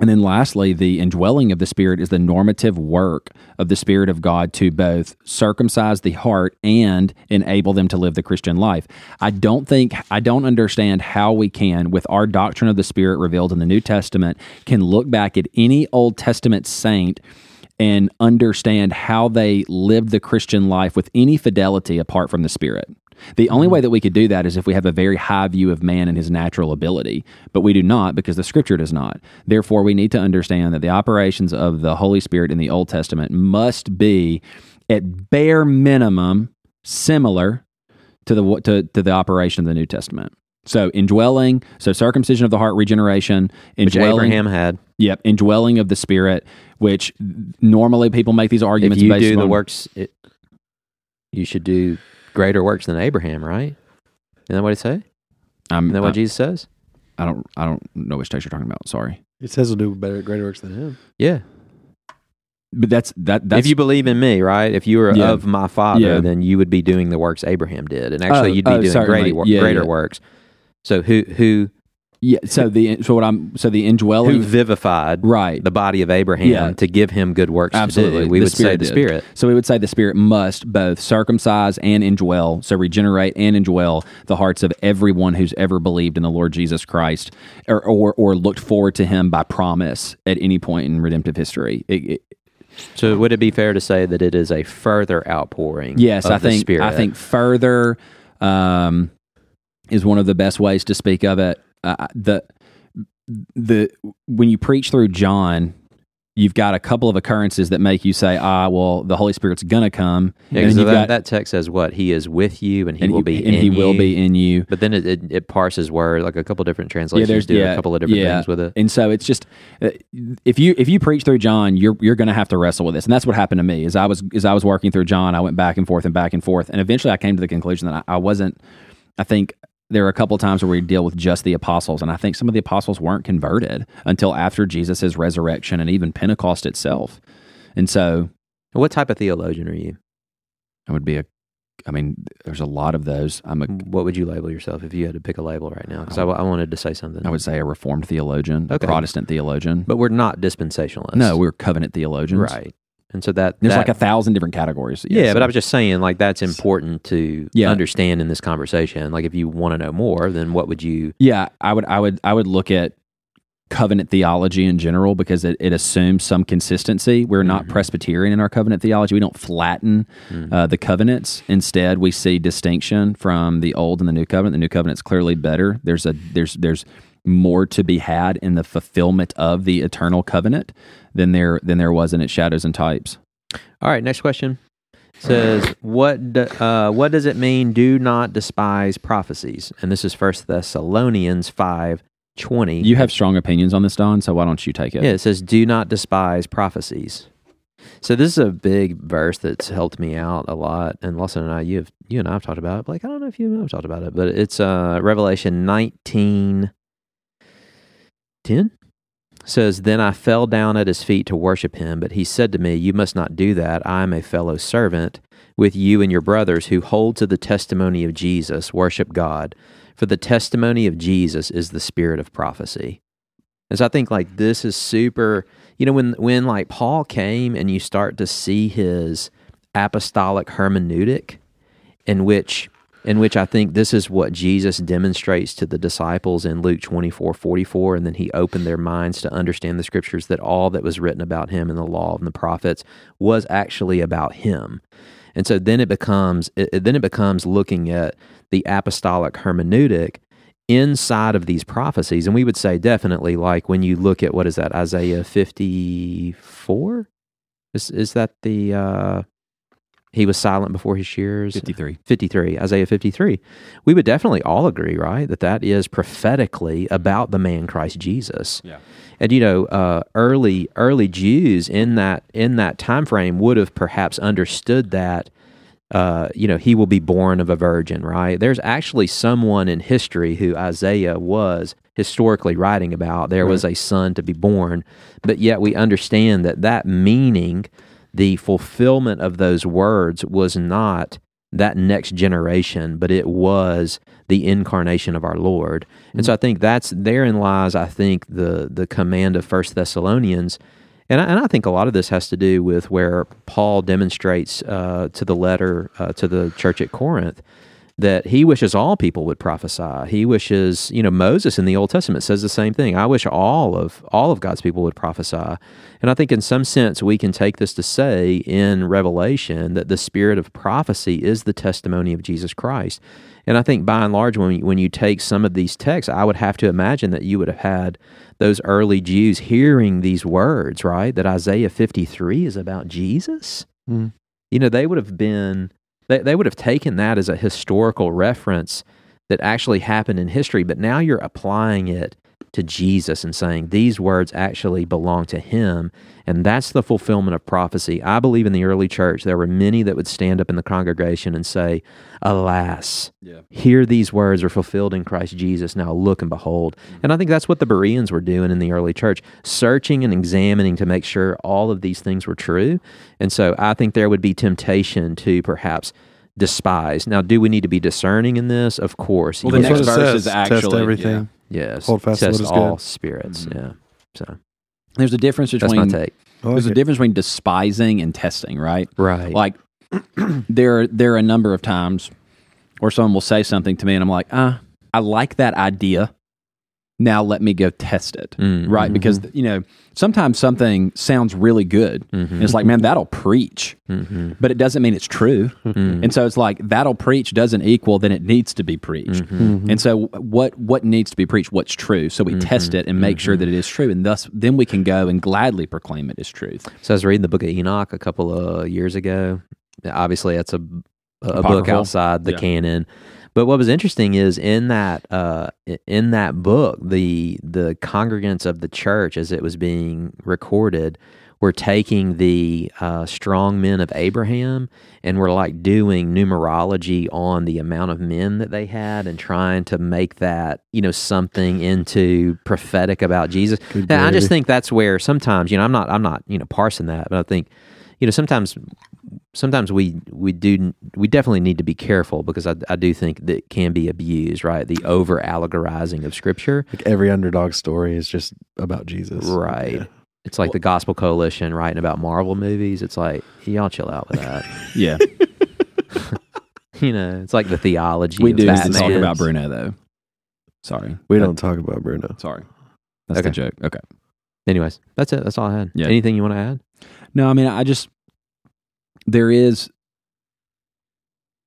Speaker 3: and then lastly, the indwelling of the Spirit is the normative work of the Spirit of God to both circumcise the heart and enable them to live the Christian life. I don't think, I don't understand how we can, with our doctrine of the Spirit revealed in the New Testament, can look back at any Old Testament saint and understand how they lived the Christian life with any fidelity apart from the Spirit. The only
Speaker 2: Mm-hmm.
Speaker 3: way that we could do that is if we have a very high view of man and his natural ability, but we do not because the scripture does not. Therefore, we need to understand that the operations of the Holy Spirit in the Old Testament must be at bare minimum similar to the to, to the operation of the New Testament. So indwelling, so circumcision of the heart, regeneration,
Speaker 2: Which
Speaker 3: indwelling,
Speaker 2: Abraham had.
Speaker 3: Yep, indwelling of the Spirit, which normally people make these
Speaker 2: If
Speaker 3: arguments
Speaker 2: you
Speaker 3: based
Speaker 2: do the
Speaker 3: on-
Speaker 2: works, it, you should do greater works than Abraham, right? Isn't that what it say? Isn't
Speaker 3: I'm-
Speaker 2: that
Speaker 3: I,
Speaker 2: what Jesus says?
Speaker 3: I don't, I don't know which text you're talking about. Sorry,
Speaker 1: It says he'll do better, greater works than him.
Speaker 2: Yeah.
Speaker 3: but that's that. That's
Speaker 2: if you believe in me, right? If you were
Speaker 3: Yeah.
Speaker 2: of my father,
Speaker 3: Yeah.
Speaker 2: then you would be doing the works Abraham did, and actually
Speaker 3: Oh,
Speaker 2: you'd be
Speaker 3: oh,
Speaker 2: doing
Speaker 3: certainly.
Speaker 2: greater, wor-
Speaker 3: Yeah,
Speaker 2: greater
Speaker 3: yeah.
Speaker 2: works. So who who
Speaker 3: yeah. So the so what I'm so the indwelling
Speaker 2: who vivified
Speaker 3: right
Speaker 2: the body of Abraham
Speaker 3: Yeah.
Speaker 2: to give him good works to
Speaker 3: Absolutely.
Speaker 2: do? We
Speaker 3: The
Speaker 2: would say
Speaker 3: Spirit
Speaker 2: the
Speaker 3: did.
Speaker 2: Spirit.
Speaker 3: So we would say the Spirit must both circumcise and indwell, so regenerate and indwell the hearts of everyone who's ever believed in the Lord Jesus Christ or or, or looked forward to Him by promise at any point in redemptive history. It- it-
Speaker 2: So would it be fair to say that it is a further outpouring?
Speaker 3: yes,
Speaker 2: of
Speaker 3: I
Speaker 2: the
Speaker 3: think
Speaker 2: Spirit?
Speaker 3: I think further um, is one of the best ways to speak of it. Uh, the the when you preach through John. You've got a couple of occurrences that make you say, "Ah, well, the Holy Spirit's gonna come."
Speaker 2: Yeah,
Speaker 3: And
Speaker 2: 'cause
Speaker 3: then you've
Speaker 2: that,
Speaker 3: got-
Speaker 2: that text says what he is with you, and he will be,
Speaker 3: and
Speaker 2: in
Speaker 3: he will
Speaker 2: you.
Speaker 3: be in you.
Speaker 2: But then it, it, it parses word like a couple different translations
Speaker 3: there's-
Speaker 2: do
Speaker 3: yeah,
Speaker 2: a couple of different
Speaker 3: yeah.
Speaker 2: things with it.
Speaker 3: And so it's just uh, if you if you preach through John, you're you're going to have to wrestle with this, and that's what happened to me. As I was as I was working through John, I went back and forth and back and forth, and eventually I came to the conclusion that I, I wasn't. I think there are a couple times where we deal with just the apostles, and I think some of the apostles weren't converted until after Jesus' resurrection and even Pentecost itself. And so
Speaker 2: What type of theologian are you?
Speaker 3: I would be a, I mean, there's a lot of those. I'm a,
Speaker 2: What would you label yourself if you had to pick a label right now? Because I, I wanted to say something.
Speaker 3: Oh. I would say a Reformed theologian, a
Speaker 2: Okay.
Speaker 3: Protestant theologian.
Speaker 2: But we're not dispensationalists.
Speaker 3: No, we're covenant theologians.
Speaker 2: right. And so that
Speaker 3: There's
Speaker 2: that-
Speaker 3: like a thousand different categories.
Speaker 2: yeah, but
Speaker 3: so-
Speaker 2: I was just saying like that's important to
Speaker 3: Yeah.
Speaker 2: understand in this conversation. Like if you want to know more, then what would you?
Speaker 3: yeah, I would, I would, I would look at covenant theology in general because it, it assumes some consistency. We're
Speaker 2: Mm-hmm.
Speaker 3: not Presbyterian in our covenant theology. We don't flatten uh, the covenants. Instead, we see distinction from the old and the new covenant. The new covenant's clearly better. There's a there's there's more to be had in the fulfillment of the eternal covenant than there than there was in its shadows and types.
Speaker 2: All right, next question says what do, uh, what does it mean? Do not despise prophecies, and this is First Thessalonians five twenty.
Speaker 3: You have strong opinions on this, Don. So why don't you take it?
Speaker 2: yeah, it says do not despise prophecies. So this is a big verse that's helped me out a lot, and Lawson and I, you have you and I have talked about it. Like I don't know if you and I have talked about it, but it's uh, Revelation nineteen ten says, Then I fell down at his feet to worship him, but he said to me, You must not do that. I am a fellow servant with you and your brothers who hold to the testimony of Jesus. Worship God, for the testimony of Jesus is the spirit of prophecy. And so I think like this is super, you know, when when like Paul came and you start to see his apostolic hermeneutic in which in which I think this is what Jesus demonstrates to the disciples in Luke 24, 44. And then he opened their minds to understand the scriptures that all that was written about him in the law and the prophets was actually about him. And so then it becomes it, it- then it becomes looking at the apostolic hermeneutic inside of these prophecies. And we would say definitely like when you look at what is that, Isaiah 54? Is is that the uh he was silent before his shears?
Speaker 3: Fifty three.
Speaker 2: 53, Isaiah 53, we would definitely all agree, right, that that is prophetically about the man Christ Jesus.
Speaker 3: Yeah.
Speaker 2: And you know, uh, early early Jews in that in that time frame would have perhaps understood that uh, you know, he will be born of a virgin, right? There's actually someone in history who Isaiah was historically writing about. There was a son to be born, but yet we understand that that meaning, the fulfillment of those words, was not that next generation, but it was the incarnation of our Lord. And so I think that's therein lies, I think, the the command of First Thessalonians and I, and I think a lot of this has to do with where Paul demonstrates uh, to the letter uh, to the church at Corinth that he wishes all people would prophesy. He wishes, you know, Moses in the Old Testament says the same thing. I wish all of all of God's people would prophesy. And I think in some sense we can take this to say in Revelation that the spirit of prophecy is the testimony of Jesus Christ. And I think by and large when you, when you take some of these texts, I would have to imagine that you would have had those early Jews hearing these words, right? That Isaiah 53 is about Jesus.
Speaker 1: Mm.
Speaker 2: You know, they would have been they, they would have taken that as a historical reference that actually happened in history, but now you're applying it to Jesus and saying these words actually belong to him. And that's the fulfillment of prophecy. I believe in the early church, there were many that would stand up in the congregation and say, Alas,
Speaker 3: Yeah.
Speaker 2: here these words are fulfilled in Christ Jesus. Now look and behold.
Speaker 3: Mm-hmm.
Speaker 2: And I think that's what the Bereans were doing in the early church, searching and examining to make sure all of these things were true. And so I think there would be temptation to perhaps despise. Now, do we need to be discerning in this? Of course.
Speaker 3: Well,
Speaker 1: That's
Speaker 3: the next
Speaker 1: what it
Speaker 3: verse
Speaker 1: says.
Speaker 3: is actually-
Speaker 1: test everything.
Speaker 3: yeah.
Speaker 2: yes.
Speaker 1: hold fast to
Speaker 2: Test
Speaker 1: what is good.
Speaker 2: all spirits.
Speaker 3: Mhm.
Speaker 2: Yeah. So
Speaker 3: There's a difference
Speaker 2: that's
Speaker 3: between
Speaker 2: my take.
Speaker 1: I like
Speaker 3: there's a
Speaker 1: it.
Speaker 3: difference between despising and testing, right?
Speaker 2: Right.
Speaker 3: Like [clears throat] there there are a number of times where someone will say something to me and I'm like, "Uh, I like that idea. Now let me go test it."
Speaker 2: Mm,
Speaker 3: Right? Because you know, sometimes something sounds really good.
Speaker 2: mhm,
Speaker 3: And it's like, "Man, that'll preach."
Speaker 2: mhm,
Speaker 3: But it doesn't mean it's true.
Speaker 1: Mm-hmm.
Speaker 2: mhm,
Speaker 3: And so it's like that'll preach doesn't equal then it needs to be preached.
Speaker 2: mhm.
Speaker 3: Mm-hmm. And so what what needs to be preached, what's true. So we test it and make sure that it is true and thus then we can go and gladly proclaim it as truth.
Speaker 2: So I was reading the book of Enoch a couple of years ago. Obviously, that's a, a book
Speaker 3: Apocryphal.
Speaker 2: outside the
Speaker 3: Yeah.
Speaker 2: canon. But what was interesting is in that uh, i- in that book, the the congregants of the church, as it was being recorded, were taking the uh, strong men of Abraham and were like doing numerology on the amount of men that they had and trying to make that you know something into prophetic about Jesus.
Speaker 1: Good
Speaker 2: And I just
Speaker 1: gravy.
Speaker 2: think that's where sometimes you know I'm not I'm not you know parsing that, but I think you know sometimes sometimes we we do we definitely need to be careful because I, I do think that it can be abused, right? The over allegorizing of scripture,
Speaker 1: like every underdog story is just about Jesus.
Speaker 2: right?
Speaker 1: Yeah.
Speaker 2: It's like the Gospel Coalition writing about Marvel movies. It's like y'all chill out with that.
Speaker 3: [laughs] Yeah.
Speaker 2: you know, it's like the theology.
Speaker 3: we
Speaker 2: of
Speaker 3: do need to
Speaker 2: Batman.
Speaker 3: talk about Bruno though. Sorry.
Speaker 1: We don't talk about Bruno.
Speaker 3: Sorry. That's the
Speaker 2: Okay.
Speaker 3: joke. Okay.
Speaker 2: Anyways, that's it. That's all I had.
Speaker 3: Yeah.
Speaker 2: Anything you want to add?
Speaker 3: No, I mean, I just there is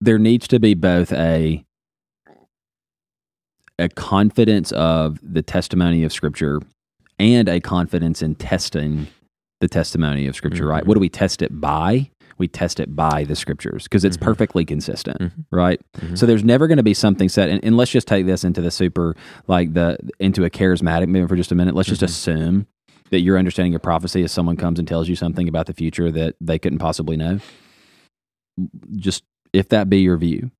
Speaker 3: there needs to be both a a confidence of the testimony of Scripture and a confidence in testing the testimony of Scripture, right?
Speaker 2: Mhm.
Speaker 3: What do we test it by? We test it by the Scriptures because it's
Speaker 2: Mhm.
Speaker 3: perfectly consistent,
Speaker 2: Mhm.
Speaker 3: right?
Speaker 2: Mhm.
Speaker 3: So there's never going to be something said. And, and let's just take this into the super, like the into a charismatic movement for just a minute. Let's just
Speaker 2: Mhm.
Speaker 3: assume that your understanding of prophecy is someone comes and tells you something about the future that they couldn't possibly know. Just if that be your view,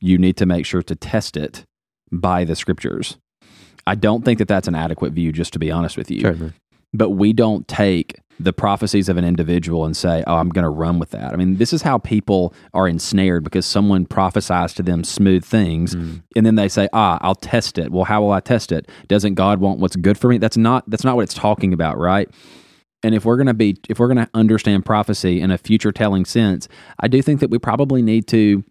Speaker 3: you need to make sure to test it by the scriptures. I don't think that that's an adequate view, just to be honest with you.
Speaker 2: Certainly.
Speaker 3: But we don't take the prophecies of an individual and say, oh, I'm going to run with that. I mean, this is how people are ensnared because someone prophesies to them smooth things
Speaker 2: Mm.
Speaker 3: and then they say, ah, I'll test it. Well, how will I test it? Doesn't God want what's good for me? That's not, that's not what it's talking about, right? And if we're going to be, if we're going to understand prophecy in a future telling sense, I do think that we probably need to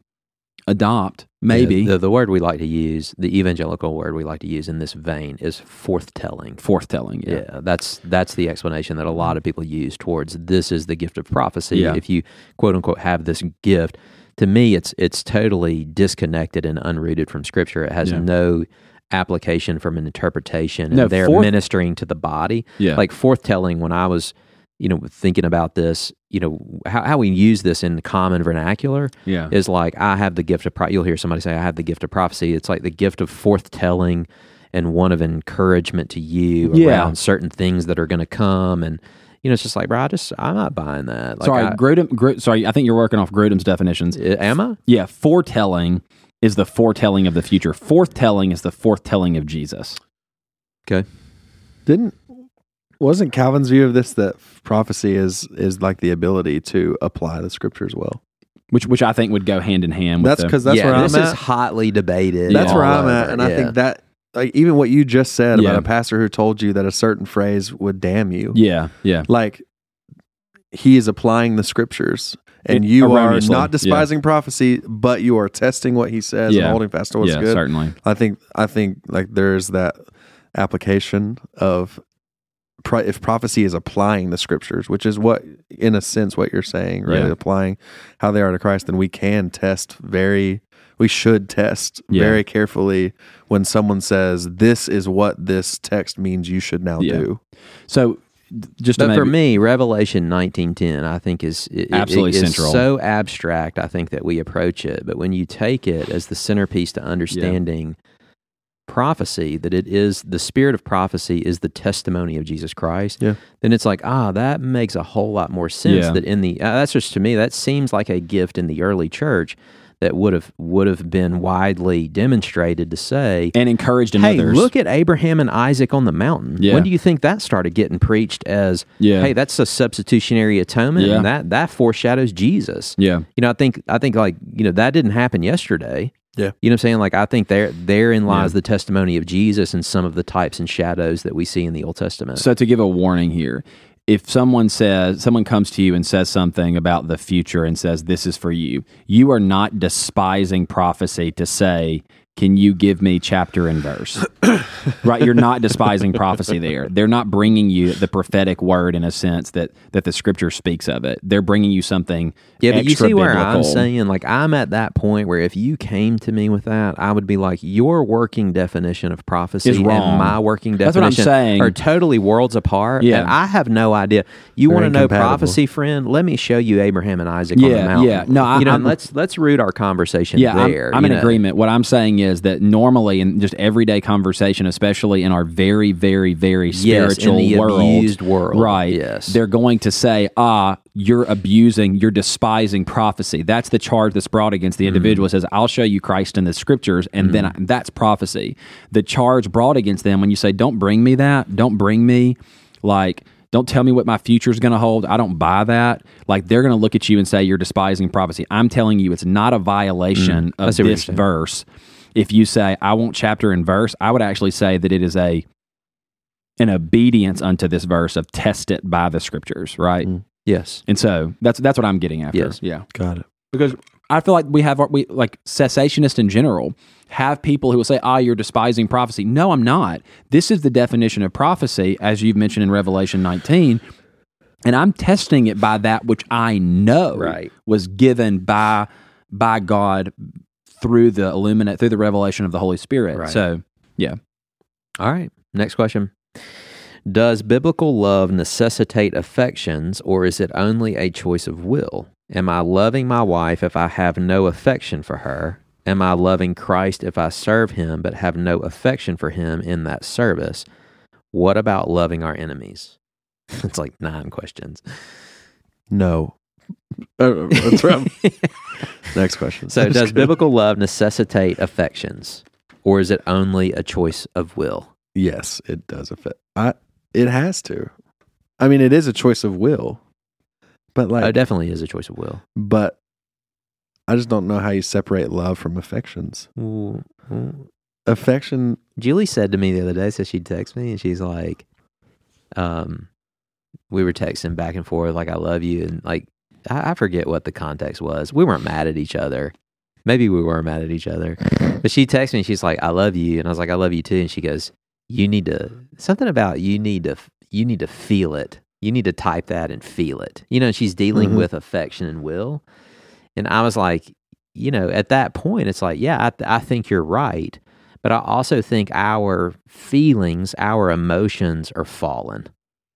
Speaker 3: adopt maybe
Speaker 2: The, the, the word we like to use, the evangelical word we like to use in this vein is forthtelling.
Speaker 3: forth telling.
Speaker 2: Yeah. that's that's the explanation that a lot of people use towards this is the gift of prophecy.
Speaker 3: Yeah.
Speaker 2: If you quote unquote have this gift, to me it's it's totally disconnected and unrooted from scripture. It has
Speaker 3: Yeah.
Speaker 2: no application from an interpretation and
Speaker 3: No,
Speaker 2: they're
Speaker 3: forth-
Speaker 2: ministering to the body.
Speaker 3: Yeah.
Speaker 2: Like forthtelling when I was you know thinking about this, you know how, how we use this in common vernacular
Speaker 3: yeah.
Speaker 2: is like I have the gift of pro- you'll hear somebody say I have the gift of prophecy. It's like the gift of forthtelling and one of encouragement to you
Speaker 3: Yeah.
Speaker 2: around certain things that are going to come and you know it's just like bro I just I'm not buying that. Like,
Speaker 3: sorry,
Speaker 2: I,
Speaker 3: Grudem, Gru- sorry, I think you're working off Grudem's definitions.
Speaker 2: eh, am I?
Speaker 3: Yeah, foretelling is the foretelling of the future. Forthtelling is the forthtelling of Jesus.
Speaker 1: Didn't wasn't Calvin's view of this that prophecy is is like the ability to apply the scriptures well?
Speaker 3: Which which I think would go hand in hand with
Speaker 1: That's
Speaker 3: the-
Speaker 1: because that's
Speaker 2: yeah,
Speaker 1: where
Speaker 2: this
Speaker 1: I'm
Speaker 2: is
Speaker 1: at.
Speaker 2: hotly debated.
Speaker 1: That's
Speaker 2: all
Speaker 1: where I'm at,
Speaker 2: over.
Speaker 1: and I
Speaker 2: Yeah.
Speaker 1: think that like even what you just said
Speaker 3: Yeah.
Speaker 1: about a pastor who told you that a certain phrase would damn you,
Speaker 3: Yeah, yeah.
Speaker 1: like he is applying the scriptures, and
Speaker 3: It-
Speaker 1: you are
Speaker 3: erroneously, yeah.
Speaker 1: not despising prophecy, but you are testing what he says
Speaker 3: Yeah.
Speaker 1: and holding fast to what's
Speaker 3: yeah,
Speaker 1: good.
Speaker 3: certainly.
Speaker 1: I think I think like there's that application of pro- if prophecy is applying the scriptures, which is what in a sense what you're saying, right?
Speaker 3: Yeah.
Speaker 1: Applying how they are to Christ, then we can test very we should test
Speaker 3: Yeah.
Speaker 1: very carefully when someone says this is what this text means you should now
Speaker 3: Yeah.
Speaker 1: do.
Speaker 3: So d- just to
Speaker 2: But for
Speaker 3: maybe-
Speaker 2: me, Revelation nineteen ten, I think is it- it-
Speaker 3: Absolutely
Speaker 2: it is
Speaker 3: central.
Speaker 2: So abstract, I think that we approach it. But when you take it as the centerpiece to understanding prophecy, that it is the spirit of prophecy is the testimony of Jesus Christ.
Speaker 1: Yeah.
Speaker 2: Then it's like ah, that makes a whole lot more sense.
Speaker 3: Yeah.
Speaker 2: That in the uh, that's just to me that seems like a gift in the early church that would have would have been widely demonstrated to say
Speaker 3: and encouraged in
Speaker 2: hey,
Speaker 3: others.
Speaker 2: look at Abraham and Isaac on the mountain.
Speaker 3: Yeah.
Speaker 2: When do you think that started getting preached as,
Speaker 3: Yeah.
Speaker 2: hey, that's a substitutionary atonement,
Speaker 3: Yeah.
Speaker 2: and that that foreshadows Jesus.
Speaker 3: yeah.
Speaker 2: You know, I think I think like you know that didn't happen yesterday.
Speaker 1: Yeah.
Speaker 2: you know what I'm saying. Like I think there therein lies the testimony of Jesus and some of the types and shadows that we see in the Old Testament.
Speaker 3: So to give a warning here, if someone says someone comes to you and says something about the future and says this is for you, you are not despising prophecy to say, "Can you give me chapter and
Speaker 2: [coughs]
Speaker 3: verse?" right? You're not despising prophecy there. They're not bringing you the prophetic word in a sense that that the scripture speaks of it. They're bringing you something
Speaker 2: yeah, but you
Speaker 3: extra
Speaker 2: see where I'm
Speaker 3: biblical.
Speaker 2: saying, like I'm at that point where if you came to me with that, I would be like, your working definition of prophecy
Speaker 3: Is wrong.
Speaker 2: and my working
Speaker 3: That's what
Speaker 2: definition
Speaker 3: I'm saying.
Speaker 2: are totally worlds apart.
Speaker 3: Yeah.
Speaker 2: and I have no idea. You
Speaker 1: They're
Speaker 2: want to know
Speaker 1: incompatible.
Speaker 2: prophecy, friend? Let me show you Abraham and Isaac on the
Speaker 3: Yeah,
Speaker 2: mountain.
Speaker 3: yeah. No, I-
Speaker 2: you know,
Speaker 3: I'm-
Speaker 2: let's let's root our conversation
Speaker 3: yeah, I'm-
Speaker 2: there.
Speaker 3: I'm,
Speaker 2: you
Speaker 3: in
Speaker 2: know.
Speaker 3: agreement. What I'm saying is that normally in just everyday conversation, especially in our very, very, very
Speaker 2: Yes, in
Speaker 3: spiritual
Speaker 2: the
Speaker 3: world,
Speaker 2: abused world,
Speaker 3: right?
Speaker 2: yes.
Speaker 3: they're going to say, "Ah, you're abusing, you're despising prophecy." That's the charge that's brought against
Speaker 2: Mm-hmm.
Speaker 3: the individual. It says, "I'll show you Christ in the Scriptures," and then I, that's prophecy. The charge brought against them when you say, "Don't bring me that," "Don't bring me," like. Don't tell me what my future is going to hold. I don't buy that. Like they're going to look at you and say you're despising prophecy. I'm telling you, it's not a violation
Speaker 2: Mm, I
Speaker 3: of
Speaker 2: see what you're
Speaker 3: this
Speaker 2: saying.
Speaker 3: verse. If you say I want chapter and verse, I would actually say that it is a an obedience unto this verse of test it by the scriptures, right?
Speaker 2: Mm-hmm. Yes,
Speaker 3: And so that's that's what I'm getting after.
Speaker 2: Yes.
Speaker 3: Yeah.
Speaker 1: Got it.
Speaker 3: Because I feel like we have our, we like cessationists in general have people who will say, "Ah, you're despising prophecy." No, I'm not. This is the definition of prophecy as you've mentioned in Revelation 19, and I'm testing it by that which I know
Speaker 2: Right.
Speaker 3: was given by by God through the illuminate through the revelation of the Holy Spirit.
Speaker 2: Right.
Speaker 3: So Yeah.
Speaker 2: All right. Next question. Does biblical love necessitate affections or is it only a choice of will? Am I loving my wife if I have no affection for her? Am I loving Christ if I serve him but have no affection for him in that service? What about loving our enemies? [laughs] it's like nine questions. [laughs]
Speaker 1: No. Oh, that's right. [laughs] Next question.
Speaker 2: So,
Speaker 1: That's
Speaker 2: does
Speaker 1: good.
Speaker 2: biblical love necessitate affections, or is it only a choice of will?
Speaker 1: Yes, it does affect. I. It has to. I mean, it is a choice of will, but like,
Speaker 2: Oh, it definitely is a choice of will.
Speaker 1: but I just don't know how you separate love from affections. Affection.
Speaker 2: Julie said to me the other day, so she'd text me, and she's like, um, we were texting back and forth, like, I love you. And like, I, I forget what the context was. We weren't mad at each other. Maybe we were mad at each other. But she texted me, she's like, I love you. And I was like, I love you too. And she goes, You need to, something about you need to, you need to feel it. You need to type that and feel it. You know, she's dealing
Speaker 1: Mhm.
Speaker 2: with affection and will. And I was like, you know, at that point, it's like, yeah, I, th- I think you're right. But I also think our feelings, our emotions are fallen,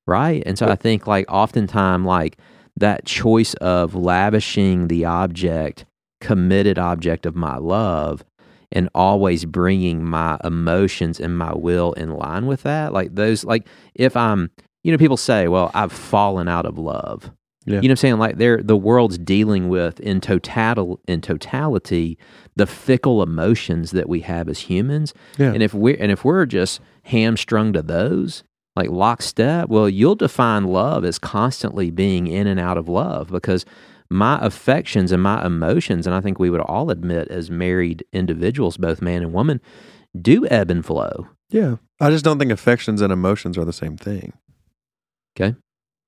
Speaker 2: right? And so I think, like, oftentimes, like, that choice of lavishing the object, committed object of my love, and always bringing my emotions and my will in line with that. Like, those, like, if I'm, you know, people say, well, I've fallen out of love.
Speaker 1: Yeah.
Speaker 2: You know what I'm saying? Like they're the world's dealing with in total in totality the fickle emotions that we have as humans.
Speaker 1: Yeah.
Speaker 2: And if we're and if we're just hamstrung to those, like lockstep, well, you'll define love as constantly being in and out of love because my affections and my emotions, and I think we would all admit as married individuals, both man and woman, do ebb and flow.
Speaker 1: Yeah. I just don't think affections and emotions are the same thing.
Speaker 2: Okay.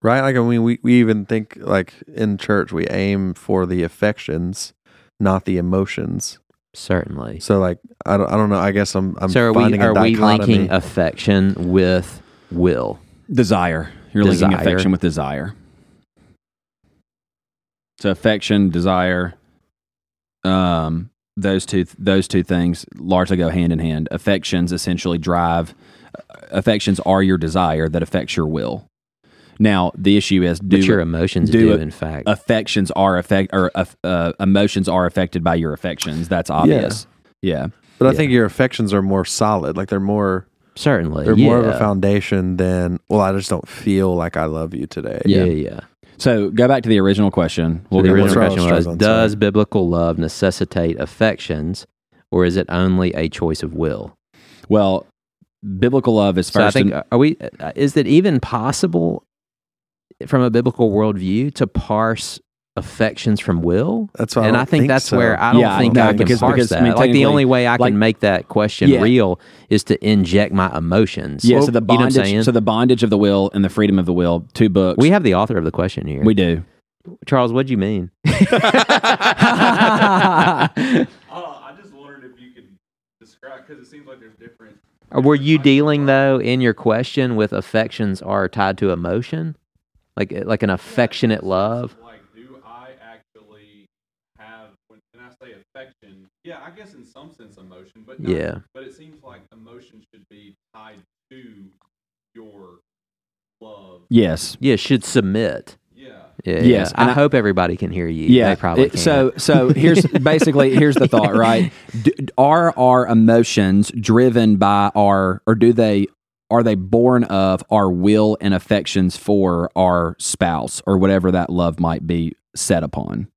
Speaker 1: Right? Like, I mean, we, we even think, like, in church, we aim for the affections, not the emotions.
Speaker 2: Certainly.
Speaker 1: So, like, I don't, I don't know. I guess I'm, I'm
Speaker 2: so are we
Speaker 1: finding a
Speaker 2: are we
Speaker 1: dichotomy.
Speaker 2: linking affection with will?
Speaker 3: Desire. You're linking
Speaker 2: Desire.
Speaker 3: affection with desire. So affection, desire, um, those two those two things largely go hand in hand. Affections essentially drive. uh, Affections are your desire that affects your will. Now the issue is do
Speaker 2: but your emotions
Speaker 3: do
Speaker 2: do,
Speaker 3: it-
Speaker 2: in fact.
Speaker 3: affections are affect or uh, uh, emotions are affected by your affections. That's obvious. Yeah.
Speaker 1: But I
Speaker 2: Yeah.
Speaker 1: think your affections are more solid. Like, they're more,
Speaker 2: certainly.
Speaker 1: they're
Speaker 2: yeah.
Speaker 1: more of a foundation than, well, I just don't feel like I love you today.
Speaker 2: Yeah,
Speaker 3: Yeah.
Speaker 2: yeah.
Speaker 3: So go back to the original question. We'll
Speaker 2: the
Speaker 3: get
Speaker 1: that's
Speaker 2: original
Speaker 1: what I was
Speaker 2: question was,
Speaker 1: struggling,
Speaker 2: does
Speaker 1: sorry.
Speaker 2: biblical love necessitate affections or is it only a choice of will?
Speaker 3: Well, biblical love is first.
Speaker 2: So I think
Speaker 3: and-
Speaker 2: are we uh, is it even possible from a biblical worldview to parse affections from will?
Speaker 1: That's why I
Speaker 2: and
Speaker 1: don't
Speaker 2: I think, that's
Speaker 1: so.
Speaker 2: where I don't
Speaker 3: Yeah, I
Speaker 2: think
Speaker 3: know,
Speaker 2: I can
Speaker 3: because-
Speaker 2: parse
Speaker 3: because, I
Speaker 2: that.
Speaker 3: mean,
Speaker 2: like the
Speaker 3: technically,
Speaker 2: only way I
Speaker 3: like-
Speaker 2: can make that question
Speaker 3: Yeah.
Speaker 2: real is to inject my emotions.
Speaker 3: Yeah, so the
Speaker 2: You know what I'm
Speaker 3: bondage,
Speaker 2: saying?
Speaker 3: so the bondage of the will and the freedom of the will. Two books.
Speaker 2: we have the author of the question here.
Speaker 3: we do.
Speaker 2: Charles, what'd
Speaker 3: [laughs]
Speaker 2: you mean? [laughs]
Speaker 6: Oh, I just wondered if you could describe because it seems like there's different.
Speaker 2: Were you dealing though in your question with affections are tied to emotion, like eh, like an affectionate love?
Speaker 6: Like, do I actually have when, when I say affection? Yeah, I guess in some sense emotion, but not,
Speaker 2: Yeah,
Speaker 6: But it seems like emotion should be tied to your love.
Speaker 3: Yes.
Speaker 2: yeah, should submit.
Speaker 6: Yeah.
Speaker 2: Yeah,
Speaker 3: Yes,
Speaker 2: yeah.
Speaker 3: and
Speaker 2: I,
Speaker 3: I-
Speaker 2: hope everybody can hear you.
Speaker 3: Yeah.
Speaker 2: they probably.
Speaker 3: It-
Speaker 2: can.
Speaker 3: so so
Speaker 2: [laughs]
Speaker 3: here's basically here's the thought, right? D are our emotions driven by our or do they are they born of our will and affections for our spouse or whatever that love might be set upon?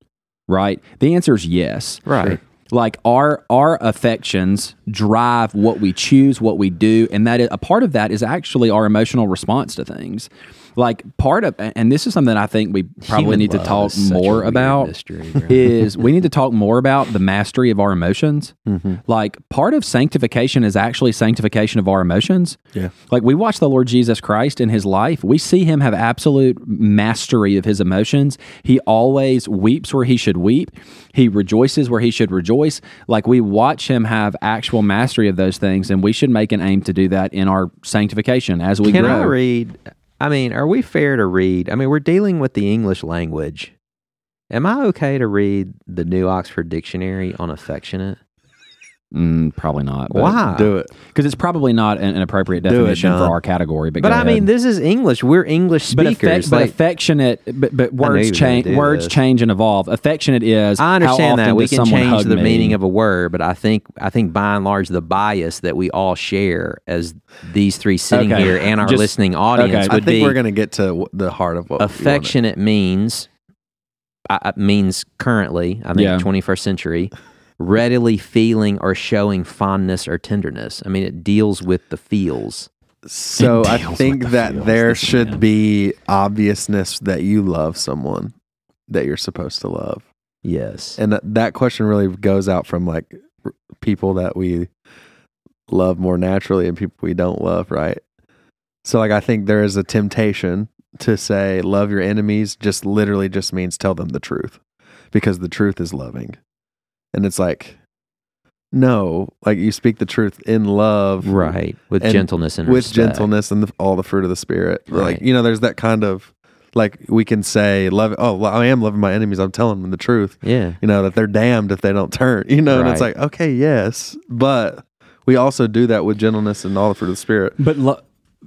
Speaker 3: Right? The answer is yes.
Speaker 2: right,
Speaker 3: like our our affections drive what we choose what we do and that is, a part of that is actually our emotional response to things like part of and this is something i think we probably
Speaker 2: Human
Speaker 3: need to
Speaker 2: love
Speaker 3: talk
Speaker 2: is such a
Speaker 3: more
Speaker 2: weird
Speaker 3: about
Speaker 2: mystery, bro.
Speaker 3: [laughs] is we need to talk more about the mastery of our emotions
Speaker 2: Mm-hmm.
Speaker 3: like part of sanctification is actually sanctification of our emotions
Speaker 1: Yeah.
Speaker 3: like we watch the Lord Jesus Christ in his life, we see him have absolute mastery of his emotions. He always weeps where he should weep, he rejoices where he should rejoice. Like we watch him have actual mastery of those things, and we should make an aim to do that in our sanctification as we
Speaker 2: Can
Speaker 3: grow.
Speaker 2: I read? I mean, are we fair to read? I mean, we're dealing with the English language. Am I okay to read the New Oxford Dictionary on affectionate?
Speaker 3: Mm, probably not.
Speaker 2: Why?
Speaker 1: Do it.
Speaker 3: Because it's probably not an, an appropriate
Speaker 1: Do it,
Speaker 3: definition for
Speaker 1: John.
Speaker 3: our category. But,
Speaker 2: But
Speaker 3: go
Speaker 2: I mean,
Speaker 3: ahead.
Speaker 2: this is English. We're English
Speaker 3: but, affec-
Speaker 2: speakers.
Speaker 3: but
Speaker 2: like,
Speaker 3: affectionate, but, but
Speaker 2: knew you
Speaker 3: words
Speaker 2: were gonna
Speaker 3: change.
Speaker 2: do
Speaker 3: Words
Speaker 2: this.
Speaker 3: change and evolve. Affectionate is.
Speaker 2: I
Speaker 3: how
Speaker 2: understand
Speaker 3: often
Speaker 2: that we
Speaker 3: does
Speaker 2: can
Speaker 3: someone
Speaker 2: change
Speaker 3: hug
Speaker 2: the
Speaker 3: me?
Speaker 2: meaning of a word, but I think I think by and large the bias that we all share as these three sitting
Speaker 3: Okay.
Speaker 2: here and our
Speaker 3: Just-
Speaker 2: listening audience
Speaker 3: okay.
Speaker 1: I
Speaker 2: would
Speaker 1: think
Speaker 2: be
Speaker 1: we're going to get to w- the heart of what we wanted.
Speaker 2: affectionate means I, I- means currently I think
Speaker 3: Yeah.
Speaker 2: 21st century readily feeling or showing fondness or tenderness. I mean, it deals with the feels.
Speaker 1: So I
Speaker 3: deals with
Speaker 1: think
Speaker 3: the
Speaker 1: that
Speaker 3: feels,
Speaker 1: there
Speaker 3: this
Speaker 1: should
Speaker 3: man.
Speaker 1: be obviousness that you love someone that you're supposed to love.
Speaker 2: Yes.
Speaker 1: And that, that question really goes out from like r- people that we love more naturally and people we don't love, right? So like I think there is a temptation to say love your enemies just literally just means tell them the truth because the truth is loving. And it's like no, like you speak the truth in love
Speaker 2: Right. With
Speaker 1: And
Speaker 2: gentleness and
Speaker 1: with
Speaker 2: respect.
Speaker 1: gentleness and the, all the fruit of the spirit. Like
Speaker 2: Right.
Speaker 1: you know, there's that kind of like we can say love. Oh, well, I am loving my enemies. I'm telling them the truth.
Speaker 2: Yeah.
Speaker 1: You know that they're damned if they don't turn. [laughs] You know, and it's
Speaker 2: Right.
Speaker 1: like okay, yes, but we also do that with gentleness and all the fruit of the spirit.
Speaker 3: But lo-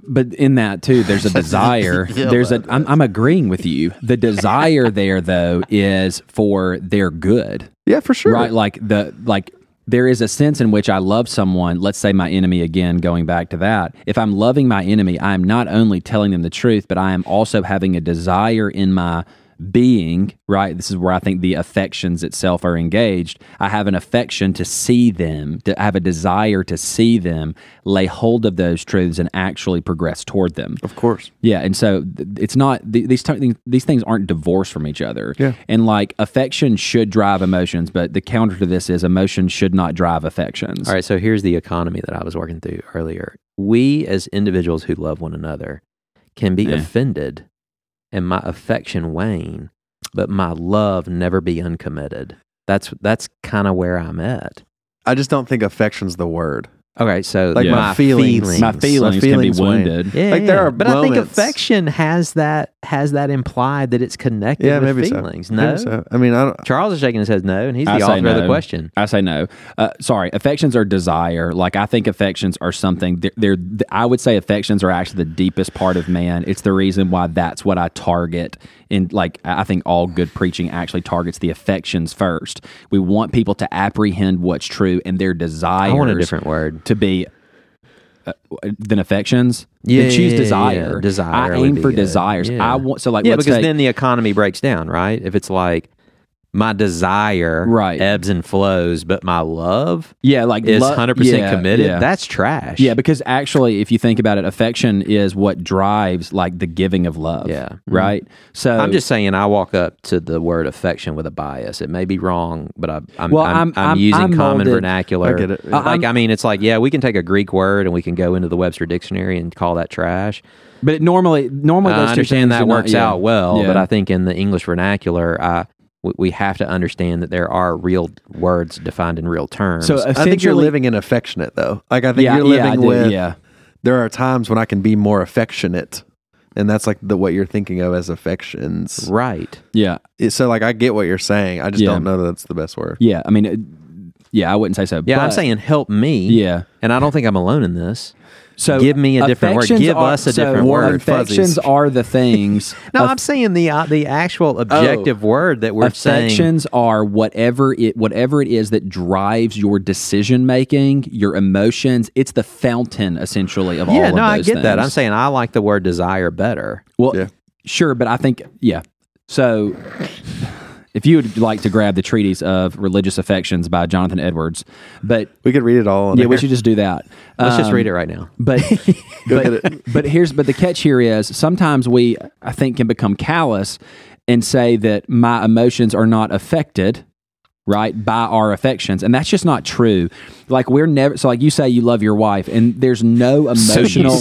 Speaker 3: but in that too, there's a
Speaker 2: [laughs]
Speaker 3: desire. there's a. I'm, I'm agreeing with you. The desire there though is for their good,
Speaker 1: Yeah, for sure.
Speaker 3: right? Like the like. There is a sense in which I love someone, let's say my enemy again, going back to that. If I'm loving my enemy, I am not only telling them the truth, but I am also having a desire in my being, right? This is where I think the affections itself are engaged. I have an affection to see them, to I have a desire to see them, lay hold of those truths and actually progress toward them.
Speaker 1: Of course.
Speaker 3: Yeah, and so th- it's not th- these t- these things aren't divorced from each other.
Speaker 1: Yeah.
Speaker 3: and like affection should drive emotions, but the counter to this is emotion should not drive affections.
Speaker 2: All right, so here's the economy that I was working through earlier. We as individuals who love one another can be
Speaker 3: Yeah.
Speaker 2: offended and my affection wane, but my love never be uncommitted. That's that's kind of where I'm at.
Speaker 1: I just don't think affection's the word.
Speaker 2: Okay, so
Speaker 1: Like
Speaker 3: Yeah.
Speaker 1: my feelings.
Speaker 3: my feelings,
Speaker 1: My feelings
Speaker 3: can be
Speaker 1: wane.
Speaker 3: wounded.
Speaker 2: Yeah,
Speaker 1: Like, there
Speaker 2: yeah.
Speaker 1: are
Speaker 2: but I think
Speaker 1: moments-
Speaker 2: affection has that has that implied that it's connected
Speaker 1: Yeah,
Speaker 2: with
Speaker 1: maybe so.
Speaker 2: feelings.
Speaker 1: Maybe
Speaker 2: No,
Speaker 1: so. I mean, I don't.
Speaker 2: Charles is shaking his head no, and he's
Speaker 3: I
Speaker 2: the
Speaker 3: say
Speaker 2: author of
Speaker 3: no.
Speaker 2: the question.
Speaker 3: I say no. Uh, sorry, affections are desire. Like I think affections are something. They're, they're. I would say affections are actually the deepest part of man. It's the reason why that's what I target. In like, I I think all good preaching actually targets the affections first. We want people to apprehend what's true and their desires.
Speaker 2: I want a different word.
Speaker 3: to be uh, than affections.
Speaker 2: Yeah,
Speaker 3: then choose
Speaker 2: yeah, yeah,
Speaker 3: desire.
Speaker 2: yeah. Desire
Speaker 3: I
Speaker 2: would
Speaker 3: aim
Speaker 2: be
Speaker 3: for
Speaker 2: good.
Speaker 3: desires.
Speaker 2: Yeah.
Speaker 3: I want so like
Speaker 2: yeah,
Speaker 3: let's
Speaker 2: because
Speaker 3: take-
Speaker 2: then the economy breaks down, right? If it's like my desire
Speaker 3: Right.
Speaker 2: ebbs and flows, but my love
Speaker 3: yeah like
Speaker 2: is
Speaker 3: lo-
Speaker 2: hundred percent
Speaker 3: yeah,
Speaker 2: committed,
Speaker 3: yeah.
Speaker 2: that's trash.
Speaker 3: Yeah, because actually, if you think about it, affection is what drives like the giving of love.
Speaker 2: Yeah. Mhm.
Speaker 3: Right. So
Speaker 2: I'm just saying I walk up to the word affection with a bias. It may be wrong, but I, I'm,
Speaker 3: Well,
Speaker 2: I'm,
Speaker 3: I'm-
Speaker 2: I'm
Speaker 3: I'm-
Speaker 2: using
Speaker 3: I'm
Speaker 2: common
Speaker 3: molded-
Speaker 2: vernacular.
Speaker 1: I get it.
Speaker 2: Like I mean, it's like yeah, we can take a Greek word and we can go into the Webster dictionary and call that trash.
Speaker 3: but it normally, normally those two
Speaker 2: I understand
Speaker 3: things
Speaker 2: that
Speaker 3: do not-
Speaker 2: works
Speaker 3: yeah.
Speaker 2: out well,
Speaker 3: Yeah.
Speaker 2: but I think in the English vernacular, I, we, we have to understand that there are real words defined in real terms.
Speaker 3: So uh,
Speaker 1: I think you're
Speaker 3: essentially-
Speaker 1: living in affectionate though. Like I think
Speaker 3: Yeah,
Speaker 1: you're
Speaker 3: yeah, I
Speaker 1: living
Speaker 3: do,
Speaker 1: with.
Speaker 3: yeah.
Speaker 1: There are times when I can be more affectionate, and that's like the what you're thinking of as affections.
Speaker 2: right.
Speaker 3: Yeah.
Speaker 1: It- so like I get what you're saying. I just
Speaker 3: Yeah.
Speaker 1: don't know that that's the best word.
Speaker 3: Yeah. I mean, it, yeah, I wouldn't say so.
Speaker 2: Yeah, I'm
Speaker 3: but-
Speaker 2: saying help me.
Speaker 3: Yeah.
Speaker 2: And I don't think I'm alone in this.
Speaker 3: So
Speaker 2: Give me a different word.
Speaker 3: affections
Speaker 2: Give
Speaker 3: are-
Speaker 2: us a
Speaker 3: so
Speaker 2: different word.
Speaker 3: Affections
Speaker 1: Fuzzies.
Speaker 3: are the things.
Speaker 2: No, I'm saying the uh, the actual objective word that we're saying.
Speaker 3: Oh. affections are whatever it whatever it is that drives your decision making, your emotions. It's the fountain essentially of all.
Speaker 2: Yeah,
Speaker 3: of
Speaker 2: no, I
Speaker 3: those
Speaker 2: get that.
Speaker 3: things.
Speaker 2: I'm saying I like the word desire better.
Speaker 3: Well,
Speaker 1: Yeah.
Speaker 3: sure, but I think yeah. So, if you would like to grab the treatise of religious affections by Jonathan Edwards, but
Speaker 1: We could read it all. On
Speaker 3: yeah,
Speaker 1: air.
Speaker 3: we should just do that.
Speaker 2: Let's just
Speaker 3: Um,
Speaker 2: read it right now.
Speaker 3: But
Speaker 2: [laughs]
Speaker 1: at
Speaker 3: but, but here's but the catch here is sometimes we I think can become callous and say that my emotions are not affected right by our affections and that's just not true like we're never so like you say you love your wife and there's no emotional
Speaker 2: So you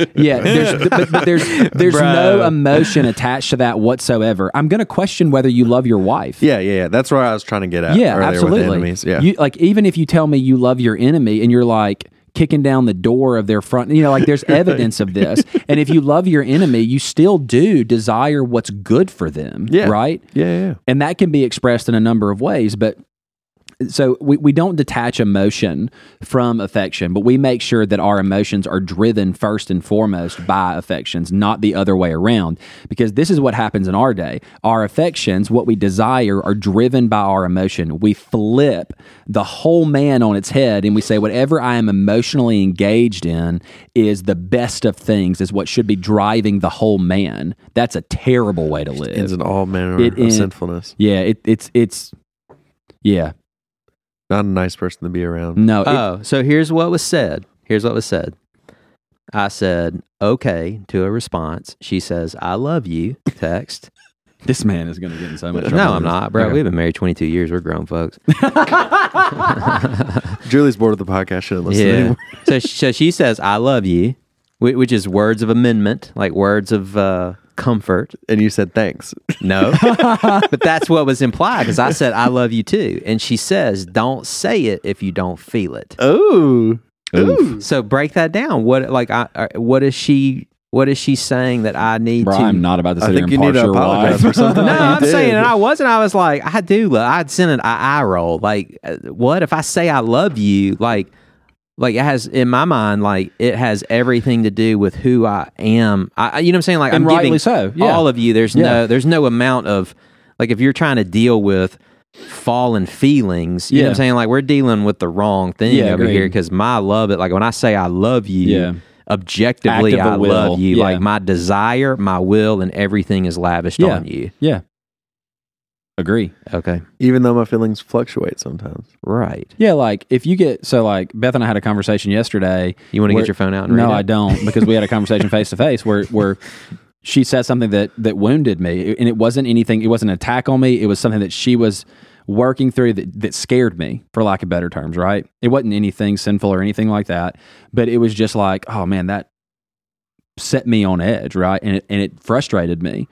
Speaker 2: say.
Speaker 3: [laughs] yeah, there's, but, but there's there's no emotion attached to that whatsoever. I'm going to question whether you love your wife.
Speaker 1: Yeah, yeah, yeah. That's where I was trying to get at.
Speaker 3: yeah,
Speaker 1: earlier
Speaker 3: absolutely.
Speaker 1: With enemies. Yeah,
Speaker 3: you, like even if you tell me you love your enemy and you're like kicking down the door of their front, you know, like
Speaker 1: [laughs]
Speaker 3: there's evidence of this. And if you love your enemy, you still do desire what's good for them,
Speaker 1: Yeah.
Speaker 3: right?
Speaker 1: yeah, yeah.
Speaker 3: And that can be expressed in a number of ways, but so we, we don't detach emotion from affection, but we make sure that our emotions are driven first and foremost by affections, not the other way around. Because this is what happens in our day. Our affections, what we desire, are driven by our emotion. We flip the whole man on its head and we say, whatever I am emotionally engaged in is the best of things, is what should be driving the whole man. That's a terrible way to live.
Speaker 1: Ends in all manner
Speaker 3: It
Speaker 1: of
Speaker 3: is-
Speaker 1: sinfulness.
Speaker 3: Yeah, it, it's it's yeah.
Speaker 1: Not a nice person to be around.
Speaker 3: No, it-
Speaker 2: Oh, so here's what was said. Here's what was said. I said, okay, to a response. She says, I love you, text.
Speaker 3: this man is going to get in so much [laughs] trouble.
Speaker 2: no, I'm not, bro.
Speaker 3: Okay.
Speaker 2: We've been married 22 years. We're
Speaker 3: [laughs]
Speaker 2: grown folks.
Speaker 1: Julie's bored of the podcast. Shouldn't listen
Speaker 2: yeah.
Speaker 1: anymore.
Speaker 2: so, sh- so she says, I love you, whi- which is words of amendment, like words of uh, comfort.
Speaker 1: And you said thanks.
Speaker 3: [laughs]
Speaker 2: No. but that's what was implied because I said, I love you too. And she says, don't say it if you don't feel it.
Speaker 1: Oh,
Speaker 2: So break that down. What like I, I- what is she what is she saying that I need
Speaker 3: Bro,
Speaker 2: to
Speaker 3: I'm not about to
Speaker 1: I
Speaker 3: sit here and
Speaker 1: think you need
Speaker 3: parse
Speaker 1: to
Speaker 3: your [laughs]
Speaker 1: apologize
Speaker 3: wife
Speaker 1: for something.
Speaker 2: No,
Speaker 1: You
Speaker 2: I'm
Speaker 1: did.
Speaker 2: saying and I wasn't. I was like, I do love. I'd send an eye eye roll. Like, uh, what if I say I love you? Like, like it has in my mind. Like, it has everything to do with who I am. I, I- you know what I'm saying? Like,
Speaker 3: And
Speaker 2: I'm
Speaker 3: rightly
Speaker 2: giving
Speaker 3: so, yeah.
Speaker 2: all of you. There's
Speaker 3: Yeah.
Speaker 2: no. There's no amount of like if you're trying to deal with fallen feelings. You know what
Speaker 3: Yeah.
Speaker 2: I'm saying? Like, we're dealing with the wrong thing
Speaker 3: Yeah,
Speaker 2: over
Speaker 3: agreed.
Speaker 2: here because my love it. Like when I say I love you.
Speaker 3: Yeah.
Speaker 2: Objectively,
Speaker 3: Act of
Speaker 2: I
Speaker 3: the will.
Speaker 2: love you.
Speaker 3: Yeah.
Speaker 2: Like my desire, my will, and everything is lavished on you.
Speaker 3: Yeah. Agree.
Speaker 2: Okay.
Speaker 1: even though my feelings fluctuate sometimes.
Speaker 2: Right.
Speaker 3: Yeah, like if you get so like Beth and I had a conversation yesterday.
Speaker 2: You want to
Speaker 3: where-
Speaker 2: get your phone out and read
Speaker 3: No,
Speaker 2: it?
Speaker 3: I don't because we had a conversation
Speaker 2: [laughs]
Speaker 3: face to face where where she said something that that wounded me and it wasn't anything it wasn't an attack on me, it was something that she was working through that, that scared me for lack of better terms, right? It wasn't anything sinful or anything like that, but it was just like, oh man, that set me on edge, right? And it, and it frustrated me.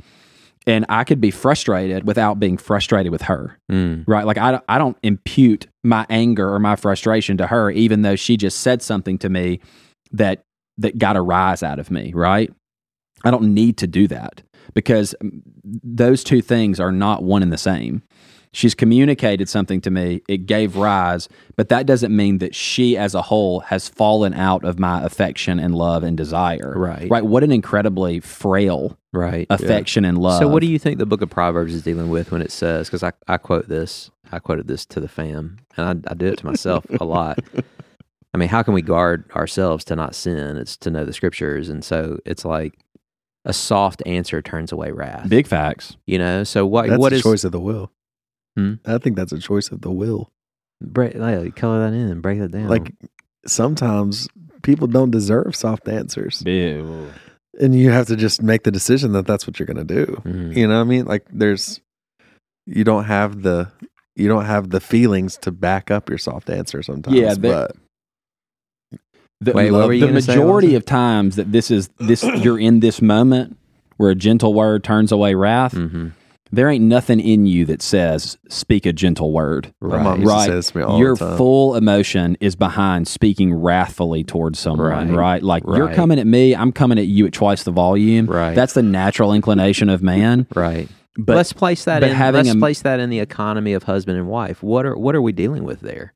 Speaker 3: And I could be frustrated without being frustrated with her
Speaker 2: Mm.
Speaker 3: right like I, I don't impute my anger or my frustration to her even though she just said something to me that that got a rise out of me right i don't need to do that because mm, those two things are not one and the same she's communicated something to me it gave rise but that doesn't mean that she as a whole has fallen out of my affection and love and desire
Speaker 2: Right.
Speaker 3: right what an incredibly frail
Speaker 2: Right.
Speaker 3: affection and love
Speaker 2: So, what do you think the book of Proverbs is dealing with when it says, because I, I quote this, I quoted this to the fam, and I, I do it to myself a lot. I mean, how can we guard ourselves to not sin? It's to know the scriptures. And so it's like a soft answer turns away wrath.
Speaker 3: big facts
Speaker 2: You know? So, what,
Speaker 1: that's
Speaker 2: what
Speaker 1: a
Speaker 2: is.
Speaker 1: choice of the will.
Speaker 2: Hmm?
Speaker 1: I think that's a choice of the will.
Speaker 2: Break, like, color that in, break that down.
Speaker 1: Like sometimes people don't deserve soft answers,
Speaker 3: big
Speaker 1: and you have to just make the decision that that's what you're going to do.
Speaker 2: Mm.
Speaker 1: You know what I mean? Like there's you don't have the you don't have the feelings to back up your soft answer sometimes.
Speaker 3: Yeah, they-
Speaker 1: but
Speaker 3: The,
Speaker 2: Wait, what were you
Speaker 3: the
Speaker 2: gonna say,
Speaker 3: majority
Speaker 2: Lawson?
Speaker 3: of times that this is this you're in this moment where a gentle word turns away wrath,
Speaker 2: Mhm.
Speaker 3: there ain't nothing in you that says speak a gentle word.
Speaker 1: my mom used to say this to me all
Speaker 3: Your
Speaker 1: the time.
Speaker 3: full emotion is behind speaking wrathfully towards someone, right?
Speaker 2: Right.
Speaker 3: Like you're
Speaker 2: Right.
Speaker 3: coming at me, I'm coming at you at twice the volume.
Speaker 2: Right.
Speaker 3: That's the natural inclination of man.
Speaker 2: Right.
Speaker 3: But
Speaker 2: let's place that
Speaker 3: but
Speaker 2: in
Speaker 3: having
Speaker 2: let's
Speaker 3: a-
Speaker 2: place that in the economy of husband and wife. What are what are we dealing with there?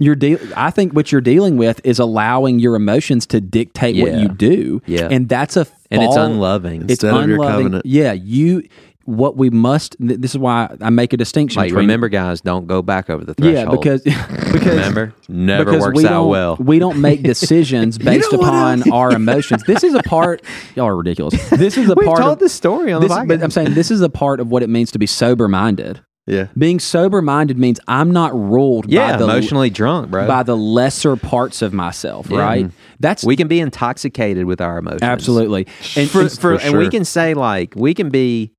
Speaker 3: you're deal I think what you're dealing with is allowing your emotions to dictate what
Speaker 2: Yeah.
Speaker 3: you do.
Speaker 2: Yeah.
Speaker 3: And that's a
Speaker 2: And it's
Speaker 3: fall-
Speaker 2: unloving.
Speaker 3: it's
Speaker 1: Instead of your
Speaker 3: unloving.
Speaker 1: covenant.
Speaker 3: Yeah, you. What we must. th- This is why I make a distinction.
Speaker 2: like
Speaker 3: between-
Speaker 2: remember guys, don't go back over the
Speaker 3: Yeah,
Speaker 2: threshold.
Speaker 3: because [laughs] because
Speaker 2: remember? Never
Speaker 3: because
Speaker 2: works
Speaker 3: we
Speaker 2: out
Speaker 3: don't,
Speaker 2: well.
Speaker 3: We don't
Speaker 2: [laughs]
Speaker 3: make decisions based upon our emotions. This is a
Speaker 2: [laughs]
Speaker 3: part. Y'all are ridiculous. This is a
Speaker 2: We've
Speaker 3: part.
Speaker 2: told
Speaker 3: of,
Speaker 2: this story on the
Speaker 3: this-
Speaker 2: podcast.
Speaker 3: But I'm saying this is a part of what it means to be sober minded.
Speaker 1: yeah,
Speaker 3: Being sober minded means I'm not ruled
Speaker 2: yeah,
Speaker 3: by the
Speaker 2: emotionally drunk, bro.
Speaker 3: by the lesser parts of myself. Right. That's
Speaker 2: we can be intoxicated with our emotions.
Speaker 3: absolutely. And
Speaker 2: For,
Speaker 3: and-
Speaker 2: for, and we
Speaker 1: sure.
Speaker 2: can say like we can be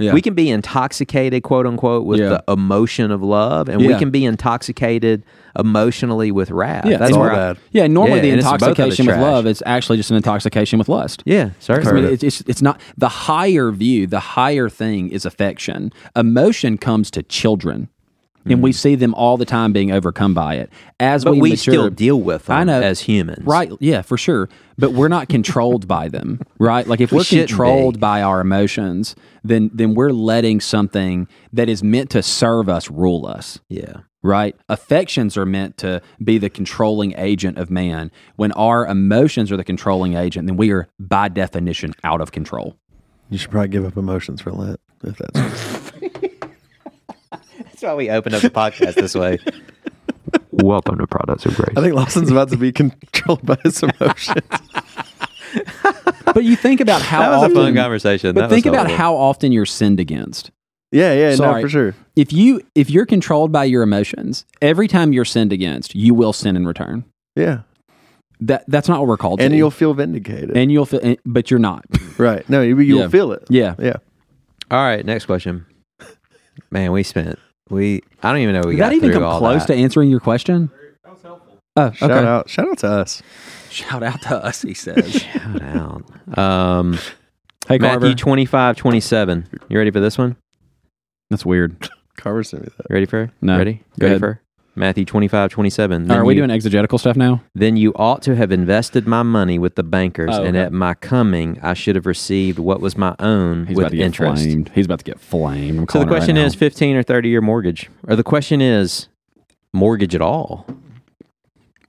Speaker 3: Yeah.
Speaker 2: we can be intoxicated quote unquote with
Speaker 3: Yeah.
Speaker 2: the emotion of love and we
Speaker 3: Yeah.
Speaker 2: can be intoxicated emotionally with wrath.
Speaker 3: Yeah,
Speaker 2: That's
Speaker 1: it's all
Speaker 2: where I-
Speaker 1: bad.
Speaker 3: yeah. Normally,
Speaker 2: Yeah,
Speaker 3: the
Speaker 2: and it's both of the
Speaker 3: intoxication with
Speaker 2: trash.
Speaker 3: love is actually just an intoxication with lust.
Speaker 2: Yeah,
Speaker 3: I mean,
Speaker 2: sorry.
Speaker 3: it's, it's it's not the higher view. The higher thing is affection. Emotion comes to children, and we see them all the time being overcome by it. As
Speaker 2: Mm. But we,
Speaker 3: mature,
Speaker 2: still deal with them
Speaker 3: I know.
Speaker 2: as humans.
Speaker 3: right? Yeah, for sure. But we're not controlled by them, right? Like if
Speaker 2: We
Speaker 3: we're
Speaker 2: shouldn't
Speaker 3: controlled
Speaker 2: be.
Speaker 3: by our emotions, then then we're letting something that is meant to serve us rule us,
Speaker 2: Yeah.
Speaker 3: right? Affections are meant to be the controlling agent of man. When our emotions are the controlling agent, then we are by definition out of control.
Speaker 1: You should probably give up emotions for Lent if
Speaker 3: [laughs]
Speaker 1: that's
Speaker 2: That's why we opened up the podcast
Speaker 3: [laughs]
Speaker 2: this way.
Speaker 4: Welcome to Products of Grace.
Speaker 1: I think Lawson's about to be [laughs] controlled by
Speaker 3: [laughs]
Speaker 1: his emotions.
Speaker 3: But you think about how
Speaker 2: that was a
Speaker 3: often,
Speaker 2: fun conversation.
Speaker 3: But
Speaker 2: That was
Speaker 3: think about
Speaker 2: horrible.
Speaker 3: how often you're sinned against.
Speaker 1: Yeah, yeah, no,
Speaker 3: Sorry.
Speaker 1: for sure.
Speaker 3: If you if you're controlled by your emotions, every time you're sinned against, you will sin in return.
Speaker 1: Yeah.
Speaker 3: That that's not what we're called
Speaker 1: And
Speaker 3: to.
Speaker 1: you'll feel vindicated.
Speaker 3: and you'll feel, and- but you're not. [laughs]
Speaker 1: right. No, you, you'll
Speaker 3: Yeah.
Speaker 1: feel it.
Speaker 3: yeah,
Speaker 1: Yeah.
Speaker 2: All right, next question. Man, we spent we I don't even know we
Speaker 3: Did
Speaker 2: got
Speaker 3: that even
Speaker 2: through
Speaker 3: come
Speaker 2: all
Speaker 3: close
Speaker 2: that.
Speaker 3: to answering your question?
Speaker 6: That was helpful.
Speaker 3: Oh,
Speaker 1: Shout
Speaker 3: okay.
Speaker 1: out. Shout out
Speaker 3: [laughs]
Speaker 1: to us.
Speaker 3: Shout out to us, he says.
Speaker 2: [laughs] Shout out. Um,
Speaker 3: [laughs] hey,
Speaker 2: Matthew twenty five twenty seven. You ready for this one?
Speaker 3: That's weird.
Speaker 1: Carver sent me that.
Speaker 2: You ready for? her?
Speaker 3: No.
Speaker 2: Ready?
Speaker 3: Go
Speaker 2: ready
Speaker 3: ahead.
Speaker 2: for? her? Matthew twenty five twenty seven.
Speaker 3: Are we doing exegetical stuff now?
Speaker 2: Then you ought to have invested my money with the bankers,
Speaker 3: Oh,
Speaker 2: and
Speaker 3: okay.
Speaker 2: at my coming I should have received what was my own
Speaker 3: He's
Speaker 2: with
Speaker 3: about to get
Speaker 2: interest.
Speaker 3: flamed. He's about to get flamed. I'm
Speaker 2: So the
Speaker 3: calling it right
Speaker 2: question
Speaker 3: now.
Speaker 2: is fifteen or thirty year mortgage, or the question is mortgage at all.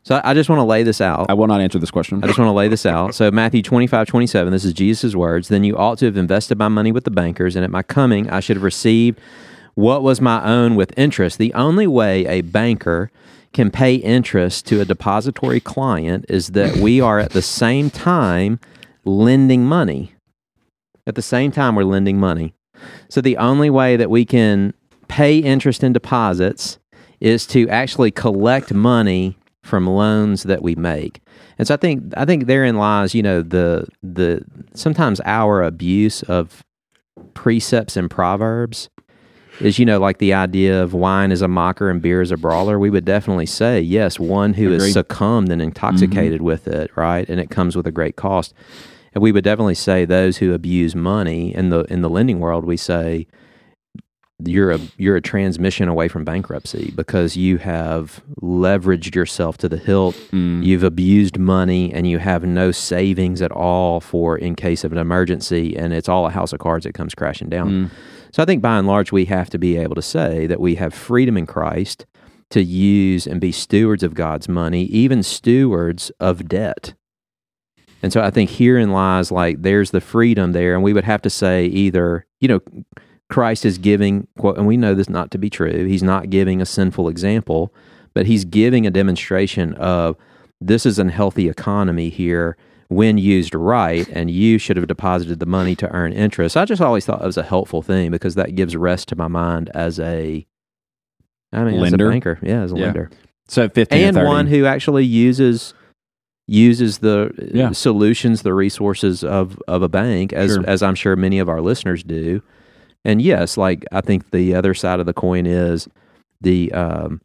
Speaker 2: So I, I just want to lay this out.
Speaker 3: I will not answer this question.
Speaker 2: I just want to lay this out. So, Matthew 25, 27, this is Jesus' words. Then you ought to have invested my money with the bankers, and at my coming, I should have received what was my own with interest. The only way a banker can pay interest to a depository client is that we are at the same time lending money. At the same time, we're lending money. So, the only way that we can pay interest in deposits is to actually collect money from loans that we make. And so I think I think therein lies, you know, the the sometimes our abuse of precepts and proverbs is, you know, like the idea of wine is a mocker and beer is a brawler. We would definitely say, yes, one who is
Speaker 3: Agreed.
Speaker 2: succumbed and intoxicated with it, right? And it comes with a great cost. And we would definitely say those who abuse money in the in the lending world, we say, you're a you're a transmission away from bankruptcy because you have leveraged yourself to the hilt. You've abused money and you have no savings at all for in case of an emergency and it's all a house of cards that comes crashing down. So I think by and large we have to be able to say that we have freedom in Christ to use and be stewards of God's money, even stewards of debt. And so I think herein lies like there's the freedom there and we would have to say either, you know, Christ is giving, quote, and we know this not to be true. He's not giving a sinful example, but he's giving a demonstration of this is a healthy economy here when used right, and you should have deposited the money to earn interest. I just always thought it was a helpful thing because that gives rest to my mind as a, I mean, as
Speaker 3: Lender?
Speaker 2: a banker, yeah, as a
Speaker 3: Yeah.
Speaker 2: lender,
Speaker 3: So 15
Speaker 2: and
Speaker 3: to 30.
Speaker 2: one who actually uses uses the uh,
Speaker 3: Yeah.
Speaker 2: solutions, the resources of of a bank, as
Speaker 3: Sure.
Speaker 2: as I'm sure many of our listeners do. And yes, like I think the other side of the coin is the um,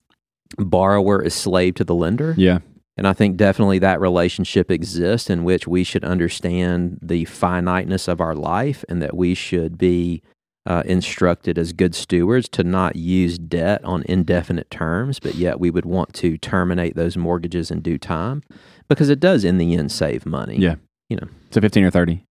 Speaker 2: borrower is slave to the lender.
Speaker 3: yeah.
Speaker 2: And I think definitely that relationship exists in which we should understand the finiteness of our life and that we should be uh, instructed as good stewards to not use debt on indefinite terms, but yet we would want to terminate those mortgages in due time because it does, in the end, save money.
Speaker 3: Yeah. So 15 or 30.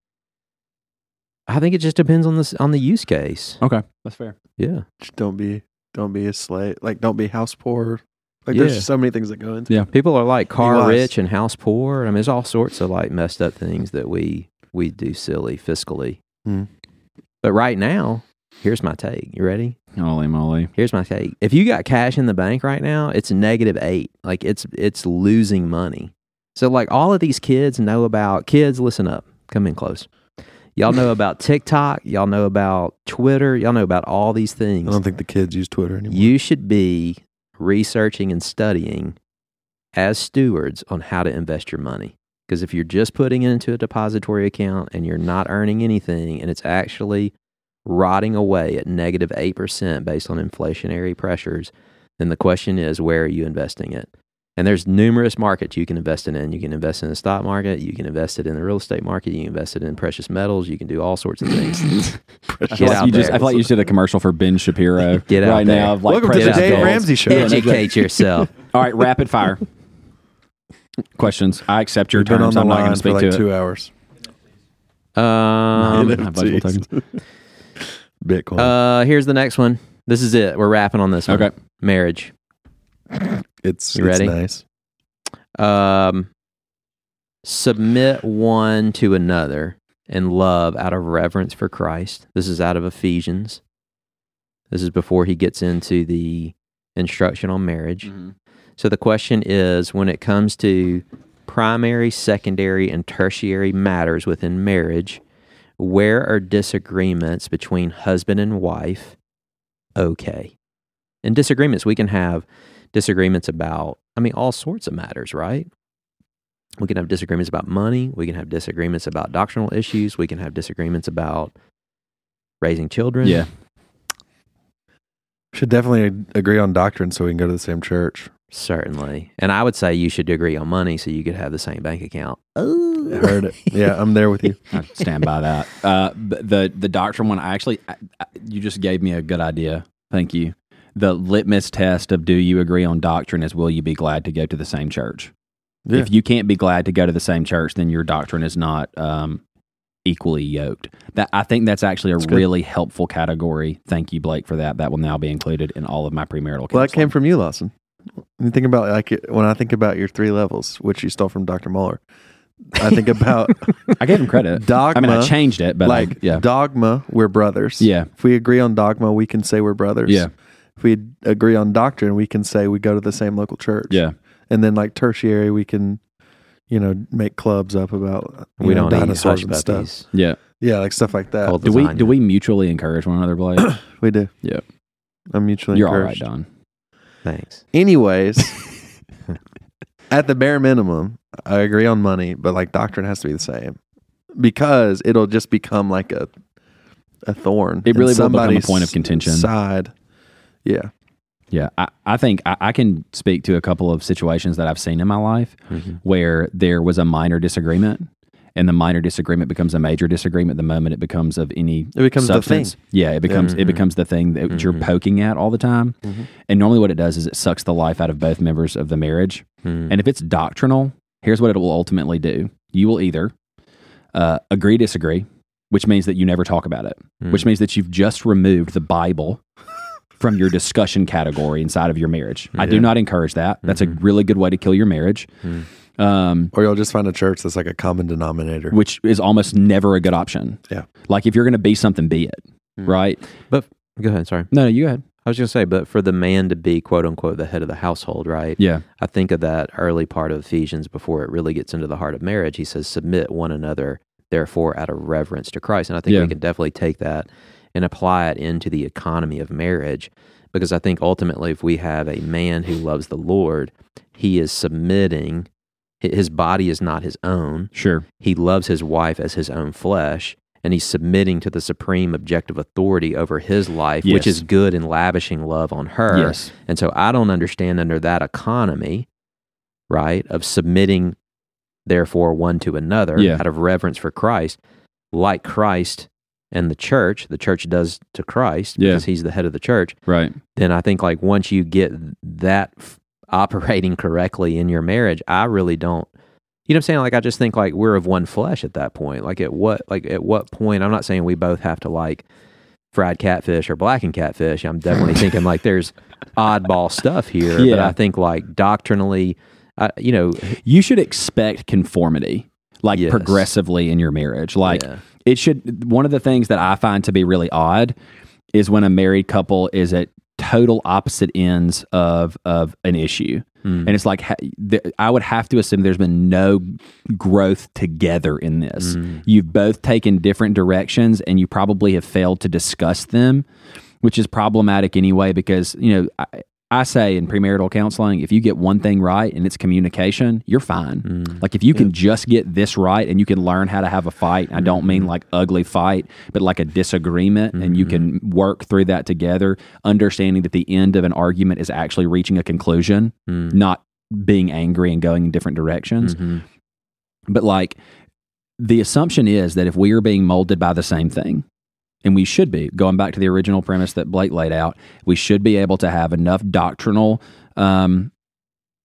Speaker 2: I think it just depends on this on the use case.
Speaker 3: Okay. That's fair.
Speaker 2: Yeah.
Speaker 1: Just don't be don't be a slave. Like don't be house poor. Like there's
Speaker 2: Yeah.
Speaker 1: just so many things that go into
Speaker 3: Yeah.
Speaker 2: People are like car
Speaker 1: wise.
Speaker 2: rich and house poor. I mean, there's all sorts of like messed up things that we we do silly fiscally.
Speaker 1: Hmm.
Speaker 2: But right now, here's my take. You ready?
Speaker 3: Holy moly.
Speaker 2: Here's my take. If you got cash in the bank right now, it's negative eight. Like it's it's losing money. So like all of these kids know about kids. Listen up. Come in close. Y'all know about TikTok. Y'all know about Twitter. Y'all know about all these
Speaker 1: I
Speaker 2: things.
Speaker 1: don't think the kids use Twitter anymore. [laughs]
Speaker 2: You should be researching and studying as stewards on how to invest your money. Because if you're just putting it into a depository account and you're not earning anything and it's actually rotting away at negative 8% based on inflationary pressures, then the question is, where are you investing it? And there's numerous markets you can invest it in. You can invest it in the stock market. You can invest it in the real estate market. You can invest it in precious metals. You can do all sorts of things.
Speaker 3: I feel,
Speaker 2: Get
Speaker 3: like
Speaker 2: out
Speaker 3: you, just,
Speaker 2: there.
Speaker 3: I feel like you just did a commercial for Ben
Speaker 1: [laughs]
Speaker 3: Shapiro
Speaker 2: Get out
Speaker 3: right
Speaker 2: there.
Speaker 3: now. Of like
Speaker 1: Welcome to the
Speaker 3: precious
Speaker 1: Dave
Speaker 3: goals.
Speaker 1: Ramsey show.
Speaker 3: Yeah, exactly.
Speaker 2: Educate
Speaker 1: [laughs]
Speaker 2: yourself.
Speaker 3: All right, rapid fire questions. I accept your
Speaker 1: You've been on
Speaker 3: terms.
Speaker 1: the
Speaker 3: I'm not going
Speaker 1: line
Speaker 3: to
Speaker 1: for
Speaker 3: speak
Speaker 1: like
Speaker 3: to
Speaker 1: two
Speaker 3: it. [laughs]
Speaker 1: hours.
Speaker 2: Um,
Speaker 3: I have multiple
Speaker 1: NFTs.
Speaker 3: tokens.
Speaker 1: Bitcoin.
Speaker 2: Uh, here's the next one. This is it. We're wrapping on this one.
Speaker 3: Okay.
Speaker 2: Marriage.
Speaker 1: It's,
Speaker 2: You
Speaker 1: it's
Speaker 2: ready?
Speaker 1: nice.
Speaker 2: Um, submit one to another in love out of reverence for Christ. This is out of Ephesians. This is before he gets into the instruction on marriage.
Speaker 6: Mm-hmm.
Speaker 2: So the question is when it comes to primary, secondary, and tertiary matters within marriage, where are disagreements between husband and wife okay? And disagreements, we can have disagreements about, I mean, all sorts of matters, right? We can have disagreements about money. We can have disagreements about doctrinal issues. We can have disagreements about raising children.
Speaker 3: Yeah.
Speaker 1: Should definitely agree on doctrine so we can go to the same church.
Speaker 2: Certainly. And I would say you should agree on money so you could have the same bank account. Oh,
Speaker 1: I
Speaker 3: [laughs]
Speaker 1: heard [laughs] it. Yeah, I'm there with you.
Speaker 3: I stand by that. [laughs] Uh, but the the doctrine one, I actually, I, I, you just gave me a good idea. Thank you. The litmus test of do you agree on doctrine is will you be glad to go to the same church?
Speaker 1: Yeah.
Speaker 3: If you can't be glad to go to the same church, then your doctrine is not um, equally yoked. That I think that's actually a
Speaker 1: That's good.
Speaker 3: really helpful category. Thank you, Blake, for that. That will now be included in all of my premarital.
Speaker 1: Well, that
Speaker 3: counseling.
Speaker 1: came from you, Lawson. When you think about like when I think about your three levels, which you stole from Dr. Muller, I think about
Speaker 3: [laughs] I gave him
Speaker 1: [laughs]
Speaker 3: credit.
Speaker 1: dogma.
Speaker 3: I mean, I changed it, but I-
Speaker 1: like
Speaker 3: yeah,
Speaker 1: dogma, we're brothers.
Speaker 3: Yeah.
Speaker 1: If we agree on dogma, we can say we're brothers.
Speaker 3: Yeah.
Speaker 1: If we agree on doctrine, we can say we go to the same local church.
Speaker 3: yeah.
Speaker 1: And then like tertiary, we can, you know, make clubs up about you
Speaker 2: we
Speaker 1: know,
Speaker 2: don't need
Speaker 1: dinosaurs
Speaker 2: hush
Speaker 1: and
Speaker 2: about
Speaker 1: stuff.
Speaker 2: these.
Speaker 3: Yeah.
Speaker 1: Yeah, like stuff like that.
Speaker 2: Called
Speaker 3: Do we
Speaker 2: lasagna.
Speaker 3: do we mutually encourage one another,
Speaker 1: [coughs]
Speaker 3: Blake?
Speaker 1: we do.
Speaker 3: Yeah.
Speaker 1: I'm mutually
Speaker 3: You're all right,
Speaker 1: encouraged.
Speaker 3: Don.
Speaker 2: Thanks.
Speaker 1: Anyways, [laughs] at the bare minimum, I agree on money, but like doctrine has to be the same because it'll just become like a a thorn.
Speaker 3: It
Speaker 1: in
Speaker 3: really will become a
Speaker 1: somebody's
Speaker 3: point of contention.
Speaker 1: Side, yeah,
Speaker 3: Yeah, I, I think I, I can speak to a couple of situations that I've seen in my life
Speaker 1: Mm-hmm.
Speaker 3: where there was a minor disagreement, and the minor disagreement becomes a major disagreement the moment it becomes of any
Speaker 1: it becomes
Speaker 3: substance.
Speaker 1: the thing.
Speaker 3: Yeah, it becomes it
Speaker 1: Mm-hmm.
Speaker 2: Mhm.
Speaker 3: becomes the thing that you're poking at all the time.
Speaker 1: Mhm.
Speaker 3: And normally, what it does is it sucks the life out of both members of the marriage.
Speaker 1: Mm.
Speaker 3: And if it's doctrinal, here's what it will ultimately do: you will either uh, agree disagree, which means that you never talk about it,
Speaker 1: Mm.
Speaker 3: which means that you've just removed the Bible from your discussion category inside of your marriage. I do
Speaker 1: Yeah. Mm-hmm. Mm.
Speaker 3: not encourage that. That's a really good way to kill your marriage. Um,
Speaker 1: Or you'll just find a church that's like a common denominator.
Speaker 3: which is almost never a good option.
Speaker 1: Yeah. Mm.
Speaker 3: Like if you're going to be something, be it. Right?
Speaker 2: Go ahead. Sorry.
Speaker 3: No, no, you go ahead.
Speaker 2: I was going to say, but for the man to be quote unquote the head of the household, right?
Speaker 3: Yeah.
Speaker 2: I think of that early part of Ephesians before it really gets into the heart of marriage. He says, submit one another, therefore, out of reverence to Christ. And I think
Speaker 3: Yeah.
Speaker 2: we can definitely take that and apply it into the economy of marriage because I think ultimately, if we have a man who loves the Lord, he is submitting, hi- his body is not his own.
Speaker 3: Sure.
Speaker 2: He loves his wife as his own flesh, and he's submitting to the supreme objective authority over his life, which
Speaker 3: Yes.
Speaker 2: is good and lavishing love on her.
Speaker 3: Yes.
Speaker 2: And so I don't understand under that economy, right, of submitting, therefore, one to another
Speaker 3: Yeah.
Speaker 2: out of reverence for Christ, like Christ and the church, the church does to Christ
Speaker 3: Yeah.
Speaker 2: because he's the head of the church.
Speaker 3: Right.
Speaker 2: Then I think, like, once you get that f- operating correctly in your marriage, I really don't. You know what I'm saying? Like I just think like we're of one flesh at that point. Like at what like at what point I'm not saying we both have to like fried catfish or blackened catfish. I'm definitely thinking like there's oddball stuff here. But
Speaker 3: Yeah.
Speaker 2: I think like doctrinally I, you know
Speaker 3: You should expect conformity, like
Speaker 2: Yes.
Speaker 3: progressively in your marriage. Like
Speaker 2: yeah.
Speaker 3: it should one of the things that i find to be really odd is when a married couple is at total opposite ends of of an issue
Speaker 2: Mm.
Speaker 3: and it's like ha- th- i would have to assume there's been no growth together in this
Speaker 2: Hmm.
Speaker 3: you've both taken different directions and you probably have failed to discuss them which is problematic anyway because you know I, I say in premarital counseling, if you get one thing right and it's communication, you're fine.
Speaker 2: Mm-hmm.
Speaker 3: Like if you can just get this right and you can learn how to have a fight, I don't mean like ugly fight, but like a disagreement and you can work through that together, understanding that the end of an argument is actually reaching a conclusion, not being angry and going in different directions.
Speaker 2: Mhm.
Speaker 3: But like the assumption is that if we are being molded by the same thing, and we should be, going back to the original premise that Blake laid out, we should be able to have enough doctrinal um,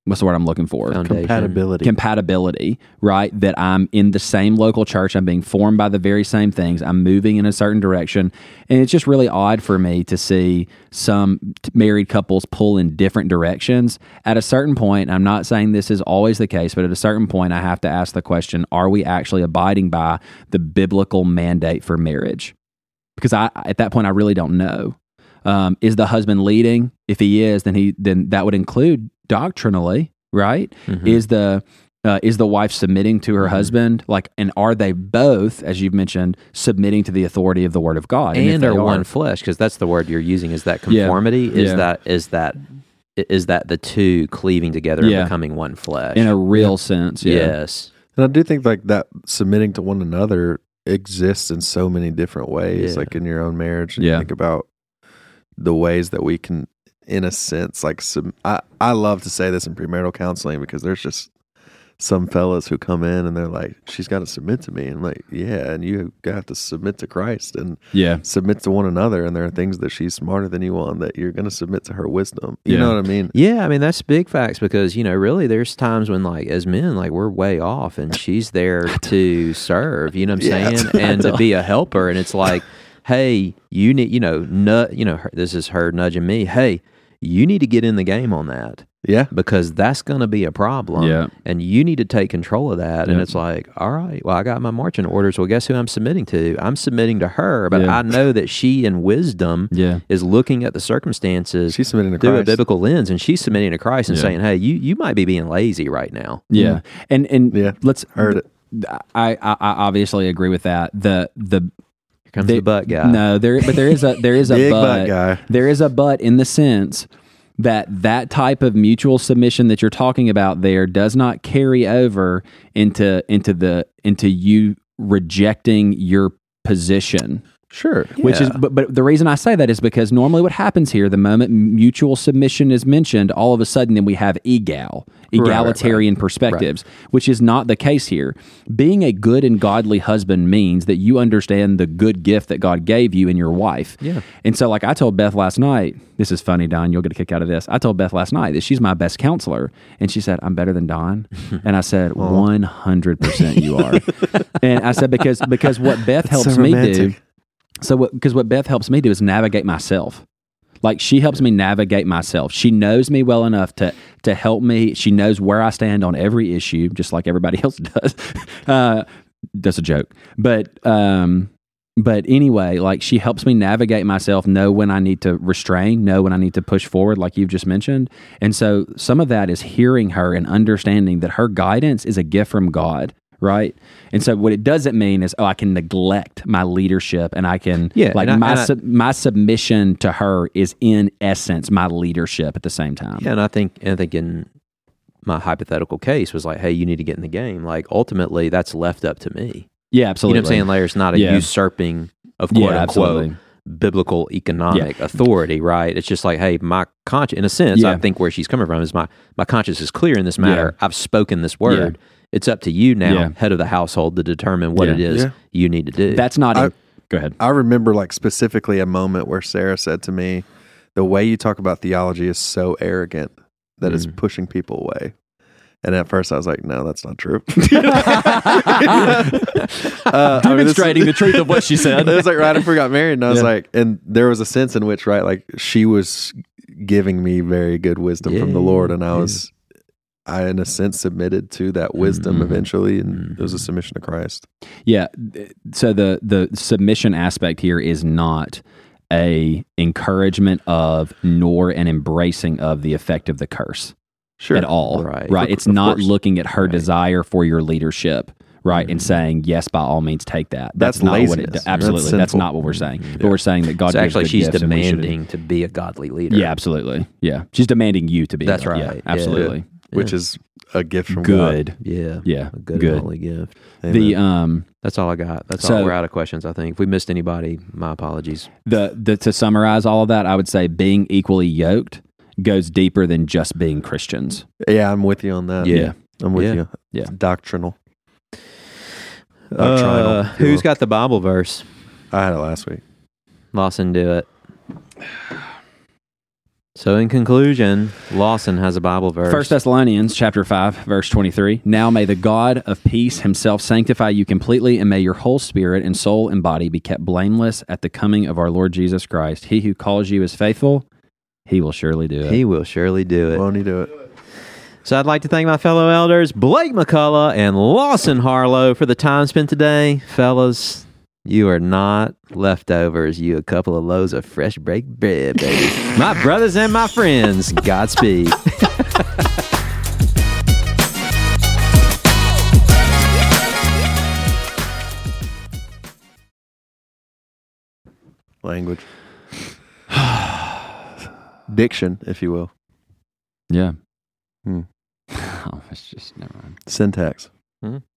Speaker 3: what's the word I'm looking for?
Speaker 2: Foundation.
Speaker 1: Compatibility.
Speaker 3: compatibility, right? That I'm in the same local church, I'm being formed by the very same things, I'm moving in a certain direction. And it's just really odd for me to see some t- married couples pull in different directions. At a certain point, I'm not saying this is always the case, but at a certain point, I have to ask the question are we actually abiding by the biblical mandate for marriage? Because I, at that point, I really don't know. Um, is the husband leading? If he is, then he then that would include doctrinally, right?
Speaker 2: mm-hmm.
Speaker 3: is the uh, is the wife submitting to her husband like and are they both as you've mentioned submitting to the authority of the word of god if
Speaker 2: and
Speaker 3: they
Speaker 2: are one flesh because that's the word you're using is that
Speaker 3: Yeah.
Speaker 2: conformity is
Speaker 3: Yeah.
Speaker 2: that is that is that the two cleaving together
Speaker 3: Yeah.
Speaker 2: and becoming one flesh
Speaker 3: in a real sense yeah,
Speaker 2: yes
Speaker 1: And I do think like that submitting to one another exists in so many different ways,
Speaker 2: Yeah.
Speaker 1: like in your own marriage. And
Speaker 3: Yeah.
Speaker 1: think about the ways that we can, in a sense, like some. I I love to say this in premarital counseling because there's just some fellas who come in and they're like, "She's got to submit to me," and I'm like, "Yeah," and you got to submit to Christ and
Speaker 3: yeah
Speaker 1: submit to one another. And there are things that she's smarter than you on that you're going to submit to her wisdom. You
Speaker 3: Yeah.
Speaker 1: know what I mean?
Speaker 2: yeah i mean that's big facts because you know really there's times when like as men like we're way off and she's there
Speaker 3: [laughs]
Speaker 2: to serve you know what i'm
Speaker 1: Yeah,
Speaker 2: saying and to be a helper and it's like hey you need you know nut you know her, this is her nudging me hey you need to get in the game on that
Speaker 1: Yeah.
Speaker 2: because that's going to be a problem.
Speaker 3: Yeah.
Speaker 2: And you need to take control of that. And
Speaker 3: Yeah.
Speaker 2: it's like, all right, well, I got my marching orders. Well, guess who I'm submitting to? I'm submitting to her, but
Speaker 3: Yeah.
Speaker 2: I know that she, in wisdom,
Speaker 3: yeah
Speaker 2: is looking at the circumstances
Speaker 1: She's submitting to
Speaker 2: through a
Speaker 1: Christ.
Speaker 2: biblical lens, and she's submitting to Christ and
Speaker 3: Yeah.
Speaker 2: saying, hey, you you might be being lazy right now.
Speaker 3: yeah and and
Speaker 1: Yeah.
Speaker 3: let's
Speaker 1: Heard it.
Speaker 3: I, I i obviously agree with that the the
Speaker 2: Here comes
Speaker 3: They-
Speaker 2: the butt guy.
Speaker 3: no there but there is a there
Speaker 2: [laughs]
Speaker 3: is a
Speaker 1: Big
Speaker 3: but
Speaker 1: butt guy.
Speaker 3: there is a but in the sense that that type of mutual submission that you're talking about there does not carry over into into the into you rejecting your position
Speaker 1: Sure.
Speaker 3: which is but, but the reason i say that is because normally what happens here the moment mutual submission is mentioned all of a sudden then we have egal egalitarian perspectives which is not the case here being a good and godly husband means that you understand the good gift that god gave you in your wife yeah and so like i told beth last night this is funny don you'll get a kick out of this i told beth last night that she's my best counselor and she said i'm better than
Speaker 1: [laughs]
Speaker 3: don and i said 100% you are and i said because because what beth
Speaker 1: That's so
Speaker 3: helps me do
Speaker 1: romantic.
Speaker 3: so, because what, Beth helps me do is navigate myself. Like she helps me navigate myself. She knows me well enough to to help me. She knows where I stand on every issue, just like everybody [laughs] else does. uh, that's a joke, but um, but anyway, like she helps me navigate myself, know when I need to restrain, know when I need to push forward, like you've just mentioned. And so, some of that is hearing her and understanding that her guidance is a gift from God. Right. And so what it doesn't mean is, oh, I can neglect my leadership and I can
Speaker 2: Yeah,
Speaker 3: like
Speaker 2: and I-
Speaker 3: my
Speaker 2: and I-
Speaker 3: sub- my submission to her is in essence my leadership at the same time.
Speaker 2: Yeah, and I think and I think in my hypothetical case was like, hey, you need to get in the game. Like ultimately that's left up to me.
Speaker 3: Yeah,
Speaker 2: You know
Speaker 3: absolutely.
Speaker 2: what I'm saying? Like, it's not a
Speaker 3: Yeah.
Speaker 2: usurping of
Speaker 3: Yeah,
Speaker 2: quote unquote
Speaker 3: absolutely.
Speaker 2: biblical economic authority, right? It's just like, hey, my conscience, in a sense, I
Speaker 3: Yeah.
Speaker 2: think where she's coming from is my, my conscience is clear in this matter. I've spoken this word. It's up to you now,
Speaker 3: Yeah.
Speaker 2: head of the household, to determine what
Speaker 3: Yeah.
Speaker 2: it is
Speaker 1: Yeah.
Speaker 2: you need to do.
Speaker 3: That's not.
Speaker 1: I-
Speaker 3: in- go ahead.
Speaker 1: I remember like specifically a moment where Sarah said to me, "The way you talk about theology is so arrogant that it's pushing people away." And at first, I was like, "No, that's not true." [laughs] Uh, I mean, this-
Speaker 3: Demonstrating the truth of what
Speaker 2: [laughs]
Speaker 3: she said.
Speaker 1: [laughs] it was like right after we got married, and I was
Speaker 3: Yeah.
Speaker 1: like, and there was a sense in which, right, like she was giving me very good wisdom from the
Speaker 2: Yeah,
Speaker 1: Lord, and I
Speaker 2: yeah.
Speaker 1: was, I in a sense submitted to that wisdom
Speaker 3: Mhm.
Speaker 1: eventually, and it was a submission to Christ.
Speaker 3: Yeah. th- So the the submission aspect here is not a encouragement of nor an embracing of the effect of the curse
Speaker 1: Sure,
Speaker 3: at all.
Speaker 2: Right.
Speaker 3: Right.
Speaker 1: Of-
Speaker 3: It's
Speaker 1: of
Speaker 3: not
Speaker 1: course.
Speaker 3: looking at her desire for your leadership. Right.
Speaker 2: Mm-hmm.
Speaker 3: And saying yes, by all means, take that. That's,
Speaker 1: That's
Speaker 3: not what it.
Speaker 1: laziness.
Speaker 3: d- Absolutely.
Speaker 1: That's
Speaker 3: That's,
Speaker 1: sinful.
Speaker 3: not what we're saying. But we're saying that God.
Speaker 2: Mm-hmm. so
Speaker 3: gives
Speaker 2: actually
Speaker 3: good
Speaker 2: she's
Speaker 3: gifts and we should-
Speaker 2: demanding to be a godly leader.
Speaker 3: Yeah. Absolutely. Yeah. She's demanding you to be.
Speaker 2: That's
Speaker 3: Yeah,
Speaker 2: right. Yeah.
Speaker 3: absolutely.
Speaker 1: which is a gift from
Speaker 3: Good.
Speaker 1: God.
Speaker 2: Yeah.
Speaker 3: Yeah.
Speaker 2: A
Speaker 3: Good.
Speaker 2: good, holy gift.
Speaker 3: The um.
Speaker 2: That's all I got. That's
Speaker 3: So-
Speaker 2: all. We're out of questions, I think. If we missed anybody, my apologies.
Speaker 3: the, the to summarize all of that, I would say being equally yoked goes deeper than just being Christians.
Speaker 1: Yeah, I'm with you on that.
Speaker 3: Yeah.
Speaker 1: I'm with
Speaker 2: Yeah.
Speaker 1: you.
Speaker 3: Yeah.
Speaker 1: It's doctrinal. Doctrinal,
Speaker 2: Uh,
Speaker 1: if you
Speaker 2: who's
Speaker 1: will.
Speaker 2: got the Bible verse?
Speaker 1: I had it last week.
Speaker 2: Lawson, do it. So, in conclusion, Lawson has a Bible verse.
Speaker 3: First Thessalonians chapter five, verse twenty-three. Now may the God of peace himself sanctify you completely, and may your whole spirit and soul and body be kept blameless at the coming of our Lord Jesus Christ. He who calls you is faithful, he will surely do it.
Speaker 2: he will surely do it.
Speaker 1: Won't he do it?
Speaker 2: So I'd like to thank my fellow elders, Blake McCullough and Lawson Harlow, for the time spent today. Fellas, you are not leftovers. You a couple of loaves of fresh baked bread, baby. my brothers and my friends, Godspeed. [sighs]
Speaker 1: Language. Diction, if you will.
Speaker 3: yeah.
Speaker 1: Hmm.
Speaker 3: [sighs] Oh, it's just never mind.
Speaker 1: Syntax.
Speaker 2: Mhm.